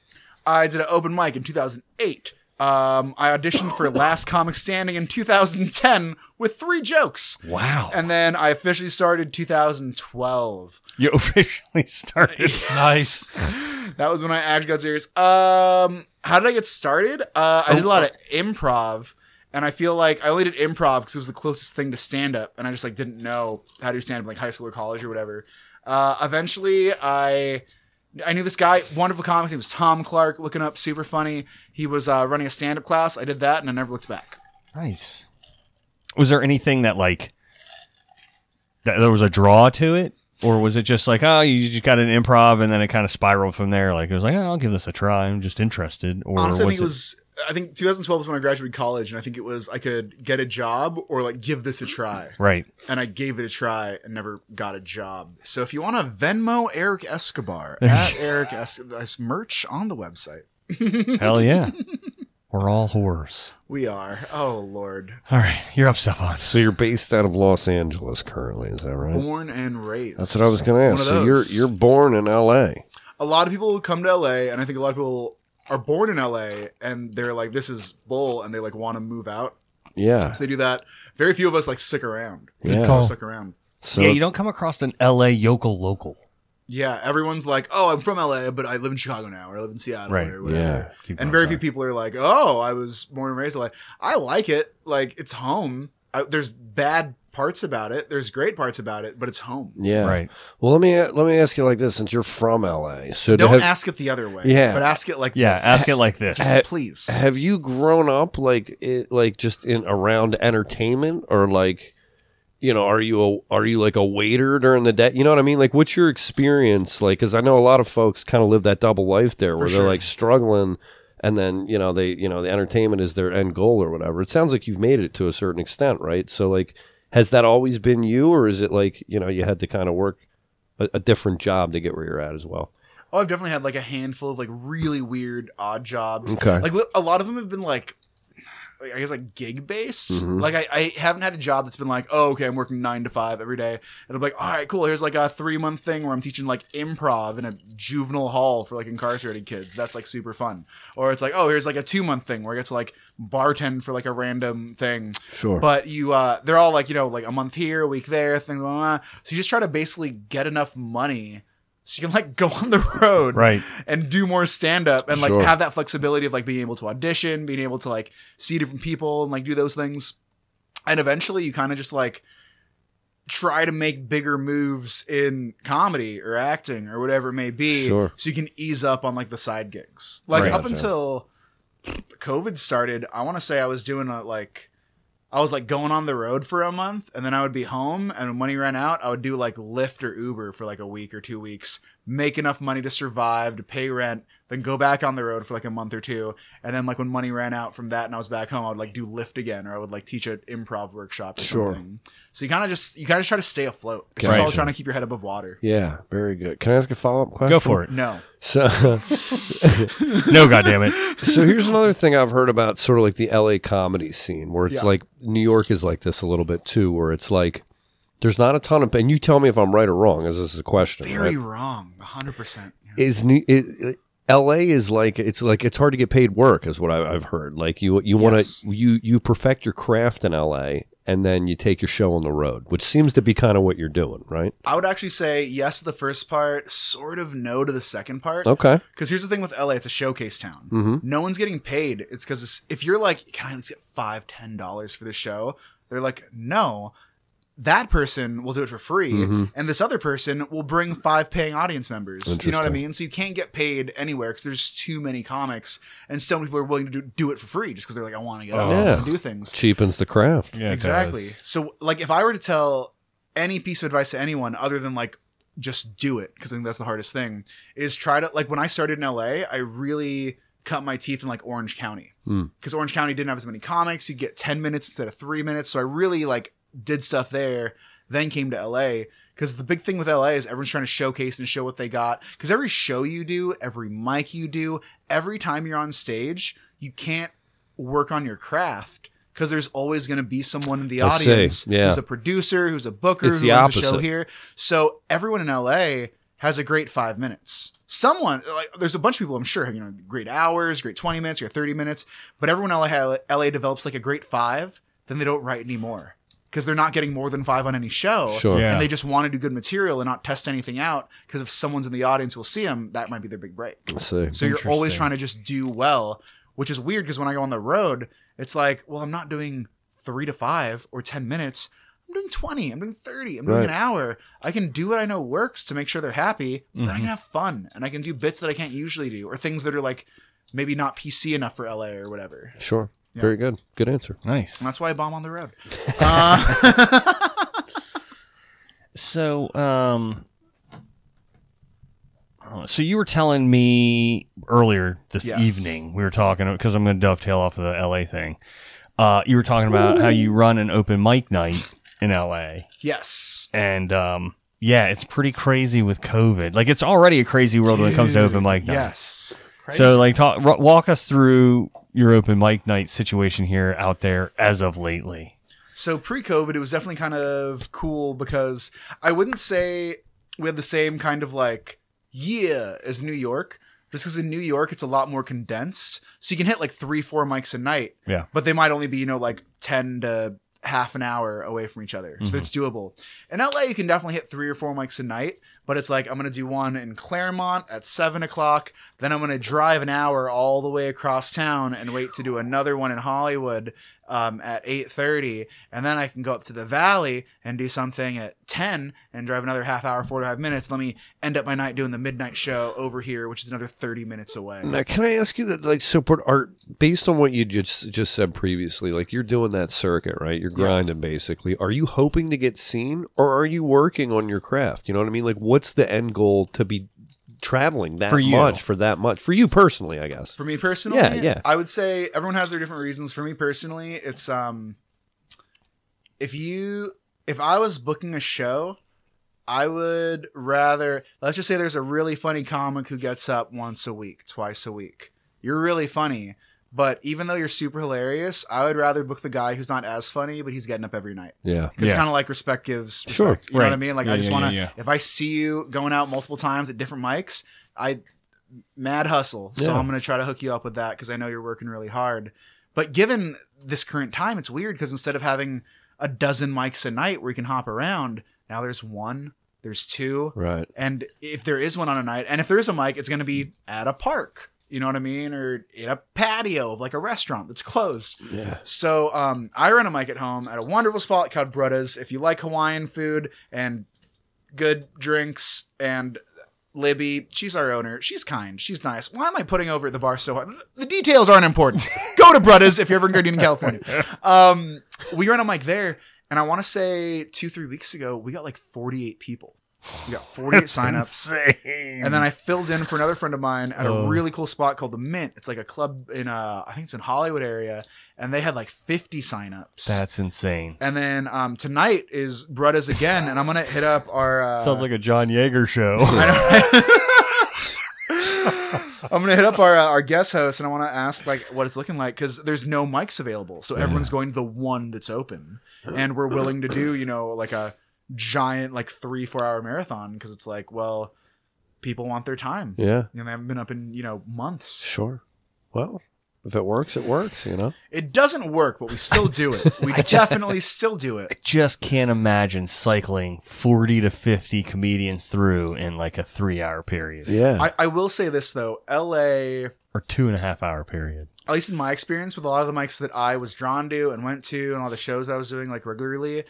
Speaker 8: I did an open mic in 2008. Um, I auditioned for Last Comic Standing in 2010 with three jokes.
Speaker 6: Wow,
Speaker 8: And then I officially started 2012.
Speaker 6: you officially started.
Speaker 13: Nice.
Speaker 8: That was when I actually got serious. Um, how did I get started? Uh, I did a lot of
Speaker 6: Oh.
Speaker 8: improv, and I feel like I only did improv because it was the closest thing to stand up, and I just like didn't know how to do stand up like high school or college or whatever. Uh, eventually, I I knew this guy, wonderful comics. He was Tom Clark. Looking up, super funny. He was uh, running a stand up class. I did that, and I never looked back.
Speaker 6: Nice. Was there anything that like that there was a draw to it, or was it just like oh you just got an improv and then it kind of spiraled from there? Like it was like oh, I'll give this a try. I'm just interested. Or
Speaker 8: Honestly, I
Speaker 6: was
Speaker 8: think it was. I think 2012 was when I graduated college, and I think it was I could get a job or like give this a try.
Speaker 6: right?
Speaker 8: and I gave it a try and never got a job. So if you want to Venmo Eric Escobar at Eric Es- there's merch on the website.
Speaker 6: Hell yeah, we're all whores.
Speaker 8: We are. Oh Lord,
Speaker 6: All right, you're up, Stefan.
Speaker 7: So you're based out of Los Angeles currently, is that right?
Speaker 8: born and raised.
Speaker 7: That's what I was going to
Speaker 8: One
Speaker 7: ask.
Speaker 8: of
Speaker 7: So you're
Speaker 8: those.
Speaker 7: you're born in L.A.
Speaker 8: A lot of people come to LA, and I think a lot of people are born in LA and they're like, this is bull, and they like want to move out.
Speaker 7: Yeah.
Speaker 8: So they do that. Very few of us like stick around.
Speaker 7: Good
Speaker 8: Some
Speaker 7: call.
Speaker 8: Stick around.
Speaker 6: yeah, you don't come across an LA yokel local.
Speaker 8: Yeah, everyone's like, "Oh, I'm from LA, but I live in Chicago now, or I live in Seattle,
Speaker 6: Right,
Speaker 8: or whatever."
Speaker 6: yeah, keep
Speaker 8: and
Speaker 6: on
Speaker 8: very few people are like, "Oh, I was born and raised in LA. I like it. Like, it's home. I, there's bad parts about it. There's great parts about it, but it's home."
Speaker 7: Yeah. Right. Well, let me let me ask you like this: since you're from LA, so
Speaker 8: Don't
Speaker 7: have-
Speaker 8: ask it the other way.
Speaker 7: Yeah.
Speaker 8: but ask it like
Speaker 6: Yeah,
Speaker 8: this.
Speaker 6: ask it like this.
Speaker 8: Just
Speaker 7: Ha-
Speaker 8: please.
Speaker 7: Have you grown up like it, like just in around entertainment or like you know are you a, are you like a waiter during the day? You know what I mean? Like what's your experience like cuz I know a lot of folks kind of live that double life there where
Speaker 8: sure.
Speaker 7: they're like struggling and then you know they you know the entertainment is their end goal or whatever. It sounds like you've made it to a certain extent, right? So like has that always been you or is it like, you know, you had to kind of work a, a different job to get where you're at as well?
Speaker 8: Oh, I've definitely had like a handful of like really weird odd jobs.
Speaker 7: Okay.
Speaker 8: Like li- a lot of them have been like, like I guess like gig based.
Speaker 7: Mhm.
Speaker 8: Like I, I haven't had a job that's been like, oh, okay, I'm working nine to five every day. And I'm like, all right, cool. Here's like a three month thing where I'm teaching like improv in a juvenile hall for like incarcerated kids. That's like super fun. Or it's like, oh, here's like a two month thing where I get to like bartend for like a random thing.
Speaker 7: Sure.
Speaker 8: But you, uh, they're all like, you know, like a month here, a week there, thing. Blah, blah, blah. So you just try to basically get enough money so you can like go on the road
Speaker 6: Right.
Speaker 8: and do more stand up and like
Speaker 6: Sure.
Speaker 8: have that flexibility of like being able to audition being able to like see different people and like do those things and eventually you kind of just like try to make bigger moves in comedy or acting or whatever it may be
Speaker 7: Sure.
Speaker 8: so you can ease up on like the side gigs like
Speaker 7: Right.
Speaker 8: up
Speaker 7: Gotcha.
Speaker 8: until covid started i want to say i was doing a like I was like going on the road for a month and then I would be home and when money ran out, I would do like Lyft or Uber for like a week or two weeks, make enough money to survive, to pay rent, then go back on the road for like a month or two. And then like when money ran out from that and I was back home, I would like do Lyft again or I would like teach an improv workshop or
Speaker 7: Sure.
Speaker 8: something. So you kind of just, you kind of try to stay afloat. It's just
Speaker 7: Gotcha.
Speaker 8: all trying to keep your head above water.
Speaker 7: Yeah, very good. Can I ask a follow up question?
Speaker 8: Go for it. No.
Speaker 7: So
Speaker 6: No, goddammit.
Speaker 7: So here's another thing I've heard about, sort of like the LA comedy scene, where
Speaker 6: Yeah.
Speaker 7: it's like New York is like this a little bit too, where it's like there's not a ton of. And you tell me if I'm right or wrong, as this is a question.
Speaker 8: Very
Speaker 7: right?
Speaker 8: wrong. 100%.
Speaker 7: is new it, LA is like it's like it's hard to get paid work is what I, I've heard. Like you you want to you you perfect your craft in LA and then you take your show on the road, which seems to be kind of what you're doing, right?
Speaker 8: I would actually say yes to the first part, sort of no to the second part.
Speaker 7: Okay.
Speaker 8: Because here's the thing with LA, it's a showcase town.
Speaker 7: Mhm.
Speaker 8: No one's getting paid. It's because if you're like, can I at least get five, ten dollars for this show? They're like, no. That person will do it for free,
Speaker 7: Mhm.
Speaker 8: and this other person will bring five paying audience members. You know what I
Speaker 7: Interesting.
Speaker 8: mean? So you can't get paid anywhere because there's too many comics, and so many people are willing to do, do it for free just because they're like, I want to get out
Speaker 7: Oh. Yeah.
Speaker 8: and do things
Speaker 7: cheapens the craft.
Speaker 8: exactly. So, like, if I were to tell any piece of advice to anyone other than like just do it, because I think that's the hardest thing, is try to like when I started in LA, I really cut my teeth in like Orange County
Speaker 7: Mm.
Speaker 8: because Orange County didn't have as many comics. You get ten minutes instead of three minutes, so I really like did stuff there. Then came to LA. Because the big thing with LA is everyone's trying to showcase and show what they got. Because every show you do, every mic you do, every time you're on stage, you can't work on your craft because there's always going to be someone in the
Speaker 7: I see.
Speaker 8: audience
Speaker 7: Yeah.
Speaker 8: who's a producer, who's a booker,
Speaker 7: It's
Speaker 8: who
Speaker 7: the
Speaker 8: runs a show
Speaker 7: opposite.
Speaker 8: here. So everyone in LA has a great five minutes. Someone, like, there's a bunch of people I'm sure have you know great hours, great 20 minutes, great 30 minutes, but everyone in LA, LA develops like a great five, then they don't write anymore because they're not getting more than five on any show,
Speaker 7: Sure. Yeah.
Speaker 8: and they just want to do good material and not test anything out because if someone's in the audience will see them, that might be their big break.
Speaker 7: I see.
Speaker 8: So you're always
Speaker 7: Interesting.
Speaker 8: trying to just do well, which is weird because when I go on the road, it's like, well, I'm not doing three to five or 10 minutes. I'm doing 20, I'm doing 30, I'm doing
Speaker 7: Right.
Speaker 8: an hour. I can do what I know works to make sure they're happy. But Then I can
Speaker 6: Mhm.
Speaker 8: have fun and I can do bits that I can't usually do or things that are like maybe not PC enough for LA or whatever.
Speaker 7: Sure.
Speaker 8: Yeah.
Speaker 7: Very good. Good answer.
Speaker 6: Nice.
Speaker 8: And that's why I bomb on the road. Uh,
Speaker 6: So, um, uh, so you were telling me earlier this
Speaker 13: Yes.
Speaker 6: evening we were talking because I'm going to dovetail off of the LA thing. Uh, you were talking about how you run an open mic night in LA.
Speaker 8: Yes.
Speaker 6: And um, yeah, it's pretty crazy with COVID. Like it's already a crazy world when it comes to open mic night.
Speaker 8: yes.
Speaker 6: So like talk ro- walk us through your open mic night situation here out there as of lately.
Speaker 8: So pre-COVID, it was definitely kind of cool because I wouldn't say we had the same kind of like yeah as New York. Just because in New York it's a lot more condensed, so you can hit like three, four mics a night.
Speaker 6: Yeah.
Speaker 8: But they might only be you know like ten to half an hour away from each other, so
Speaker 6: Mhm.
Speaker 8: it's doable. In LA, you can definitely hit three or four mics a night, but it's like I'm gonna do one in Claremont at seven o'clock, then I'm gonna drive an hour all the way across town and wait to do another one in Hollywood um, at eight thirty, and then I can go up to the Valley and do something at ten and drive another half hour, forty five minutes. Let me end up my night doing the midnight show over here, which is another thirty minutes away.
Speaker 7: Now, can I ask you that, like, so, but are based on what you just just said previously, like you're doing that circuit, right? You're grinding, basically. Are you hoping to get seen, or are you working on your craft? You know what I mean? Like, what's the end goal to be traveling that
Speaker 8: For you.
Speaker 7: much for that much for you personally? I guess.
Speaker 8: For me personally,
Speaker 7: Yeah, yeah.
Speaker 8: I would say everyone has their different reasons. For me personally, it's um if you if I was booking a show, I would rather let's just say there's a really funny comic who gets up once a week, twice a week. You're really funny, but even though you're super hilarious, I would rather book the guy who's not as funny, but he's getting up every night.
Speaker 7: Yeah.
Speaker 8: 'Cause It's
Speaker 7: Yeah.
Speaker 8: kind of like respect gives.
Speaker 7: Sure.
Speaker 8: Respect, you know
Speaker 7: Right.
Speaker 8: what I mean? Like
Speaker 7: Yeah,
Speaker 8: I just
Speaker 7: yeah,
Speaker 8: want to.
Speaker 7: yeah, yeah.
Speaker 8: If I see you going out multiple times at different mics, I mad hustle. So
Speaker 7: Yeah.
Speaker 8: I'm going to try to hook you up with that because I know you're working really hard. But given this current time, it's weird because instead of having a dozen mics a night where you can hop around, now there's one, there's two.
Speaker 7: Right.
Speaker 8: And if there is one on a night, and if there is a mic, it's going to be at a park. You know what I mean? Or in a patio of like a restaurant that's closed.
Speaker 7: Yeah.
Speaker 8: So um, I run a mic at home at a wonderful spot called Brothers. If you like Hawaiian food and good drinks and Libby, she's our owner. She's kind. She's nice. Why am I putting over at the bar so hard? The details aren't important. Go to Brothers if you're ever in Gardena, California. Um, we ran a mic there, and I want to say two, three weeks ago, we got like 48 people. We got 48
Speaker 6: That's
Speaker 8: signups.
Speaker 6: insane.
Speaker 8: And then I filled in for another friend of mine at
Speaker 6: Oh.
Speaker 8: a really cool spot called the Mint. It's like a club in uh I think it's in Hollywood area, and they had like 50 signups.
Speaker 6: That's insane.
Speaker 8: and then um, tonight is Brothers again, and I'm gonna hit up our. Uh,
Speaker 6: Sounds like a John Yeager show.
Speaker 8: I'm gonna hit up our uh, our guest host, and I want to ask like what it's looking like because there's no mics available, so everyone's going to the one that's open, and we're willing to do you know like a giant like three four hour marathon because it's like well, people want their time,
Speaker 7: Yeah.
Speaker 8: and they haven't been up in you know months.
Speaker 7: Sure. Well, if it works, it works. You know.
Speaker 8: It doesn't work, but we still do it. We
Speaker 6: I just-
Speaker 8: definitely still do it.
Speaker 6: I just can't imagine cycling 40 to 50 comedians through in like a three hour period.
Speaker 8: I, I will say this though, LA
Speaker 6: or two and a half hour period.
Speaker 8: at least in my experience with a lot of the mics that I was drawn to and went to and all the shows I was doing like regularly,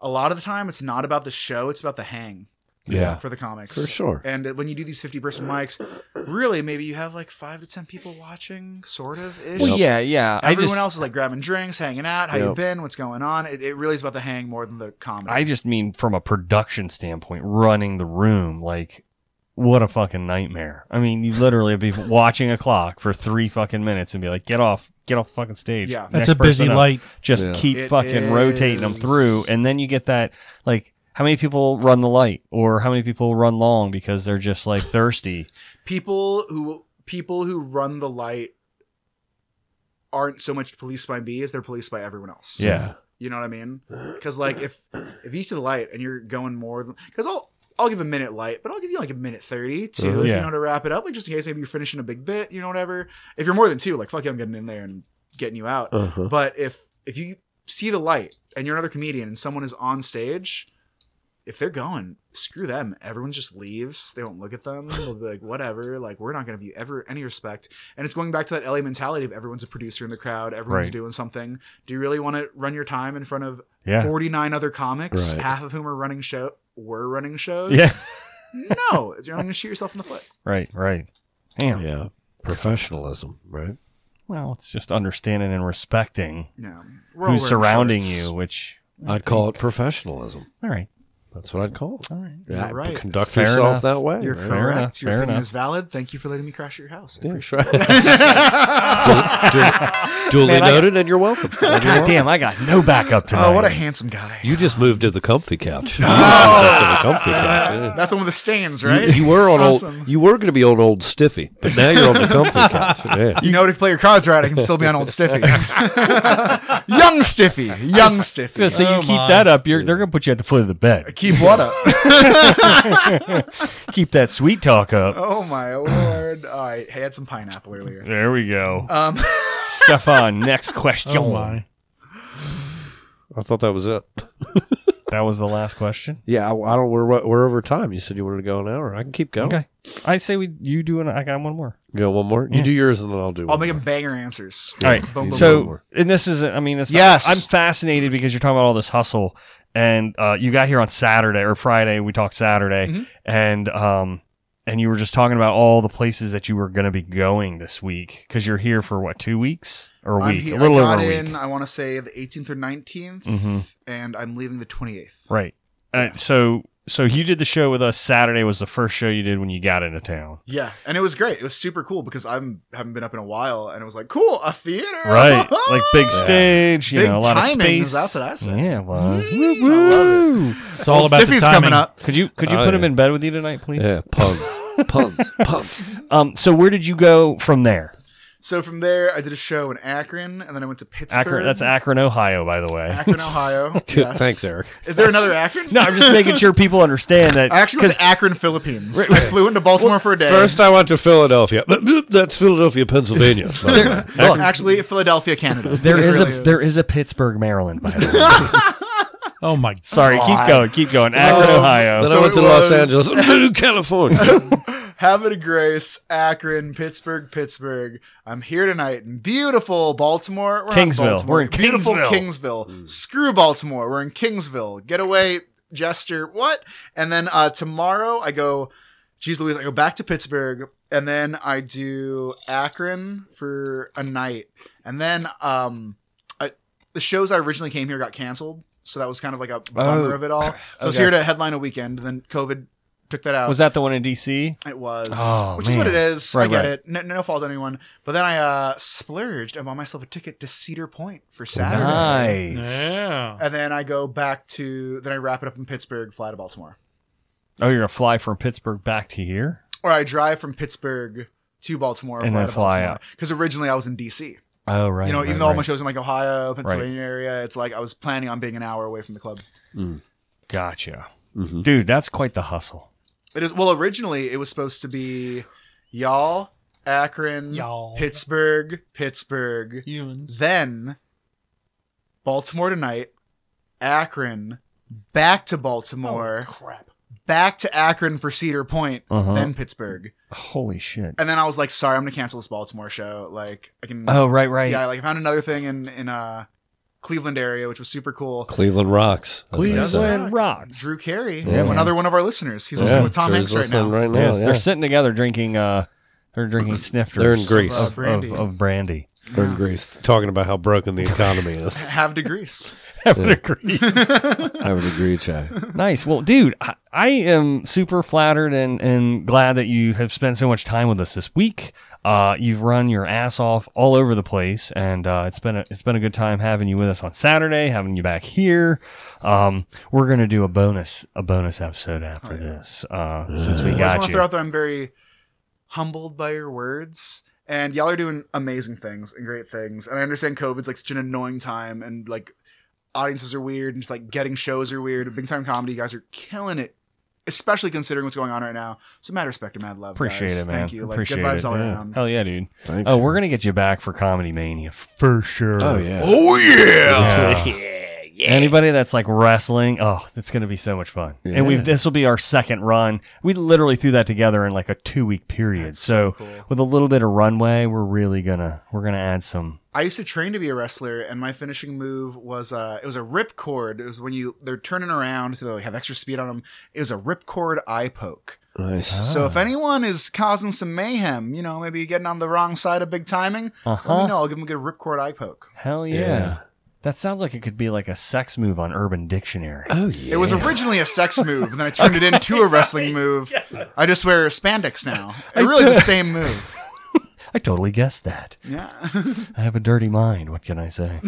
Speaker 8: a lot of the time it's not about the show, it's about the hang.
Speaker 7: Yeah.
Speaker 8: For the comics.
Speaker 7: For sure.
Speaker 8: And when you do these 50 person mics, really maybe you have like five to 10 people watching, sort of ish.
Speaker 6: Well, yeah, yeah. I
Speaker 8: Everyone
Speaker 6: just-
Speaker 8: else is like grabbing drinks, hanging out. How you
Speaker 6: Yep.
Speaker 8: been? What's going on? It, it really is about the hang more than the comedy.
Speaker 6: I just mean from a production standpoint, running the room, like what a fucking nightmare. I mean, you literally be watching a clock for three fucking minutes and be like, get off, get off fucking stage.
Speaker 8: Yeah.
Speaker 13: That's
Speaker 6: Next
Speaker 13: a busy
Speaker 6: person up.
Speaker 13: light.
Speaker 6: Just
Speaker 13: Yeah.
Speaker 6: keep
Speaker 13: It
Speaker 6: fucking rotating them through. And then you get that, like, how many people run the light or how many people run long because they're just like thirsty?
Speaker 8: people who people who run the light aren't so much policed by me as they're policed by everyone else.
Speaker 6: Yeah.
Speaker 8: you know what I mean? Because like if if you see the light and you're going more than because I'll I'll give a minute light, but I'll give you like a minute thirty two
Speaker 6: Uh-huh.
Speaker 8: if
Speaker 6: Yeah.
Speaker 8: you know to wrap it up, like just in case maybe you're finishing a big bit, you know whatever. If you're more than two, like fuck you, I'm getting in there and getting you out.
Speaker 7: Uh-huh.
Speaker 8: But if if you see the light and you're another comedian and someone is on stage, if they're going, screw them. Everyone just leaves. They won't look at them. They'll be like, whatever. Like we're not going to view ever any respect. And it's going back to that LA mentality of everyone's a producer in the crowd. Everyone's
Speaker 6: Right.
Speaker 8: doing something. Do you really want to run your time in front of
Speaker 6: Yeah.
Speaker 8: 49 other comics,
Speaker 6: Right.
Speaker 8: half of whom are running show were running shows?
Speaker 6: Yeah.
Speaker 8: no, you're not going to shoot yourself in the foot.
Speaker 6: Right, right. Damn.
Speaker 7: Yeah. Professionalism, right?
Speaker 6: Well, it's just understanding and respecting
Speaker 8: No. We're all
Speaker 6: who's
Speaker 8: wearing
Speaker 6: surrounding
Speaker 8: shirts.
Speaker 6: you, which
Speaker 7: I'd call it professionalism.
Speaker 6: All right.
Speaker 7: That's what I'd call it.
Speaker 6: All right.
Speaker 7: Yeah.
Speaker 8: You're right.
Speaker 7: Conduct
Speaker 6: Fair
Speaker 7: yourself
Speaker 6: enough.
Speaker 7: that way.
Speaker 8: You're
Speaker 7: right?
Speaker 8: correct.
Speaker 6: enough,
Speaker 8: your
Speaker 6: fair
Speaker 8: opinion
Speaker 6: enough.
Speaker 8: is valid. Thank you for letting me crash your house. I
Speaker 7: Yeah,
Speaker 8: appreciate
Speaker 7: sure.
Speaker 8: it.
Speaker 7: Duly
Speaker 6: Man, I got-
Speaker 7: noted, and you're welcome.
Speaker 6: God damn, I got no backup tonight.
Speaker 8: Oh, what a handsome guy.
Speaker 7: You just moved to the comfy couch. You just moved to the comfy couch, yeah.
Speaker 8: That's the one with the stains, right?
Speaker 7: You, you were on
Speaker 8: awesome.
Speaker 7: old. You were going to be on old Stiffy, but now you're on the comfy couch. Yeah.
Speaker 8: You know, to play your cards right, I can still be on old Stiffy. Young Stiffy. Young Stiffy. Oh
Speaker 6: I was gonna say you keep that up, you're they're gonna put you at the foot of the bed.
Speaker 8: Keep what up?
Speaker 6: Keep that sweet talk up.
Speaker 8: oh my lord! All right, hey, I had some pineapple earlier.
Speaker 6: There we go.
Speaker 8: Um,
Speaker 6: Stefan, next question.
Speaker 8: Oh, my.
Speaker 7: I thought that was it.
Speaker 6: that was the last question.
Speaker 7: Yeah, I, I don't. We're we're over time. You said you wanted to go an hour. I can keep going.
Speaker 6: Okay. I say we you do an I got one more.
Speaker 7: You got one more. You
Speaker 6: Yeah.
Speaker 7: do yours, and then I'll do.
Speaker 8: I'll
Speaker 7: one.
Speaker 8: make a banger answers.
Speaker 6: All right.
Speaker 8: Boom, boom,
Speaker 6: so,
Speaker 8: boom.
Speaker 6: and this is, I mean, it's
Speaker 8: Yes.
Speaker 6: I'm fascinated because you're talking about all this hustle, and uh, you got here on Saturday or Friday. We talked Saturday,
Speaker 8: Mhm.
Speaker 6: and um, and you were just talking about all the places that you were going to be going this week because you're here for what two weeks or a
Speaker 8: I'm
Speaker 6: week,
Speaker 8: he-
Speaker 6: a little
Speaker 8: I got
Speaker 6: over a week,
Speaker 8: in. I want to say the 18th or 19th,
Speaker 6: Mhm.
Speaker 8: and I'm leaving the 28th.
Speaker 6: right? Uh, so, so you did the show with us. Saturday was the first show you did when you got into town.
Speaker 8: Yeah, and it was great. It was super cool because I haven't been up in a while, and it was like, cool, a theater,
Speaker 6: Right, like big stage, you
Speaker 8: Big
Speaker 6: know, a lot of
Speaker 8: timings,
Speaker 6: space.
Speaker 8: that's what I said. Mm,
Speaker 6: Yeah, it was.
Speaker 8: It's all Well, about the Stiffy's timing. coming up.
Speaker 6: Could you could you
Speaker 7: Oh,
Speaker 6: put
Speaker 7: yeah.
Speaker 6: him in bed with you tonight, please?
Speaker 7: Yeah, puns, puns, puns.
Speaker 6: Um, so where did you go from there?
Speaker 8: So from there, I did a show in Akron, and then I went to Pittsburgh.
Speaker 6: Akron, that's Akron, Ohio, by the way.
Speaker 8: Akron, Ohio.
Speaker 7: Good,
Speaker 8: Yes.
Speaker 7: thanks, Eric.
Speaker 8: Is there another Akron?
Speaker 6: no, I'm just making sure people understand that.
Speaker 8: I actually went
Speaker 6: 'cause-
Speaker 8: to Akron, Philippines. I flew into Baltimore for a day.
Speaker 7: First, I went to Philadelphia. That's Philadelphia, Pennsylvania. by the way.
Speaker 8: Well, actually, Philadelphia, Canada.
Speaker 6: there
Speaker 8: It
Speaker 6: is a
Speaker 8: really
Speaker 6: there is a Pittsburgh, Maryland, by the way.
Speaker 13: Oh my!
Speaker 6: Sorry, keep
Speaker 13: God.
Speaker 6: going, keep going. Akron,
Speaker 8: Um,
Speaker 6: Ohio.
Speaker 7: Then
Speaker 8: So
Speaker 7: I went
Speaker 8: it
Speaker 7: to Los
Speaker 8: was-
Speaker 7: Angeles, California.
Speaker 8: Havana Grace, Akron, Pittsburgh, Pittsburgh. I'm here tonight in beautiful Baltimore. We're not
Speaker 6: Kingsville.
Speaker 8: Baltimore.
Speaker 6: We're in
Speaker 8: beautiful
Speaker 6: Kingsville.
Speaker 8: Kingsville. Screw Baltimore. We're in Kingsville. Get away, Jester. What? And then uh, tomorrow I go. Geez Louise, I go back to Pittsburgh, and then I do Akron for a night, and then um, I, the shows I originally came here got canceled, so that was kind of like a bummer of it all. So I was
Speaker 6: Oh. okay.
Speaker 8: here to headline a weekend, and then COVID took that out.
Speaker 6: Was that the one in D.C.?
Speaker 8: It was,
Speaker 6: Oh,
Speaker 8: which is what it
Speaker 6: man.
Speaker 8: is. I
Speaker 6: Right,
Speaker 8: get
Speaker 6: right.
Speaker 8: it. No, no fault to anyone. But then I uh, splurged and bought myself a ticket to Cedar Point for Saturday.
Speaker 6: Nice.
Speaker 13: Yeah.
Speaker 8: And then I go back to then I wrap it up in Pittsburgh, fly to Baltimore,
Speaker 6: Oh, you're gonna fly from Pittsburgh back to here?
Speaker 8: or I drive from Pittsburgh to Baltimore
Speaker 6: And
Speaker 8: fly
Speaker 6: then
Speaker 8: to
Speaker 6: fly
Speaker 8: Baltimore.
Speaker 6: out.
Speaker 8: Because originally I was in D.C.
Speaker 6: Oh, right.
Speaker 8: you know,
Speaker 6: right,
Speaker 8: even though all my
Speaker 6: right.
Speaker 8: shows in like Ohio, Pennsylvania area, it's like I was planning on being an hour away from the club.
Speaker 6: Gotcha, dude. That's quite the hustle.
Speaker 8: It is well originally it was supposed to be y'all, Akron,
Speaker 13: Y'all.
Speaker 8: Pittsburgh, Pittsburgh, then Baltimore tonight, Akron, back to Baltimore,
Speaker 13: crap.
Speaker 8: back to Akron for Cedar Point,
Speaker 6: Uh-huh.
Speaker 8: then Pittsburgh.
Speaker 6: Holy shit.
Speaker 8: And then I was like, sorry, I'm gonna cancel this Baltimore show. Like I can
Speaker 6: Oh, right, right.
Speaker 8: Yeah, like I found another thing in in uh Cleveland area, which was super cool.
Speaker 7: Cleveland rocks. as they say.
Speaker 6: Cleveland rocks.
Speaker 8: Drew Carey,
Speaker 7: Yeah.
Speaker 8: another one of our listeners. He's
Speaker 7: Yeah,
Speaker 8: listening with Tom
Speaker 7: Drew's
Speaker 8: Hanks right now.
Speaker 7: listening right now.
Speaker 6: yes,
Speaker 7: yeah.
Speaker 6: they're sitting together drinking. Uh, they're drinking snifters.
Speaker 7: They're in Greece.
Speaker 6: of,
Speaker 8: Brandy.
Speaker 6: of, of brandy.
Speaker 7: They're in Greece talking about how broken the economy is.
Speaker 8: Have degrees.
Speaker 6: I would agree.
Speaker 7: I would agree, Chai.
Speaker 6: nice. Well, dude, I, I am super flattered and, and glad that you have spent so much time with us this week. Uh, you've run your ass off all over the place, and uh, it's been a, it's been a good time having you with us on Saturday, having you back here. Um, we're gonna do a bonus a bonus episode
Speaker 8: Oh,
Speaker 6: after this uh, since we
Speaker 8: I just want
Speaker 6: got
Speaker 8: to
Speaker 6: you.
Speaker 8: throw out there I'm very humbled by your words. And y'all are doing amazing things and great things. And I understand COVID's like such an annoying time and like audiences are weird and just like getting shows are weird. Big time comedy, you guys are killing it. Especially considering what's going on right now. So mad respect and mad love.
Speaker 6: Appreciate
Speaker 8: guys.
Speaker 6: it, man.
Speaker 8: Thank you. Like
Speaker 6: Appreciate
Speaker 8: good vibes
Speaker 6: it.
Speaker 8: all
Speaker 6: yeah.
Speaker 8: around.
Speaker 6: Hell yeah, dude.
Speaker 7: Thanks,
Speaker 6: oh, we're gonna get you back for Comedy Mania for sure.
Speaker 7: Oh, yeah.
Speaker 8: Oh
Speaker 6: yeah. Anybody that's like wrestling, oh, it's gonna be so much fun. And we
Speaker 7: Yeah.
Speaker 6: have this will be our second run. We literally threw that together in like a two week period. so with a little bit of runway, we're really gonna we're gonna add some.
Speaker 8: I used to train to be a wrestler, and my finishing move was uh, it was a ripcord. It was when you they're turning around, so they like, have extra speed on them. It was a ripcord eye poke.
Speaker 7: Nice.
Speaker 8: So if anyone is causing some mayhem, you know, maybe getting on the wrong side of big timing, let
Speaker 6: Uh-huh.
Speaker 8: me know. I'll give them a good ripcord eye poke.
Speaker 6: Hell yeah.
Speaker 7: Yeah.
Speaker 6: That sounds like it could be like a sex move on Urban Dictionary.
Speaker 7: Oh yeah.
Speaker 8: It was originally a sex move, and then I turned it into a wrestling move. I just wear spandex now. It really is the same move.
Speaker 6: I totally guessed that.
Speaker 8: Yeah.
Speaker 6: I have a dirty mind. What can I say?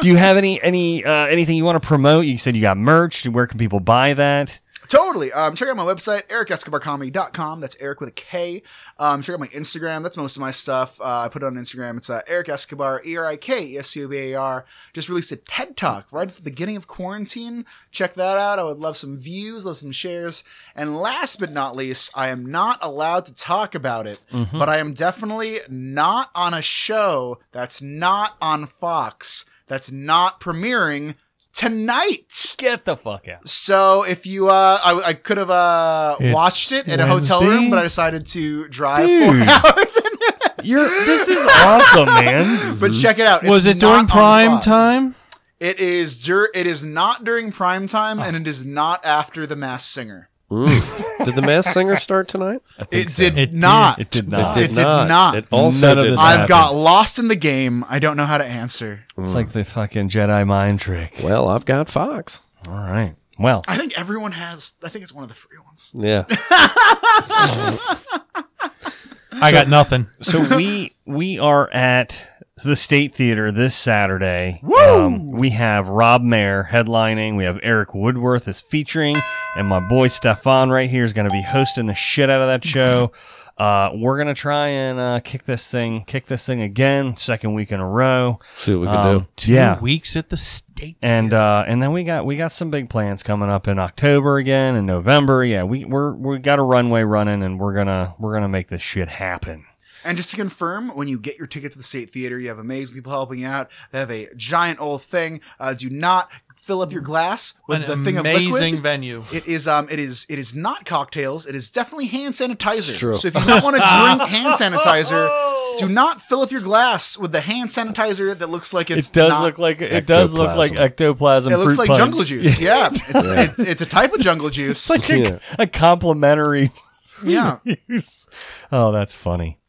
Speaker 6: Do you have any any uh, anything you want to promote? You said you got merch. Where can people buy that?
Speaker 8: Totally. Um, check out my website, ericescobarcomedy.com. That's Eric with a K. Um, check out my Instagram. That's most of my stuff. Uh, I put it on Instagram. It's uh, Eric Escobar, E R I K E S C O B A R. Just released a TED Talk right at the beginning of quarantine. Check that out. I would love some views, love some shares. And last but not least, I am not allowed to talk about it,
Speaker 14: Mhm.
Speaker 8: but I am definitely not on a show that's not on Fox, that's not premiering tonight.
Speaker 6: Get the fuck out.
Speaker 8: So if you, uh, I, I could have uh,
Speaker 6: It's
Speaker 8: watched it in a hotel
Speaker 6: Wednesday.
Speaker 8: room, but I decided to drive
Speaker 6: Dude.
Speaker 8: four hours.
Speaker 6: You're this is awesome, man.
Speaker 8: But check it out. It's
Speaker 13: Was it
Speaker 8: not
Speaker 13: during
Speaker 8: on
Speaker 13: prime
Speaker 8: Fox.
Speaker 13: time?
Speaker 8: It is dur- It is not during prime time, and it is not after the Mass Singer.
Speaker 7: Mm. did the mass singer start tonight?
Speaker 8: It did not.
Speaker 7: It did not. It did
Speaker 8: not.
Speaker 7: not. It also
Speaker 6: None of
Speaker 7: did
Speaker 6: this
Speaker 7: not.
Speaker 8: I've
Speaker 6: happened.
Speaker 8: got lost in the game. I don't know how to answer.
Speaker 6: It's like the fucking Jedi mind trick.
Speaker 7: Well, I've got Fox.
Speaker 6: All right. Well,
Speaker 8: I think everyone has. I think it's one of the free ones.
Speaker 7: Yeah.
Speaker 13: I got nothing.
Speaker 6: so we we are at the State Theater this Saturday. Um,
Speaker 13: Woo!
Speaker 6: we have Rob Mayer headlining. We have Eric Woodworth is featuring, and my boy Stefan right here is going to be hosting the shit out of that show. Uh, we're gonna try and uh, kick this thing, kick this thing again, second week in a row. Um,
Speaker 7: See what we can do.
Speaker 13: Two
Speaker 6: yeah,
Speaker 13: weeks at the state.
Speaker 6: and uh, and then we got we got some big plans coming up in October again and November. Yeah, we we're we got a runway running, and we're gonna we're gonna make this shit happen.
Speaker 8: And just to confirm, when you get your ticket to the State Theater, you have amazing people helping out. They have a giant old thing. Uh, do not fill up your glass with
Speaker 9: An
Speaker 8: the thing of
Speaker 9: amazing
Speaker 8: liquid.
Speaker 9: venue.
Speaker 8: It is um it is it is not cocktails. It is definitely hand sanitizer.
Speaker 9: It's true.
Speaker 8: So if you don't want to drink hand sanitizer, do not fill up your glass with the hand sanitizer that looks like it's
Speaker 6: it does
Speaker 8: not-
Speaker 6: look like it does look like ectoplasm.
Speaker 8: it looks
Speaker 6: fruit
Speaker 8: like
Speaker 6: punch.
Speaker 8: jungle juice. Yeah, it's,
Speaker 6: Yeah.
Speaker 8: It's, it's a type of jungle juice.
Speaker 6: it's like a, a complimentary.
Speaker 8: Yeah.
Speaker 6: use. Oh, that's funny.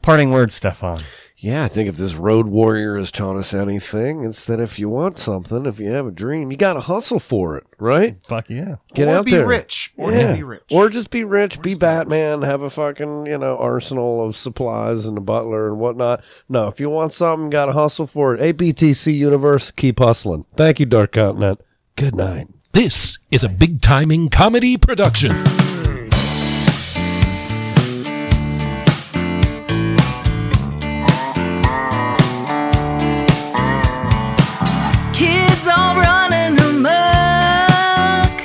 Speaker 6: Parting words, Stefan.
Speaker 7: Yeah, I think if this road warrior has taught us anything, it's that if you want something, if you have a dream, you got to hustle for it, right?
Speaker 6: Fuck yeah.
Speaker 7: Get
Speaker 8: Or
Speaker 7: out
Speaker 8: be
Speaker 7: there.
Speaker 8: rich. Or just be rich.
Speaker 7: Or just be rich, be Batman, have a fucking, you know, arsenal of supplies and a butler and whatnot. No, if you want something, got to hustle for it. ABTC Universe, keep hustling. Thank you, Dark Continent. Good night.
Speaker 1: This is a big timing comedy production.
Speaker 15: Kids all running amok.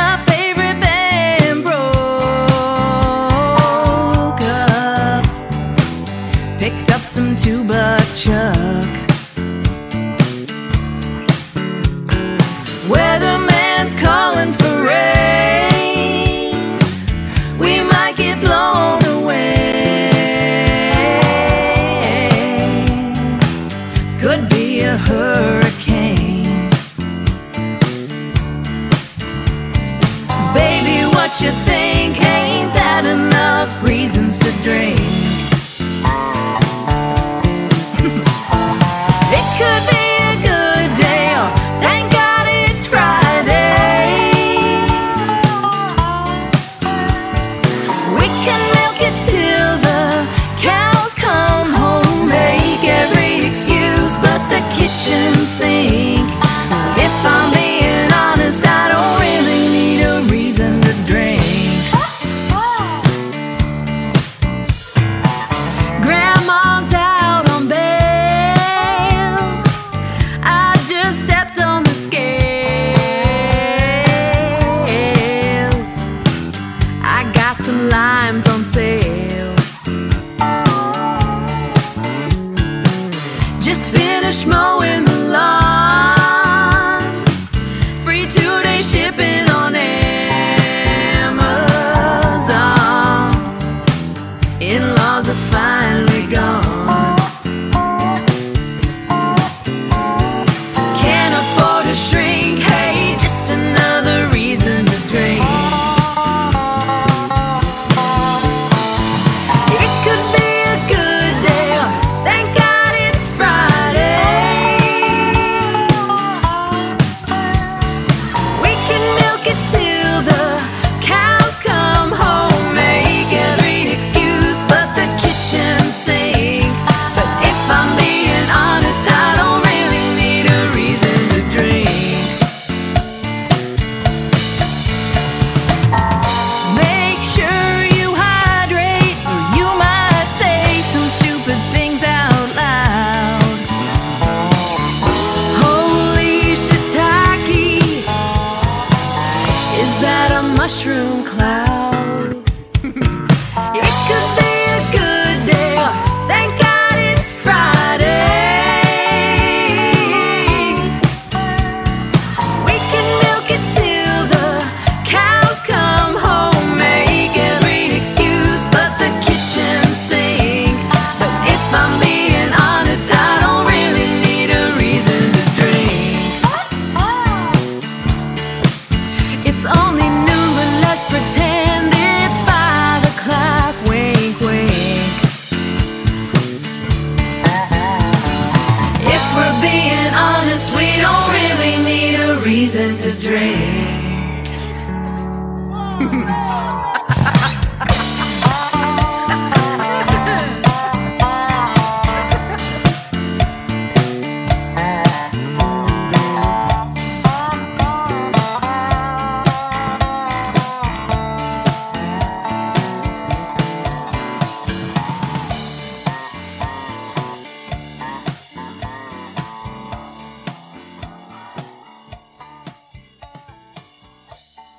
Speaker 15: My favorite band broke up. Picked up some tuba chuck. Weatherman's calling for rain. We might get blown away could be a hurricane. Baby, what you think? Ain't that enough reasons to drink? it could be a good day, or thank God it's Friday. We can milk it till the cows come home. Make every excuse but the kitchen sink. If I'm being honest, I don't really need a reason to drink. Grandma's out on bail. I just stepped on the scale. I got some limes on sale. Just finished mowing the lawn. Free two day shipping on Amazon. In laws are finally gone. Can't afford to shrink. Hey, just another reason to drink. It could be a good day, or thank God it's Friday. We can milk something to drink.